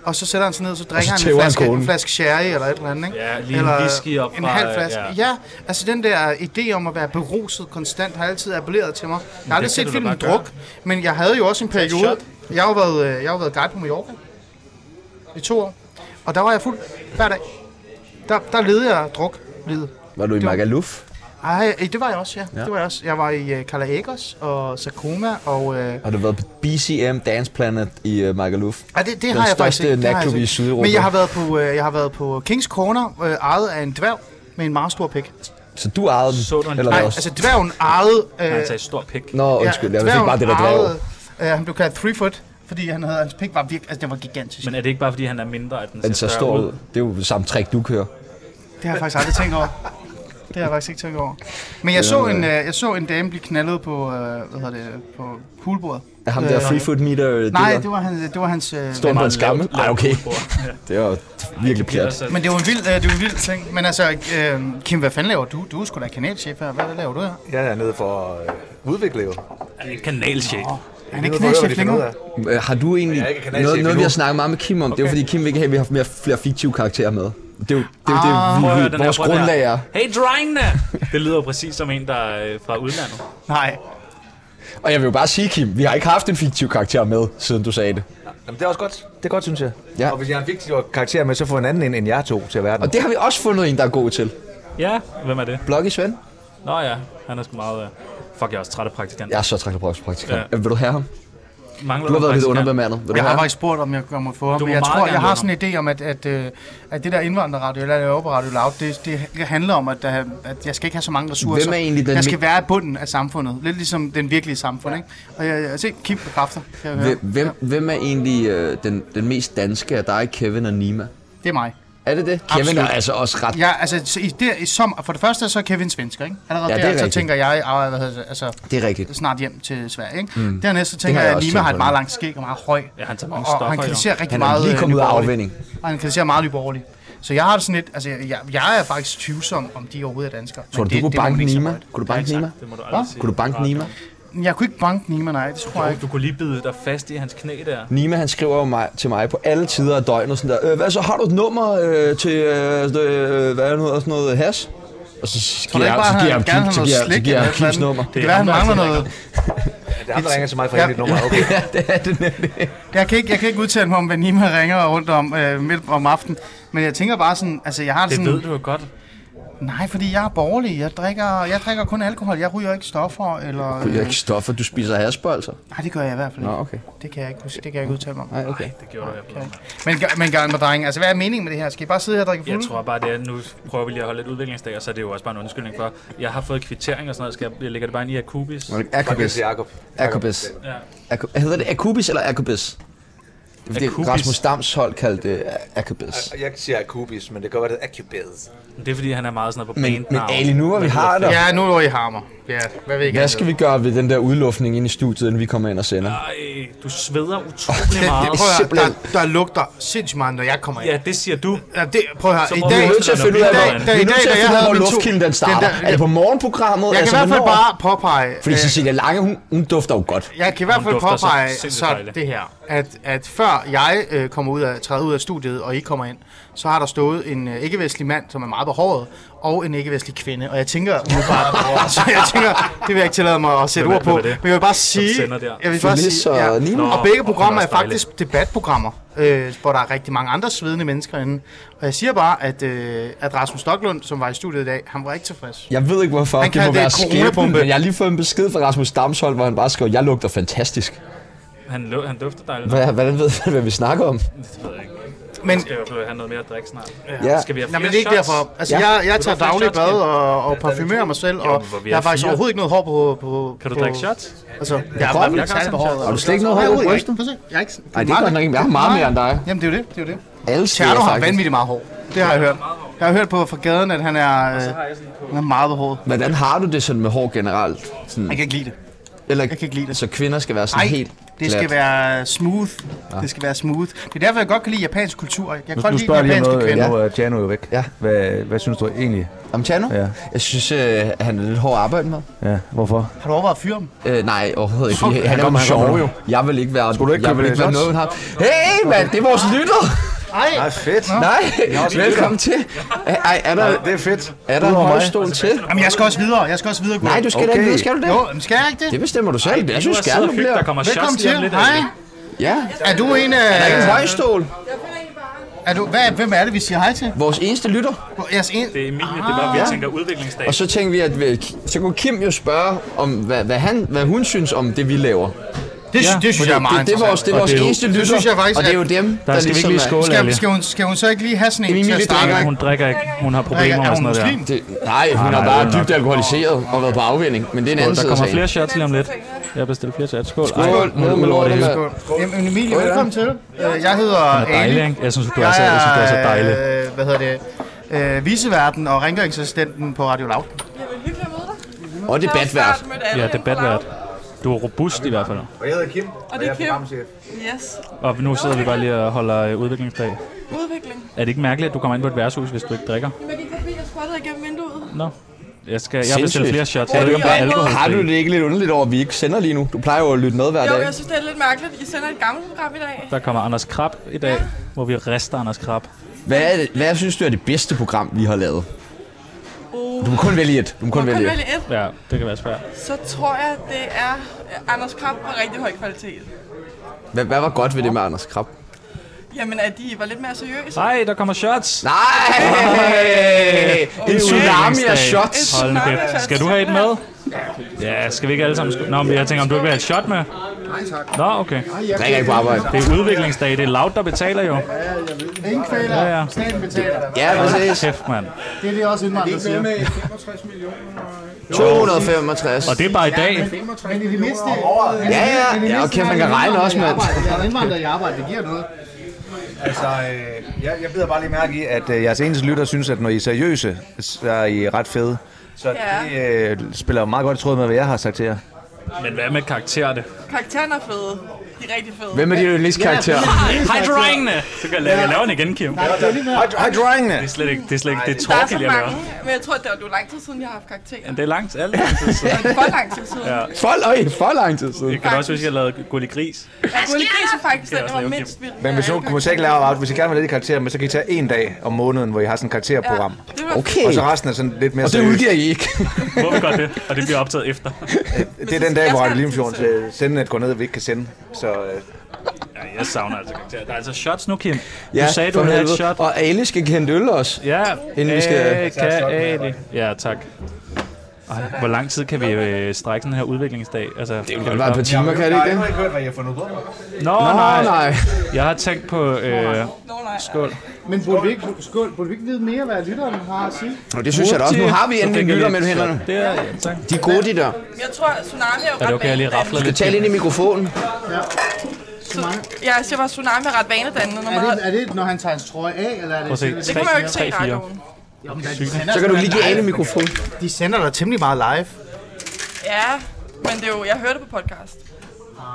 Speaker 4: og så sætter han sig ned, så drikker han en
Speaker 1: tæver han
Speaker 4: flaske,
Speaker 1: konen.
Speaker 4: en flaske sherry eller et eller andet, ikke?
Speaker 2: Ja, lige en
Speaker 4: eller
Speaker 2: whisky op
Speaker 4: en
Speaker 2: fra,
Speaker 4: halv flaske.
Speaker 2: ja.
Speaker 4: Ja. ja, altså den der idé om at være beruset konstant har altid appelleret til mig. Jeg har aldrig
Speaker 2: det kan
Speaker 4: set
Speaker 2: du da
Speaker 4: filmen
Speaker 2: bare gøre.
Speaker 4: Druk, men jeg havde jo også en
Speaker 2: et
Speaker 4: periode,
Speaker 2: shot.
Speaker 4: jeg har jo været, øh, jeg har jo været guide på Mallorca i to år, og der var jeg fuld hver dag. Der, der levede jeg druk livet.
Speaker 1: Var du i
Speaker 4: var-
Speaker 1: Magaluf?
Speaker 4: Ej, øh, det var jeg også, ja.
Speaker 1: Ja.
Speaker 4: ja. Det var jeg også. Jeg var i uh, Kalahagos og Sakoma, og... Uh, ej,
Speaker 1: Har du været på BCM Dance Planet i øh, Magaluf?
Speaker 4: det, det
Speaker 1: Den
Speaker 4: har jeg faktisk
Speaker 1: største
Speaker 4: ikke. Det har jeg
Speaker 1: natklub
Speaker 4: altså
Speaker 1: i
Speaker 4: ikke.
Speaker 1: Sydeuropa.
Speaker 4: Men jeg har været på, uh, jeg har været på Kings Corner, uh, ejet af en dværg med en meget stor pik.
Speaker 1: Så du ejede den?
Speaker 2: Så du en-
Speaker 1: eller
Speaker 4: Nej,
Speaker 1: hvad
Speaker 4: altså dværgen ejede... Uh,
Speaker 2: Han tager et stort pik.
Speaker 1: Nå, undskyld, jeg fik bare det, der drev.
Speaker 4: Uh, han blev kaldt Threefoot, fordi han havde, hans pik var virkelig... Altså, den var gigantisk.
Speaker 2: Men
Speaker 4: Men,
Speaker 2: er det ikke bare, fordi han er mindre, at den
Speaker 1: Den ser
Speaker 2: større
Speaker 1: stor ud. Det er jo samme trick, du kører.
Speaker 4: det har jeg faktisk aldrig tænkt over. Det har jeg faktisk ikke tænkt over. Men jeg, så, en, uh,
Speaker 1: øh,
Speaker 4: jeg så en dame blive knaldet på, uh, hvad hedder det, på poolbordet.
Speaker 1: Er ham der
Speaker 4: Øh,
Speaker 1: free foot meter? øh,
Speaker 4: Nej,
Speaker 1: dealer?
Speaker 4: det var, han, det var hans... Øh,
Speaker 1: Står han på en skamme?
Speaker 2: lavt-
Speaker 1: Nej, okay.
Speaker 2: lavt ja.
Speaker 1: Det er jo virkelig pjat.
Speaker 2: Ellers er-
Speaker 4: Men det var en vild, øh, det var en vild ting. Men altså, øh, Kim, hvad fanden laver du? Du er sgu da kanalchef her. Hvad laver du her?
Speaker 5: Jeg er nede for at øh, udvikle jo.
Speaker 2: Han er en kanalchef.
Speaker 4: Han er ikke
Speaker 5: Nede for at høre, hvad de
Speaker 4: kanalchef
Speaker 5: finder ud af.
Speaker 4: længere.
Speaker 1: Øh, Har du egentlig
Speaker 5: Jeg er ikke kanalchef
Speaker 1: noget, noget vi har
Speaker 5: endnu.
Speaker 1: snakket meget med Kim om? Okay. Det er jo fordi Kim vil ikke have, at vi har haft mere flere fiktive karakterer med. Det er jo det, er jo
Speaker 4: Ah.
Speaker 2: Prøv at
Speaker 1: det
Speaker 2: høre
Speaker 1: vi,
Speaker 2: den
Speaker 1: vi,
Speaker 2: her,
Speaker 1: vores
Speaker 2: prøv at høre den
Speaker 1: grundlag
Speaker 2: her.
Speaker 1: er.
Speaker 2: Hey, drengene! Det lyder jo præcis som en, der er øh, fra udlandet.
Speaker 4: Nej.
Speaker 1: Og jeg vil jo bare sige, Kim, vi har ikke haft en fiktiv karakter med, siden du sagde det.
Speaker 5: Jamen, det er også godt. Det er godt, synes jeg.
Speaker 1: Ja.
Speaker 5: Og hvis jeg er en vigtig karakter med, så får en anden end, end jer to til verden.
Speaker 1: Og det har vi også fundet en, der er god til.
Speaker 2: Ja, hvem er det?
Speaker 1: Bloggy Svend?
Speaker 2: Nå ja, han er sgu meget... Øh. Fuck, jeg er også træt af praktikant.
Speaker 1: Jeg er så træt af praktikant.
Speaker 2: Ja.
Speaker 1: Ja. Vil du have ham?
Speaker 2: Mangler
Speaker 1: Du har været lidt
Speaker 2: praktikant?
Speaker 1: underbemandet. Vil du
Speaker 4: Jeg
Speaker 1: have
Speaker 4: har
Speaker 1: ham?
Speaker 4: faktisk spurgt, om jeg kommer få ham.
Speaker 2: Du
Speaker 4: Men
Speaker 2: må
Speaker 4: jeg
Speaker 2: meget
Speaker 4: tror,
Speaker 2: gerne
Speaker 4: jeg har
Speaker 2: lave
Speaker 4: sådan en idé om, at, at, øh, at det der indvandrerradio, eller laver på Radio Loud, det, det handler om, at, der, at jeg skal ikke have så mange ressourcer.
Speaker 1: Hvem er egentlig den
Speaker 4: jeg skal
Speaker 1: mi-
Speaker 4: være i bunden af samfundet. Lidt ligesom den virkelige samfund, ikke? Og jeg, jeg se, Kim bekræfter. Kan jeg høre.
Speaker 1: Hvem, hvem, hvem er egentlig øh, den, den mest danske af dig, Kevin og Nima?
Speaker 4: Det er mig.
Speaker 1: Er det det? Kevin
Speaker 4: Absolut.
Speaker 1: er altså også ret...
Speaker 4: Ja, altså, så i, der, i som, for det første så er Kevin svensker, ikke? Allerede
Speaker 1: Ja, det
Speaker 4: der,
Speaker 1: er
Speaker 4: så
Speaker 1: rigtigt.
Speaker 4: tænker jeg, ah, hvad hedder det, altså,
Speaker 1: Det er rigtigt.
Speaker 4: snart hjem til Sverige. Ikke? Mm. Dernæst så tænker
Speaker 1: har
Speaker 4: jeg,
Speaker 1: jeg
Speaker 4: at
Speaker 1: også
Speaker 4: Nima har
Speaker 1: tænkt på,
Speaker 4: et meget langt skæg og meget høj.
Speaker 2: Ja, han tager
Speaker 4: og,
Speaker 2: mange
Speaker 4: og han
Speaker 2: stoffer, jo.
Speaker 4: kritiserer rigtig
Speaker 1: Han er
Speaker 4: meget
Speaker 1: lige
Speaker 4: øh,
Speaker 1: kommet ud
Speaker 4: Nye
Speaker 1: af
Speaker 4: Borgerlige.
Speaker 1: afvinding.
Speaker 4: Og han kritiserer meget nyborgerlig. Så jeg har det sådan lidt, altså jeg, jeg er faktisk tvivlsom, om de overhovedet er danskere.
Speaker 1: Tror du,
Speaker 4: Men
Speaker 1: du
Speaker 4: det-
Speaker 1: kunne
Speaker 4: det må
Speaker 1: banke
Speaker 4: man ikke så
Speaker 1: Nima?
Speaker 4: højt.
Speaker 1: Kunne du banke Nima?
Speaker 2: Det må du aldrig sige.
Speaker 1: Kunne du banke Nima?
Speaker 4: Jeg kunne ikke banke Nima, nej, det tror jeg ikke.
Speaker 2: Du kunne lige bide dig fast i hans knæ der.
Speaker 1: Nima, han skriver jo mig, til mig på alle tider af døgnet, sådan der, øh, hvad så, har du et nummer øh, til, øh, det, øh, hvad er det nu, hedder, sådan noget, hash? Og så
Speaker 4: du
Speaker 1: giver
Speaker 4: ikke
Speaker 1: jeg,
Speaker 4: bare,
Speaker 1: så
Speaker 4: han
Speaker 1: giver jeg ham
Speaker 4: gerne
Speaker 1: Kim,
Speaker 4: har
Speaker 1: så
Speaker 4: noget
Speaker 1: giver, jeg- så
Speaker 4: slik
Speaker 1: giver jeg ham
Speaker 4: eller et
Speaker 1: Kims
Speaker 4: eller andet?
Speaker 1: nummer.
Speaker 4: Det kan være, han mangler noget.
Speaker 5: det er ham, der ringer til mig fra
Speaker 4: Ja.
Speaker 5: ja. nummer. Okay.
Speaker 1: Ja, det er det nemlig.
Speaker 4: Jeg kan ikke, jeg kan ikke udtale mig om, hvad Nima ringer rundt om øh, midt om aftenen. Men jeg tænker bare sådan, altså jeg har det
Speaker 2: Det
Speaker 4: sådan...
Speaker 2: ved du jo godt.
Speaker 4: Nej, fordi jeg er borgerlig. Jeg drikker, jeg drikker kun alkohol. Jeg ryger ikke stoffer, eller...
Speaker 1: Du
Speaker 4: øh,
Speaker 1: er ikke stoffer, du spiser altså. hashbolser.
Speaker 4: Nej, det gør jeg i hvert fald
Speaker 1: Nå,
Speaker 4: ikke.
Speaker 1: okay.
Speaker 4: Det kan jeg ikke, det kan jeg ikke udtale mig om.
Speaker 1: Nej, okay.
Speaker 2: Det gjorde du i hvert fald.
Speaker 4: Men, gør- men gør mig, drenge, altså hvad er meningen med det her? Skal I bare sidde her og drikke
Speaker 2: Jeg
Speaker 4: fuld?
Speaker 2: tror bare, det er, nu prøver vi lige at holde lidt udviklingsdag, og så er det jo også bare en undskyldning for, jeg har fået kvittering og sådan noget, skal jeg, jeg lægger det bare ind i Akubis.
Speaker 1: Akubis.
Speaker 5: til Jacob.
Speaker 1: Akubis.
Speaker 2: Ja.
Speaker 1: Aku- Hedder det Akubis eller Akubis? Det er fordi
Speaker 2: Akubis.
Speaker 1: Rasmus Dams hold kaldte det øh, Akubis.
Speaker 5: Jeg siger Akubis, men det kan godt være, det er Akubis.
Speaker 2: Men Det er fordi, han er meget sådan noget på
Speaker 1: Men, men
Speaker 2: bandnavn.
Speaker 1: Ali, nu er vi har dig.
Speaker 4: Ja, nu er I hammer. Ja, hvad ved I
Speaker 1: Hvad skal vi gøre ved den der udluftning ind i studiet, inden vi kommer ind og sender?
Speaker 2: Ej, du sveder utrolig
Speaker 4: Prøv
Speaker 2: meget.
Speaker 4: at høre,
Speaker 1: Ah, Simpelthen.
Speaker 4: der, der lugter sindssygt meget, når jeg kommer ind.
Speaker 2: Ja, det siger du.
Speaker 4: Ja, det, prøv at høre,
Speaker 2: Så
Speaker 4: i
Speaker 2: må
Speaker 4: dag...
Speaker 2: vi jo nødt til at finde ud af,
Speaker 4: i dag-
Speaker 2: hvordan-
Speaker 4: da-
Speaker 1: Vi
Speaker 4: i
Speaker 1: er nødt
Speaker 4: dag,
Speaker 1: til
Speaker 4: da
Speaker 1: at
Speaker 4: jeg
Speaker 1: finde ud af,
Speaker 4: havde
Speaker 1: hvor
Speaker 4: min tur-
Speaker 1: luftkilden den starter.
Speaker 4: der-
Speaker 1: Er det på morgenprogrammet?
Speaker 4: Jeg kan
Speaker 1: Altså,
Speaker 4: i hvert fald
Speaker 1: hvornår?
Speaker 4: bare påpege...
Speaker 1: Fordi
Speaker 4: øh,
Speaker 1: Cecilia Lange, hun, hun dufter jo godt.
Speaker 4: Jeg kan i hvert
Speaker 2: Hun
Speaker 4: fald
Speaker 2: dufter så
Speaker 4: påpege så,
Speaker 2: sindssygt
Speaker 4: så
Speaker 2: dejligt.
Speaker 4: det her, at, at før jeg øh, kommer ud af, træder ud af studiet, og I kommer ind, så har der stået en øh, ikke-vestlig mand, som er meget behåret, og en ikke-vestlig kvinde. Og jeg tænker umiddelbart, så jeg tænker, det vil jeg ikke tillade mig at sætte
Speaker 2: Hvem er-
Speaker 4: ord på.
Speaker 2: hvem er
Speaker 4: Men
Speaker 2: det,
Speaker 4: jeg vil bare sige,
Speaker 2: sender der?
Speaker 4: jeg vil bare
Speaker 1: Phyllis
Speaker 4: sige
Speaker 1: og Nima.
Speaker 2: Nå,
Speaker 4: og begge programmer
Speaker 2: det
Speaker 4: er
Speaker 2: er også dejligt.
Speaker 4: faktisk debatprogrammer, øh, hvor der er rigtig mange andre svedende mennesker inde. Og jeg siger bare, at, øh, at Rasmus Stoklund, som var i studiet i dag, han var ikke tilfreds.
Speaker 1: Jeg ved ikke, hvorfor
Speaker 4: Han
Speaker 1: det må
Speaker 4: kaldte det
Speaker 1: være
Speaker 4: et
Speaker 1: skæbnen,
Speaker 4: coronabombe.
Speaker 1: men jeg har lige fået en besked fra Rasmus Damshold, hvor han bare skrev, jeg lugter fantastisk.
Speaker 2: Han, lu- han dufter dejligt.
Speaker 1: Hvad, hvordan ved han, hvad vi snakker om?
Speaker 2: Det ved jeg ikke.
Speaker 4: Men,
Speaker 2: Skal jeg i hvert fald have noget mere at drikke snart?
Speaker 1: Ja.
Speaker 2: Skal vi have
Speaker 4: Nej,
Speaker 2: flere
Speaker 4: men det er ikke
Speaker 2: shots?
Speaker 4: derfor. Altså,
Speaker 1: Ja.
Speaker 4: ja. jeg, jeg
Speaker 2: Vil du
Speaker 4: tager
Speaker 2: have flere
Speaker 4: dagligt
Speaker 2: shots,
Speaker 4: bad
Speaker 2: Kim?
Speaker 4: og, og parfumerer mig selv, og
Speaker 2: hvor vi er
Speaker 4: jeg har faktisk
Speaker 2: fire.
Speaker 4: overhovedet ikke noget hår på... på
Speaker 2: Kan du
Speaker 4: på,
Speaker 2: drikke shots?
Speaker 4: Altså, jeg
Speaker 1: Prøv,
Speaker 4: har
Speaker 1: jeg
Speaker 4: ikke
Speaker 2: kan
Speaker 4: særlig
Speaker 2: sagtens
Speaker 4: behåret.
Speaker 2: shots.
Speaker 1: Har du slet ikke noget hår
Speaker 4: Overhovedet
Speaker 1: på
Speaker 4: ikke.
Speaker 1: brystet?
Speaker 4: Prøv at se. Jeg er ikke...
Speaker 1: Nej, det er godt nok ikke. Jeg har meget mere end dig.
Speaker 4: Jamen, det er jo det. Det er jo det.
Speaker 1: Alle steder,
Speaker 4: Tjerno har
Speaker 1: faktisk.
Speaker 4: vanvittigt meget hår. Det har jeg hørt. Jeg har hørt på fra gaden, at han er, øh, han er meget behåret.
Speaker 1: Hvordan har du det sådan med hår generelt? Sådan,
Speaker 4: Jeg kan ikke lide det.
Speaker 1: eller,
Speaker 4: jeg kan ikke lide det.
Speaker 1: Så kvinder skal være sådan
Speaker 4: Ej,
Speaker 1: Hmm. helt...
Speaker 4: Det skal
Speaker 1: Glat.
Speaker 4: være smooth. Det skal være smooth. Det er derfor, jeg godt kan lide japansk kultur. Jeg kan
Speaker 5: Nu,
Speaker 4: godt
Speaker 5: nu
Speaker 4: lide
Speaker 5: spørger jeg lige om
Speaker 4: japanske
Speaker 5: noget,
Speaker 4: kvinder.
Speaker 5: øh, nu er Tjano jo væk.
Speaker 1: Ja.
Speaker 5: Hvad, hvad synes du egentlig?
Speaker 1: Om Tjano?
Speaker 5: Ja.
Speaker 1: Jeg synes, øh, han er lidt hård at arbejde med.
Speaker 5: Ja, hvorfor?
Speaker 4: Har du overvejet at fyre dem?
Speaker 1: Øh, nej, overhovedet ikke.
Speaker 5: Okay.
Speaker 1: Okay. Han
Speaker 5: Han
Speaker 1: er jo
Speaker 5: kommer-
Speaker 1: den
Speaker 5: han kommer
Speaker 1: sjove
Speaker 5: nu,
Speaker 1: jo. Jeg vil ikke være,
Speaker 5: Skulle du ikke
Speaker 1: jeg
Speaker 5: købe
Speaker 1: vil ikke være
Speaker 5: shots?
Speaker 1: noget, ham. Hey, mand, det er vores lytter.
Speaker 4: Ej,
Speaker 5: Ej, fedt.
Speaker 1: Nej, velkommen til. Ej, er der,
Speaker 5: Det er fedt.
Speaker 1: er der en
Speaker 5: Udover mig.
Speaker 1: højstol til?
Speaker 4: Jamen, jeg skal også videre. Jeg skal også videre.
Speaker 1: Nej, du skal da ikke
Speaker 5: Okay.
Speaker 1: videre, skal du det?
Speaker 4: Jo, men skal jeg ikke det?
Speaker 1: Det bestemmer du selv. Jeg synes gerne, du
Speaker 2: Der
Speaker 1: bliver.
Speaker 2: kommer
Speaker 4: Velkommen
Speaker 2: shots lige om
Speaker 4: til.
Speaker 2: lidt.
Speaker 4: Hej.
Speaker 2: Ali.
Speaker 1: Ja,
Speaker 4: Er du en af...
Speaker 1: der er en højstol.
Speaker 4: Er du, hvad, hvem er det, vi siger hej til?
Speaker 1: Vores eneste lytter.
Speaker 4: Jeres en...
Speaker 2: Det er Emilie, det var, vi
Speaker 1: Ah.
Speaker 2: tænker udviklingsdag.
Speaker 1: Og så tænkte vi, at vi, så kunne Kim jo spørge, om, hvad, hvad, han, hvad hun synes om det, vi laver.
Speaker 4: Det, sy- det synes jeg er meget
Speaker 1: Det, det er vores, det er
Speaker 2: Og
Speaker 1: vores
Speaker 2: det er jo-
Speaker 1: eneste
Speaker 4: det
Speaker 1: lytter,
Speaker 4: synes jeg faktisk,
Speaker 1: og det er jo
Speaker 4: at-
Speaker 1: dem,
Speaker 2: Der
Speaker 1: der
Speaker 2: skal vi ikke
Speaker 1: ligesom
Speaker 2: lige
Speaker 1: er-
Speaker 2: skåle,
Speaker 4: Skal,
Speaker 2: Ali.
Speaker 4: skal, hun, skal hun så ikke lige have sådan en
Speaker 1: Emilie
Speaker 4: til at starte?
Speaker 1: drikker
Speaker 4: med?
Speaker 1: ikke.
Speaker 2: Hun drikker ikke. Hun har
Speaker 4: Drikker-
Speaker 2: problemer
Speaker 4: Er
Speaker 2: med
Speaker 4: hun
Speaker 2: sådan noget
Speaker 4: muslim?
Speaker 2: der.
Speaker 1: Det, nej, hun er
Speaker 2: nej,
Speaker 1: bare
Speaker 2: nej.
Speaker 1: dybt alkoholiseret og været på afvinding, men det er en anden
Speaker 2: Der
Speaker 1: side af
Speaker 2: kommer
Speaker 1: sagen.
Speaker 2: flere shots lige om lidt. Jeg bestiller flere shots. Skål. Skål.
Speaker 1: Skål, ned med lortet, mand.
Speaker 4: Jamen, Emilie, velkommen til. Øh, Jeg hedder Ali.
Speaker 2: Dejlig, ikke? Jeg synes, du er så, jeg synes, du er så dejlig.
Speaker 4: øh, hvad hedder det? Øh, viseverden og rengøringsassistenten på Radio Loud.
Speaker 6: Jamen, hyggeligt at møde dig.
Speaker 1: Og det er badvært.
Speaker 2: Ja, debatvært. Du er robust i hvert fald.
Speaker 5: Og jeg hedder Kim, og,
Speaker 6: det er Kim.
Speaker 5: programchef.
Speaker 6: Yes.
Speaker 2: Og nu sidder vi bare lige og holder øh, udviklingsdag.
Speaker 6: Udvikling.
Speaker 2: Er det ikke mærkeligt, at du kommer ind på et værtshus, hvis du ikke drikker?
Speaker 6: Jamen, jeg gik forbi og spottede igennem vinduet.
Speaker 2: Nå. Jeg, skal, jeg
Speaker 1: Sindssygt.
Speaker 2: bestiller flere shots.
Speaker 6: Ja,
Speaker 2: Jeg ved ikke, om der er
Speaker 6: det er
Speaker 2: alkohol.
Speaker 1: Har du det ikke lidt underligt over, at vi ikke sender lige nu? Du plejer jo at lytte med hver
Speaker 6: Jo,
Speaker 1: dag.
Speaker 6: jeg synes, det er lidt mærkeligt. I sender et gammelt program i dag.
Speaker 2: Der kommer Anders Krab i dag, hvor vi rester Anders Krab.
Speaker 1: Hvad, er det, hvad synes du er det bedste program, vi har lavet?
Speaker 6: Uh,
Speaker 1: Du må kun vælge et. Du må kun
Speaker 6: kun
Speaker 1: vælge et.
Speaker 6: vælge et.
Speaker 2: Ja, det kan være svært.
Speaker 6: Så tror jeg, det er øh, Anders Krab på rigtig høj kvalitet.
Speaker 1: Hvad, hvad var godt ved det med Anders Krab?
Speaker 6: Jamen, at de var lidt mere seriøse.
Speaker 2: Nej, der kommer shots.
Speaker 1: Nej! En tsunami af shots.
Speaker 2: Hold nu
Speaker 6: Tsunami af
Speaker 2: kæft.
Speaker 6: shots.
Speaker 2: Skal du have et med? Ja, skal vi ikke alle sammen... sku- Nå, men jeg tænker, om du ikke vil have et shot med? Nej, tak. Nå, okay.
Speaker 1: Drikker ikke på arbejde.
Speaker 2: Det er udviklingsdag. Det er Loud, der betaler jo.
Speaker 4: Ingen kvæler.
Speaker 2: Ja, ja.
Speaker 4: Staten betaler.
Speaker 1: Ja, præcis.
Speaker 2: Kæft, mand.
Speaker 4: Det er det også indvandrere siger.
Speaker 1: 265.
Speaker 2: Og det er bare i dag.
Speaker 4: Men i det mindste...
Speaker 1: Ja, ja. Ja, okay, man kan regne også, mand.
Speaker 4: Jeg er indvandrer i arbejde, det giver noget.
Speaker 5: Altså, øh, jeg, jeg bider bare lige mærke i, at øh, jeres eneste lytter synes, at når I er seriøse, så er I ret fede. Så
Speaker 6: Ja.
Speaker 5: det øh, spiller meget godt i tråd med, hvad jeg har sagt til jer.
Speaker 2: Men hvad med karakterer det?
Speaker 6: Karaktererne er fede. De er rigtig fede.
Speaker 1: Hvem er din yndlingskarakter?
Speaker 2: Hej, drengene! Så kan jeg lave, jeg laver den igen, Kim. Det
Speaker 5: Hej, hej drengene!
Speaker 2: er slet ikke, det er slet ikke, det er
Speaker 6: Der er så
Speaker 2: Torkild, jeg laver.
Speaker 6: mange, men jeg tror, det var det var lang tid siden, jeg har haft karakterer.
Speaker 2: Men det er langt, alt langt.
Speaker 6: Det er for lang tid siden.
Speaker 2: Ja.
Speaker 6: Ja.
Speaker 1: For, øj, for lang tid siden.
Speaker 2: Jeg kan også huske, at jeg lavede Gulli Gris.
Speaker 6: Gulli Gris er faktisk
Speaker 2: Det er
Speaker 6: den, der
Speaker 2: også
Speaker 6: var
Speaker 2: lave
Speaker 6: mindst vild.
Speaker 5: Men hvis, nu, hvis jeg ikke laver hvis I gerne vil have det i karakter, men så kan I tage en dag om måneden, hvor I har sådan et karakterprogram. Ja.
Speaker 6: det var
Speaker 1: Okay.
Speaker 5: Og så resten er sådan lidt mere
Speaker 1: Og det
Speaker 5: seriøst.
Speaker 1: udgiver I ikke.
Speaker 2: Må vi godt det? Og det bliver optaget efter.
Speaker 5: Det er den dag,
Speaker 6: Jeg
Speaker 5: hvor
Speaker 6: skal
Speaker 5: Radio Limfjorden
Speaker 6: altid
Speaker 3: øh,
Speaker 5: til sendenet går ned, og vi ikke kan sende. Så øh,
Speaker 2: Ja, jeg savner altså karakterer. Der er altså shots nu, Kim.
Speaker 1: Ja,
Speaker 2: Du sagde, du
Speaker 1: for
Speaker 2: havde et
Speaker 1: helvede.
Speaker 2: shot.
Speaker 1: Og Ali skal kende øl også.
Speaker 2: Ja,
Speaker 1: Inden vi skal-
Speaker 2: øh, kan, Ali. Ja, tak. Ej, hvor lang tid kan vi øh, strække sådan her udviklingsdag? Altså, det
Speaker 1: Det var et par timer, kan det ikke det?
Speaker 5: ikke hørt, hvad I har fundet på.
Speaker 2: Nå,
Speaker 1: Nå,
Speaker 2: nej. nej.
Speaker 1: nej.
Speaker 2: Jeg har tænkt på... Øh,
Speaker 6: Nå, nej.
Speaker 2: skål.
Speaker 4: Men burde vi, ikke, skål, burde vi ikke vide mere, hvad lytteren har at sige?
Speaker 1: Og det synes jeg da også. Nu har vi endelig en lytter mellem hænderne.
Speaker 2: Det er, ja, tak.
Speaker 1: De er gode, de der.
Speaker 6: Men Jeg tror, Tsunami er jo
Speaker 2: Er det
Speaker 6: ret
Speaker 2: okay, jeg lige rafler
Speaker 1: Du
Speaker 2: lidt?
Speaker 1: taler ind i mikrofonen.
Speaker 6: vanedannende. Ja, jeg siger bare, Tsunami er ret vanedannende. Når
Speaker 4: Er
Speaker 6: man har...
Speaker 4: det, er det, når han tager hans trøje af, eller er det...
Speaker 2: at se.
Speaker 6: Det kan man jo ikke se i
Speaker 2: Tre, fire.
Speaker 6: radioen.
Speaker 4: Jamen, de sender
Speaker 1: Så kan du lige give
Speaker 4: dig
Speaker 1: Ali
Speaker 4: live.
Speaker 1: mikrofonen.
Speaker 4: De sender dig temmelig meget live.
Speaker 6: Ja, men det er jo, jeg hørte det på podcast.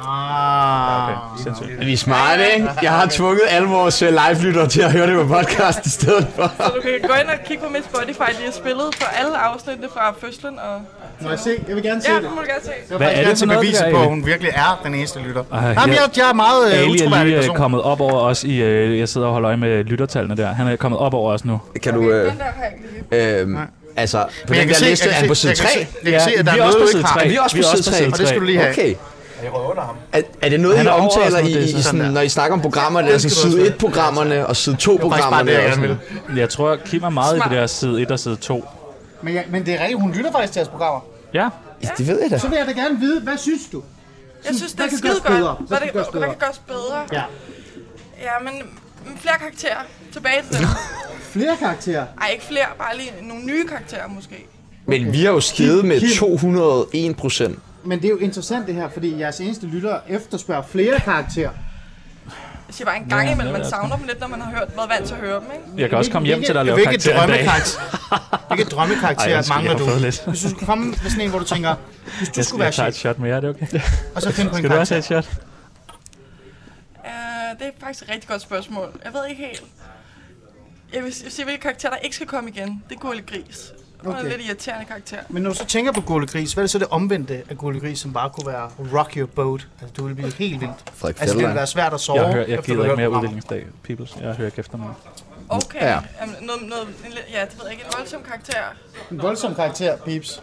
Speaker 4: Ah. Okay.
Speaker 2: Sindssygt.
Speaker 1: Vi er smarte, ikke? Jeg har tvunget alle vores øh, live-lyttere til at høre det på podcast i stedet for.
Speaker 6: Så du kan gå ind og kigge på mit Spotify, de har spillet for alle afsnittene fra fødslen. Og...
Speaker 4: Må jeg se? Jeg vil gerne se
Speaker 6: Ja,
Speaker 4: det.
Speaker 6: det må du gerne se.
Speaker 4: Jeg vil
Speaker 2: Hvad er
Speaker 4: faktisk
Speaker 2: det
Speaker 4: gerne
Speaker 2: for
Speaker 4: se
Speaker 2: noget, det
Speaker 4: beviset
Speaker 2: der,
Speaker 4: på, at
Speaker 2: Ali?
Speaker 4: hun virkelig er den eneste lytter. Ej,
Speaker 2: jeg-
Speaker 4: Jamen, jeg, jeg er meget øh,
Speaker 2: Ali er
Speaker 4: utroværdig
Speaker 2: lige øh,
Speaker 4: person.
Speaker 2: kommet op over os i... Øh, jeg sidder og holder øje med lyttertallene der. Han er kommet op over os nu.
Speaker 1: Kan du... Øh,
Speaker 6: Den der har jeg ikke lige.
Speaker 1: øh, altså, på
Speaker 4: Men jeg
Speaker 1: den
Speaker 4: kan se,
Speaker 1: der liste
Speaker 4: jeg
Speaker 1: er
Speaker 4: kan
Speaker 1: han på
Speaker 4: se-
Speaker 1: side 3.
Speaker 4: Jeg kan se, jeg kan se at der
Speaker 2: vi
Speaker 4: er
Speaker 2: er
Speaker 4: noget,
Speaker 2: også
Speaker 4: du
Speaker 2: på
Speaker 4: ikke
Speaker 2: side
Speaker 4: har.
Speaker 2: 3.
Speaker 1: Vi er også på side 3.
Speaker 4: Og det skal du lige have.
Speaker 1: Okay. Er, er det noget,
Speaker 2: Han
Speaker 1: I
Speaker 2: er over os
Speaker 1: omtaler
Speaker 2: nu,
Speaker 1: i,
Speaker 2: det er
Speaker 1: i
Speaker 2: sådan
Speaker 1: sådan,
Speaker 2: der.
Speaker 1: når I snakker om programmer, det er sådan side 1-programmerne og side
Speaker 4: faktisk bare
Speaker 1: 2-programmerne?
Speaker 4: det, jeg
Speaker 1: og
Speaker 4: gerne
Speaker 1: sådan
Speaker 4: vil.
Speaker 2: Jeg tror, Kim er meget
Speaker 6: Smart.
Speaker 2: i det der side 1 og side 2.
Speaker 4: Men, jeg, men det er rigtigt, hun lytter faktisk til jeres programmer.
Speaker 2: Ja,
Speaker 1: noget? Det ved jeg da.
Speaker 4: Så vil jeg da gerne vide, hvad synes du?
Speaker 6: Jeg synes, det
Speaker 4: Hvad
Speaker 6: er
Speaker 4: kan
Speaker 6: skide
Speaker 4: gøres bedre?
Speaker 6: godt.
Speaker 4: Hvad
Speaker 6: Hvad,
Speaker 4: kan
Speaker 6: det,
Speaker 4: gøres
Speaker 6: hvad
Speaker 4: bedre?
Speaker 6: kan gøres bedre?
Speaker 4: Ja.
Speaker 6: Ja, men men flere karakterer. Tilbage til dem.
Speaker 4: Flere karakterer.
Speaker 6: Ej, ikke flere. Bare lige nogle nye karakterer, måske.
Speaker 1: Men vi har jo steget med
Speaker 4: Kim.
Speaker 1: 201 procent.
Speaker 4: Men det er jo interessant det her, fordi jeres eneste lytter efterspørger flere karakterer.
Speaker 6: Jeg siger bare en gang imellem, man savner dem lidt, når man har hørt, været vant til at høre dem, ikke?
Speaker 2: jeg kan også komme hjem
Speaker 4: Hvilke-
Speaker 2: til dig og lave
Speaker 4: hvilke
Speaker 2: karakterer i dag.
Speaker 4: drømmekarakter- Hvilke
Speaker 2: Ej,
Speaker 4: drømmekarakterer
Speaker 2: undskyld,
Speaker 4: mangler
Speaker 2: jeg har
Speaker 4: du?
Speaker 2: fået lidt.
Speaker 4: Hvis du skulle komme med sådan en, hvor du tænker, hvis du
Speaker 2: Jeg,
Speaker 4: skulle være
Speaker 2: jeg tager et
Speaker 4: chef,
Speaker 2: shot mere, er det okay?
Speaker 4: og så finde på en
Speaker 2: Skal du også
Speaker 4: karakter.
Speaker 2: have et shot?
Speaker 6: faktisk et rigtig godt spørgsmål. Jeg ved ikke helt. Jeg vil, jeg vil sige, hvilke karakterer, der ikke skal komme igen. Det er Gurle Gris. Okay. Det er
Speaker 4: Okay.
Speaker 6: en lidt irriterende karakter.
Speaker 4: Men når du så tænker på gullegris, hvad er det så det omvendte af gullegris, som bare kunne være rock your boat? Altså, du ville blive helt vildt.
Speaker 1: Frederik
Speaker 4: Altså, det ville
Speaker 1: Fjelland.
Speaker 4: være svært at sove.
Speaker 2: Jeg, hører, jeg
Speaker 4: efter du
Speaker 2: gider ikke
Speaker 4: har hørt
Speaker 2: mere
Speaker 4: programmet.
Speaker 2: udviklingsdag, peoples. Jeg hører ikke efter mig.
Speaker 6: Okay.
Speaker 1: Ja.
Speaker 6: Ja. Jamen, noget, noget, en, lidt- ja, det ved jeg ikke. En voldsom karakter.
Speaker 4: En voldsom karakter, Pips.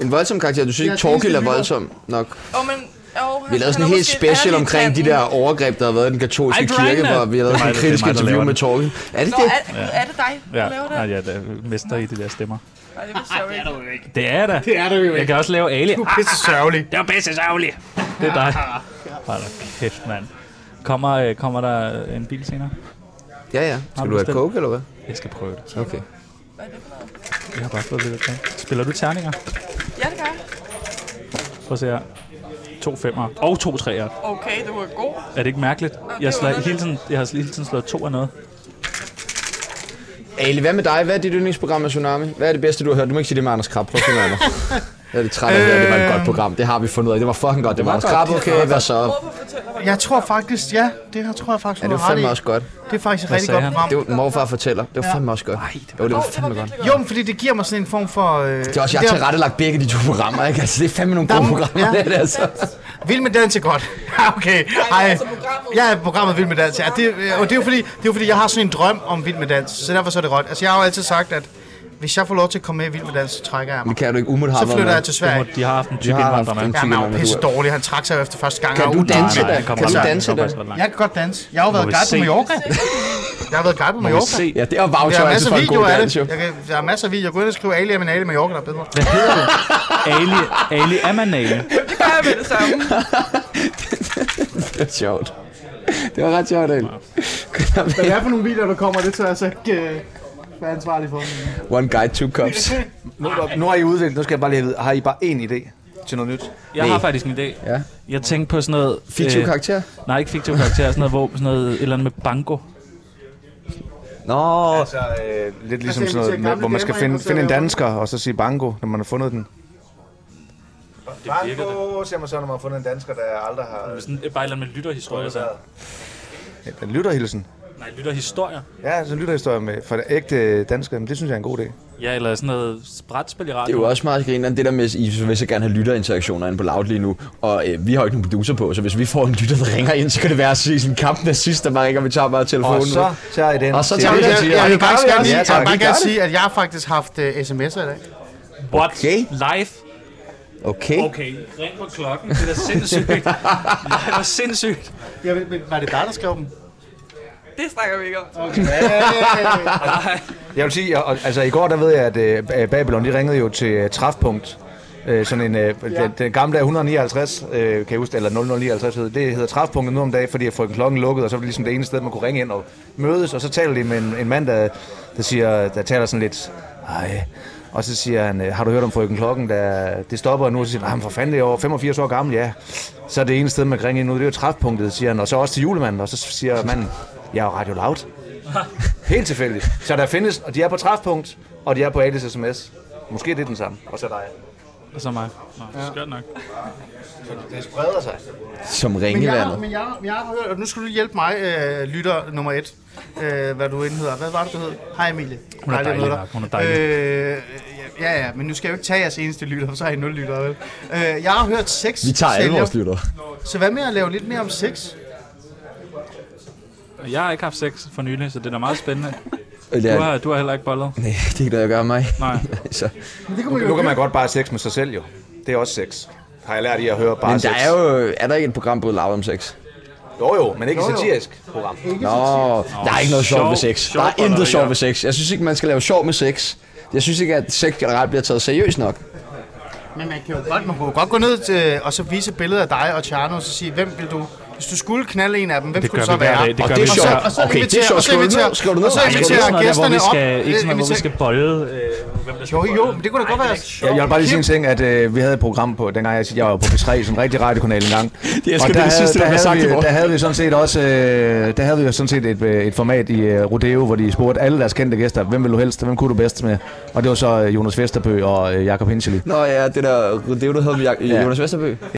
Speaker 1: En voldsom karakter. Du synes
Speaker 4: Ja,
Speaker 1: ikke, Torkild er
Speaker 4: det er
Speaker 1: voldsom nok.
Speaker 6: Og men, oh,
Speaker 1: Vi lavede sådan en helt special omkring de der overgreb, der har været i den katolske
Speaker 2: Ej, Dragnet!
Speaker 1: kirke, hvor vi
Speaker 2: Det er
Speaker 1: lavede
Speaker 2: mig,
Speaker 1: sådan en
Speaker 2: der- det er
Speaker 1: kritisk
Speaker 2: mig, der
Speaker 1: interview
Speaker 2: laver
Speaker 1: med
Speaker 2: det.
Speaker 1: Torkild. Er det
Speaker 6: Nå,
Speaker 1: det?
Speaker 6: er, er det dig, der
Speaker 2: Ja,
Speaker 6: laver det?
Speaker 2: nej, jeg er mester i de der stemmer.
Speaker 6: Nej, det er sjovt.
Speaker 2: Det er jeg da. Det er det jo Jeg kan også lave Ali.
Speaker 4: Du er pisse sørgelig.
Speaker 2: Det var pisse sørgeligt. Det er dig. Hold da kæft, mand. Kommer, øh, kommer der en bil senere?
Speaker 1: Ja, ja. Skal du have
Speaker 2: bestemt.
Speaker 1: coke, eller hvad?
Speaker 2: Jeg skal prøve det.
Speaker 1: Okay.
Speaker 6: Hvad er det for noget?
Speaker 2: Jeg har bare fået lidt af det. Spiller du terninger?
Speaker 6: Ja, det gør jeg.
Speaker 2: Prøv at se her. To femmer og to treer.
Speaker 6: Okay, det var god.
Speaker 2: Er det ikke mærkeligt?
Speaker 6: er
Speaker 2: Jeg, slag,
Speaker 6: underligt.
Speaker 2: hele tiden, jeg har hele tiden slået to af noget.
Speaker 1: Ali, hvad med dig? Hvad er dit yndlingsprogram af Tsunami? Hvad er det bedste, du har hørt? Du må ikke sige det med Anders Krab. Prøv at finde ud af mig. Jeg er lidt træt af at høre, det var et godt program. Det har vi fundet ud af. Det var fucking godt. Det var Anders Krab. Okay, hvad så?
Speaker 6: Prøv at fortælle mig.
Speaker 4: Jeg tror faktisk, ja, det her tror jeg faktisk,
Speaker 1: Ja,
Speaker 4: du
Speaker 1: det var
Speaker 4: har ret i.
Speaker 1: fandme også godt.
Speaker 4: Det er faktisk et rigtig
Speaker 2: sagde
Speaker 4: godt
Speaker 2: han?
Speaker 4: program.
Speaker 1: Det var morfar fortæller. Det var
Speaker 4: Ja.
Speaker 1: fandme også godt. Jo, det var
Speaker 6: Åh, det var
Speaker 1: fandme godt.
Speaker 6: virkelig godt.
Speaker 4: Jo, men fordi det giver mig sådan en form for... Øh,
Speaker 1: Det er også, jeg har tilrettelagt begge de to programmer, ikke? Altså, det er fandme nogle
Speaker 4: Der-
Speaker 1: gode programmer,
Speaker 4: ja.
Speaker 1: det er altså.
Speaker 4: Vild med dans er godt. Ja, okay.
Speaker 6: Nej,
Speaker 4: Ej.
Speaker 6: altså programmet.
Speaker 4: Jeg er programmet Vild med dans. Ja, det, øh, og det er jo fordi, det er jo fordi, jeg har sådan en drøm om Vild med dans. Så derfor så er det godt. Altså, jeg har jo altid sagt, at hvis jeg får lov til at komme med i Vild med dans, så trækker jeg
Speaker 1: Men
Speaker 4: mig.
Speaker 1: kan du ikke umiddelbart
Speaker 4: Så
Speaker 1: have
Speaker 4: flytter jeg
Speaker 1: været
Speaker 4: til
Speaker 2: Det må,
Speaker 4: Sverige.
Speaker 2: de har haft en tyk
Speaker 1: De har haft
Speaker 2: indvandrer med.
Speaker 1: en
Speaker 4: Ja,
Speaker 1: tyk
Speaker 4: men han er jo
Speaker 1: indvandrer,
Speaker 4: pisse
Speaker 1: du er.
Speaker 4: dårlig. Han trak sig jo efter første gang.
Speaker 1: Kan
Speaker 4: og
Speaker 1: du
Speaker 4: ud.
Speaker 1: danse
Speaker 2: Nej,
Speaker 1: da?
Speaker 2: den kommer
Speaker 1: Kan du
Speaker 2: ret langt,
Speaker 1: danse
Speaker 2: den
Speaker 1: da?
Speaker 2: kommer faktisk ret langt.
Speaker 4: Jeg kan godt danse. Jeg har jo været
Speaker 2: vi
Speaker 4: guide
Speaker 2: se?
Speaker 4: på Mallorca. Jeg har været guide på
Speaker 2: Må vi
Speaker 4: Mallorca.
Speaker 2: se?
Speaker 1: Ja, det er
Speaker 4: Der er
Speaker 1: voucherance
Speaker 4: masser
Speaker 1: for
Speaker 4: af
Speaker 1: en god
Speaker 4: videoer af
Speaker 1: dans, jo.
Speaker 4: det. Jeg kan, der er masser af videoer. Gå ind og skriv Ali er min Ali Mallorca, der er bedre.
Speaker 2: Hvad hedder du? Ali, Ali Amanale.
Speaker 6: Det gør jeg med det samme.
Speaker 1: Det er sjovt. Det var ret sjovt, Ali.
Speaker 4: Hvad er for nogle videoer, der kommer? Det tør jeg så ikke øh, være ansvarlig for.
Speaker 1: One guy, two cups.
Speaker 3: Nu, nu har I udviklet, nu skal jeg bare lige have, har I bare én idé til noget nyt?
Speaker 2: Jeg har faktisk en idé.
Speaker 1: Ja.
Speaker 2: Jeg tænkte på sådan noget...
Speaker 1: Fiktiv
Speaker 2: øh,
Speaker 1: karakter?
Speaker 2: Nej, ikke fiktiv karakter. Sådan noget, hvor, sådan noget et eller andet med banko.
Speaker 3: Nå, altså, øh, lidt ligesom
Speaker 4: Altså,
Speaker 3: sådan noget,
Speaker 4: gamle
Speaker 3: med, hvor man skal
Speaker 4: damer ind,
Speaker 3: finde,
Speaker 4: og så
Speaker 3: finde en
Speaker 4: laver-
Speaker 3: dansker, og så sige bango, når man har fundet den. Bango, ser man så, når man har fundet en dansker, der aldrig har...
Speaker 2: Sådan, øh, bare et eller andet med lytterhistorier. Så.
Speaker 3: En lytterhilsen.
Speaker 2: Nej, lytterhistorier.
Speaker 3: Ja, så en lytterhistorie med, for ægte dansker, men det synes jeg er en god idé.
Speaker 2: Ja, eller sådan noget brætspil i
Speaker 1: Det er
Speaker 2: radioen.
Speaker 1: jo også meget grinerende, det der med, at I vil så gerne have lytterinteraktioner inde på Loud lige nu, og øh, vi har jo ikke nogen producer på, så hvis vi får en lytter, der ringer ind, så kan det være sådan en kamp der sidst, der bare ringer, vi tager bare telefonen.
Speaker 3: Og så tager I den.
Speaker 1: Og så
Speaker 3: til-
Speaker 1: tager
Speaker 4: Jeg,
Speaker 1: vi
Speaker 4: vil-
Speaker 1: den.
Speaker 4: jeg, jeg, jeg vil faktisk gerne sige,
Speaker 3: Ja,
Speaker 4: jeg
Speaker 3: tak.
Speaker 4: vil bare
Speaker 3: Vi gør
Speaker 4: gerne
Speaker 3: det.
Speaker 4: sige, at jeg har faktisk haft uh, sms'er i dag.
Speaker 2: What?
Speaker 1: Okay.
Speaker 2: Live?
Speaker 1: Okay.
Speaker 2: Okay, ring på klokken. Det er da sindssygt. det er da sindssygt.
Speaker 4: Jeg, ved- men var det dig, der skrev dem?
Speaker 6: Det snakker vi ikke om.
Speaker 3: Jeg vil sige, og- og- altså i går der ved jeg, at øh, Babylon de ringede jo til øh, Træfpunkt. Øh, sådan en, øh, den, den gamle der 159, øh, kan jeg huske, eller 0059 hed, det hedder Træfpunktet nu om dagen, fordi at frøken klokken lukkede, og så var det ligesom det eneste sted, man kunne ringe ind og mødes, og så taler de med en, en mand, der, der, siger, der taler sådan lidt, ej, og så siger han, øh, har du hørt om frøken klokken, der, det stopper nu, og så siger han, "Ah, men for fanden det er over 85 år gammel, ja. Så er det eneste sted, man kan ringe ind nu, det er jo træfpunktet, siger han, og så også til julemanden, og så siger manden, jeg er jo Radio Loud. Helt tilfældigt. Så der findes, og de er på træfpunkt, og de er på Alice sms. Måske det er den samme. Og så dig.
Speaker 2: Og så mig. Nå, ja. skørt nok.
Speaker 3: Det spreder sig.
Speaker 1: Som
Speaker 4: Men jeg, har-
Speaker 1: ringevandet.
Speaker 4: men jeg, har- jeg har hørt, og nu skal du hjælpe mig, øh, lytter nummer et, øh, hvad du end hedder. Hvad var det, du hed? Hej Emilie.
Speaker 2: Hun er
Speaker 4: Dejligt
Speaker 2: dejlig
Speaker 4: at møde
Speaker 2: nok,
Speaker 4: dig.
Speaker 2: hun er dejlig.
Speaker 4: Øh, ja, ja, men nu skal jeg jo ikke tage jeres eneste lytter, for så har I nul lytter, vel? Øh, jeg har hørt seks
Speaker 1: Vi tager alle
Speaker 4: sælger.
Speaker 1: vores lytter.
Speaker 4: Så hvad med at lave lidt mere om sex?
Speaker 2: Jeg har ikke haft sex for nylig, så det er da meget spændende.
Speaker 1: Ja,
Speaker 2: Du har, du har heller ikke bollet.
Speaker 1: nej, Øh, det er ikke noget, jeg gør mig.
Speaker 2: Nej.
Speaker 1: så.
Speaker 3: Nu kan man godt bare have sex med sig selv jo. Det er også sex. Har jeg lært i at høre bare
Speaker 1: Men
Speaker 3: sex.
Speaker 1: der er jo, er der ikke et program på Loud om sex?
Speaker 3: Jo jo, men ikke
Speaker 4: Jo,
Speaker 3: et
Speaker 4: jo.
Speaker 3: satirisk program.
Speaker 1: Nå, der er ikke noget sjovt
Speaker 2: sjov-
Speaker 1: ved sex. Der
Speaker 2: sjov
Speaker 1: er
Speaker 2: ballerier.
Speaker 1: intet sjovt ved sex. Jeg synes ikke, man skal lave sjov med sex. Jeg synes ikke, at sex generelt bliver taget seriøst nok.
Speaker 4: Men man kan jo godt, man kunne jo godt gå ned til, og så vise billeder af dig og Tjerno, og så sige, hvem vil du... Hvis du skulle knalde en af dem, hvem
Speaker 2: Det
Speaker 4: skulle
Speaker 2: gør
Speaker 4: det så
Speaker 2: vi hver
Speaker 4: være?
Speaker 2: dag. Det
Speaker 1: Og
Speaker 2: gør
Speaker 1: det
Speaker 2: vi
Speaker 1: er
Speaker 2: hver
Speaker 1: sjovt.
Speaker 2: dag.
Speaker 4: Og så
Speaker 1: Okay, det er
Speaker 4: inviterer-
Speaker 1: sjovt.
Speaker 4: og så
Speaker 1: Skriv det
Speaker 4: inviterer-
Speaker 1: ned. Skriv det ned.
Speaker 4: og så
Speaker 1: Nej,
Speaker 2: Ikke
Speaker 1: skriv det
Speaker 2: sådan
Speaker 1: ned.
Speaker 2: noget
Speaker 4: inviterer-
Speaker 2: der, hvor vi
Speaker 4: gæsterne
Speaker 2: skal,
Speaker 4: op.
Speaker 2: ikke sådan noget, hvor vi skal
Speaker 4: Inviter-
Speaker 2: bolle. Øh, hvem der skal
Speaker 4: Jo, jo,
Speaker 2: bolle.
Speaker 4: men det kunne da godt
Speaker 2: Ej,
Speaker 4: være...
Speaker 2: det er ikke
Speaker 3: Jeg, jeg vil bare lige sige en ting, at øh, vi havde et program på, dengang jeg, jeg var på P3, som rigtig radiokanal engang.
Speaker 1: Det elsker
Speaker 3: Og
Speaker 1: det, det sidste, der
Speaker 3: havde
Speaker 1: blev sagt i
Speaker 3: vi,
Speaker 1: går.
Speaker 3: der havde vi sådan set også, øh, der havde vi jo sådan set et, øh, et format i øh, Rodeo, hvor de spurgte alle deres kendte gæster, hvem vil du helst, hvem kunne du bedst med? Og det var så øh, Jonas Vesterbø og øh, Jakob Hinchely.
Speaker 1: Nå ja, det der, det er jo, du havde med Jak- Jonas Vesterbø.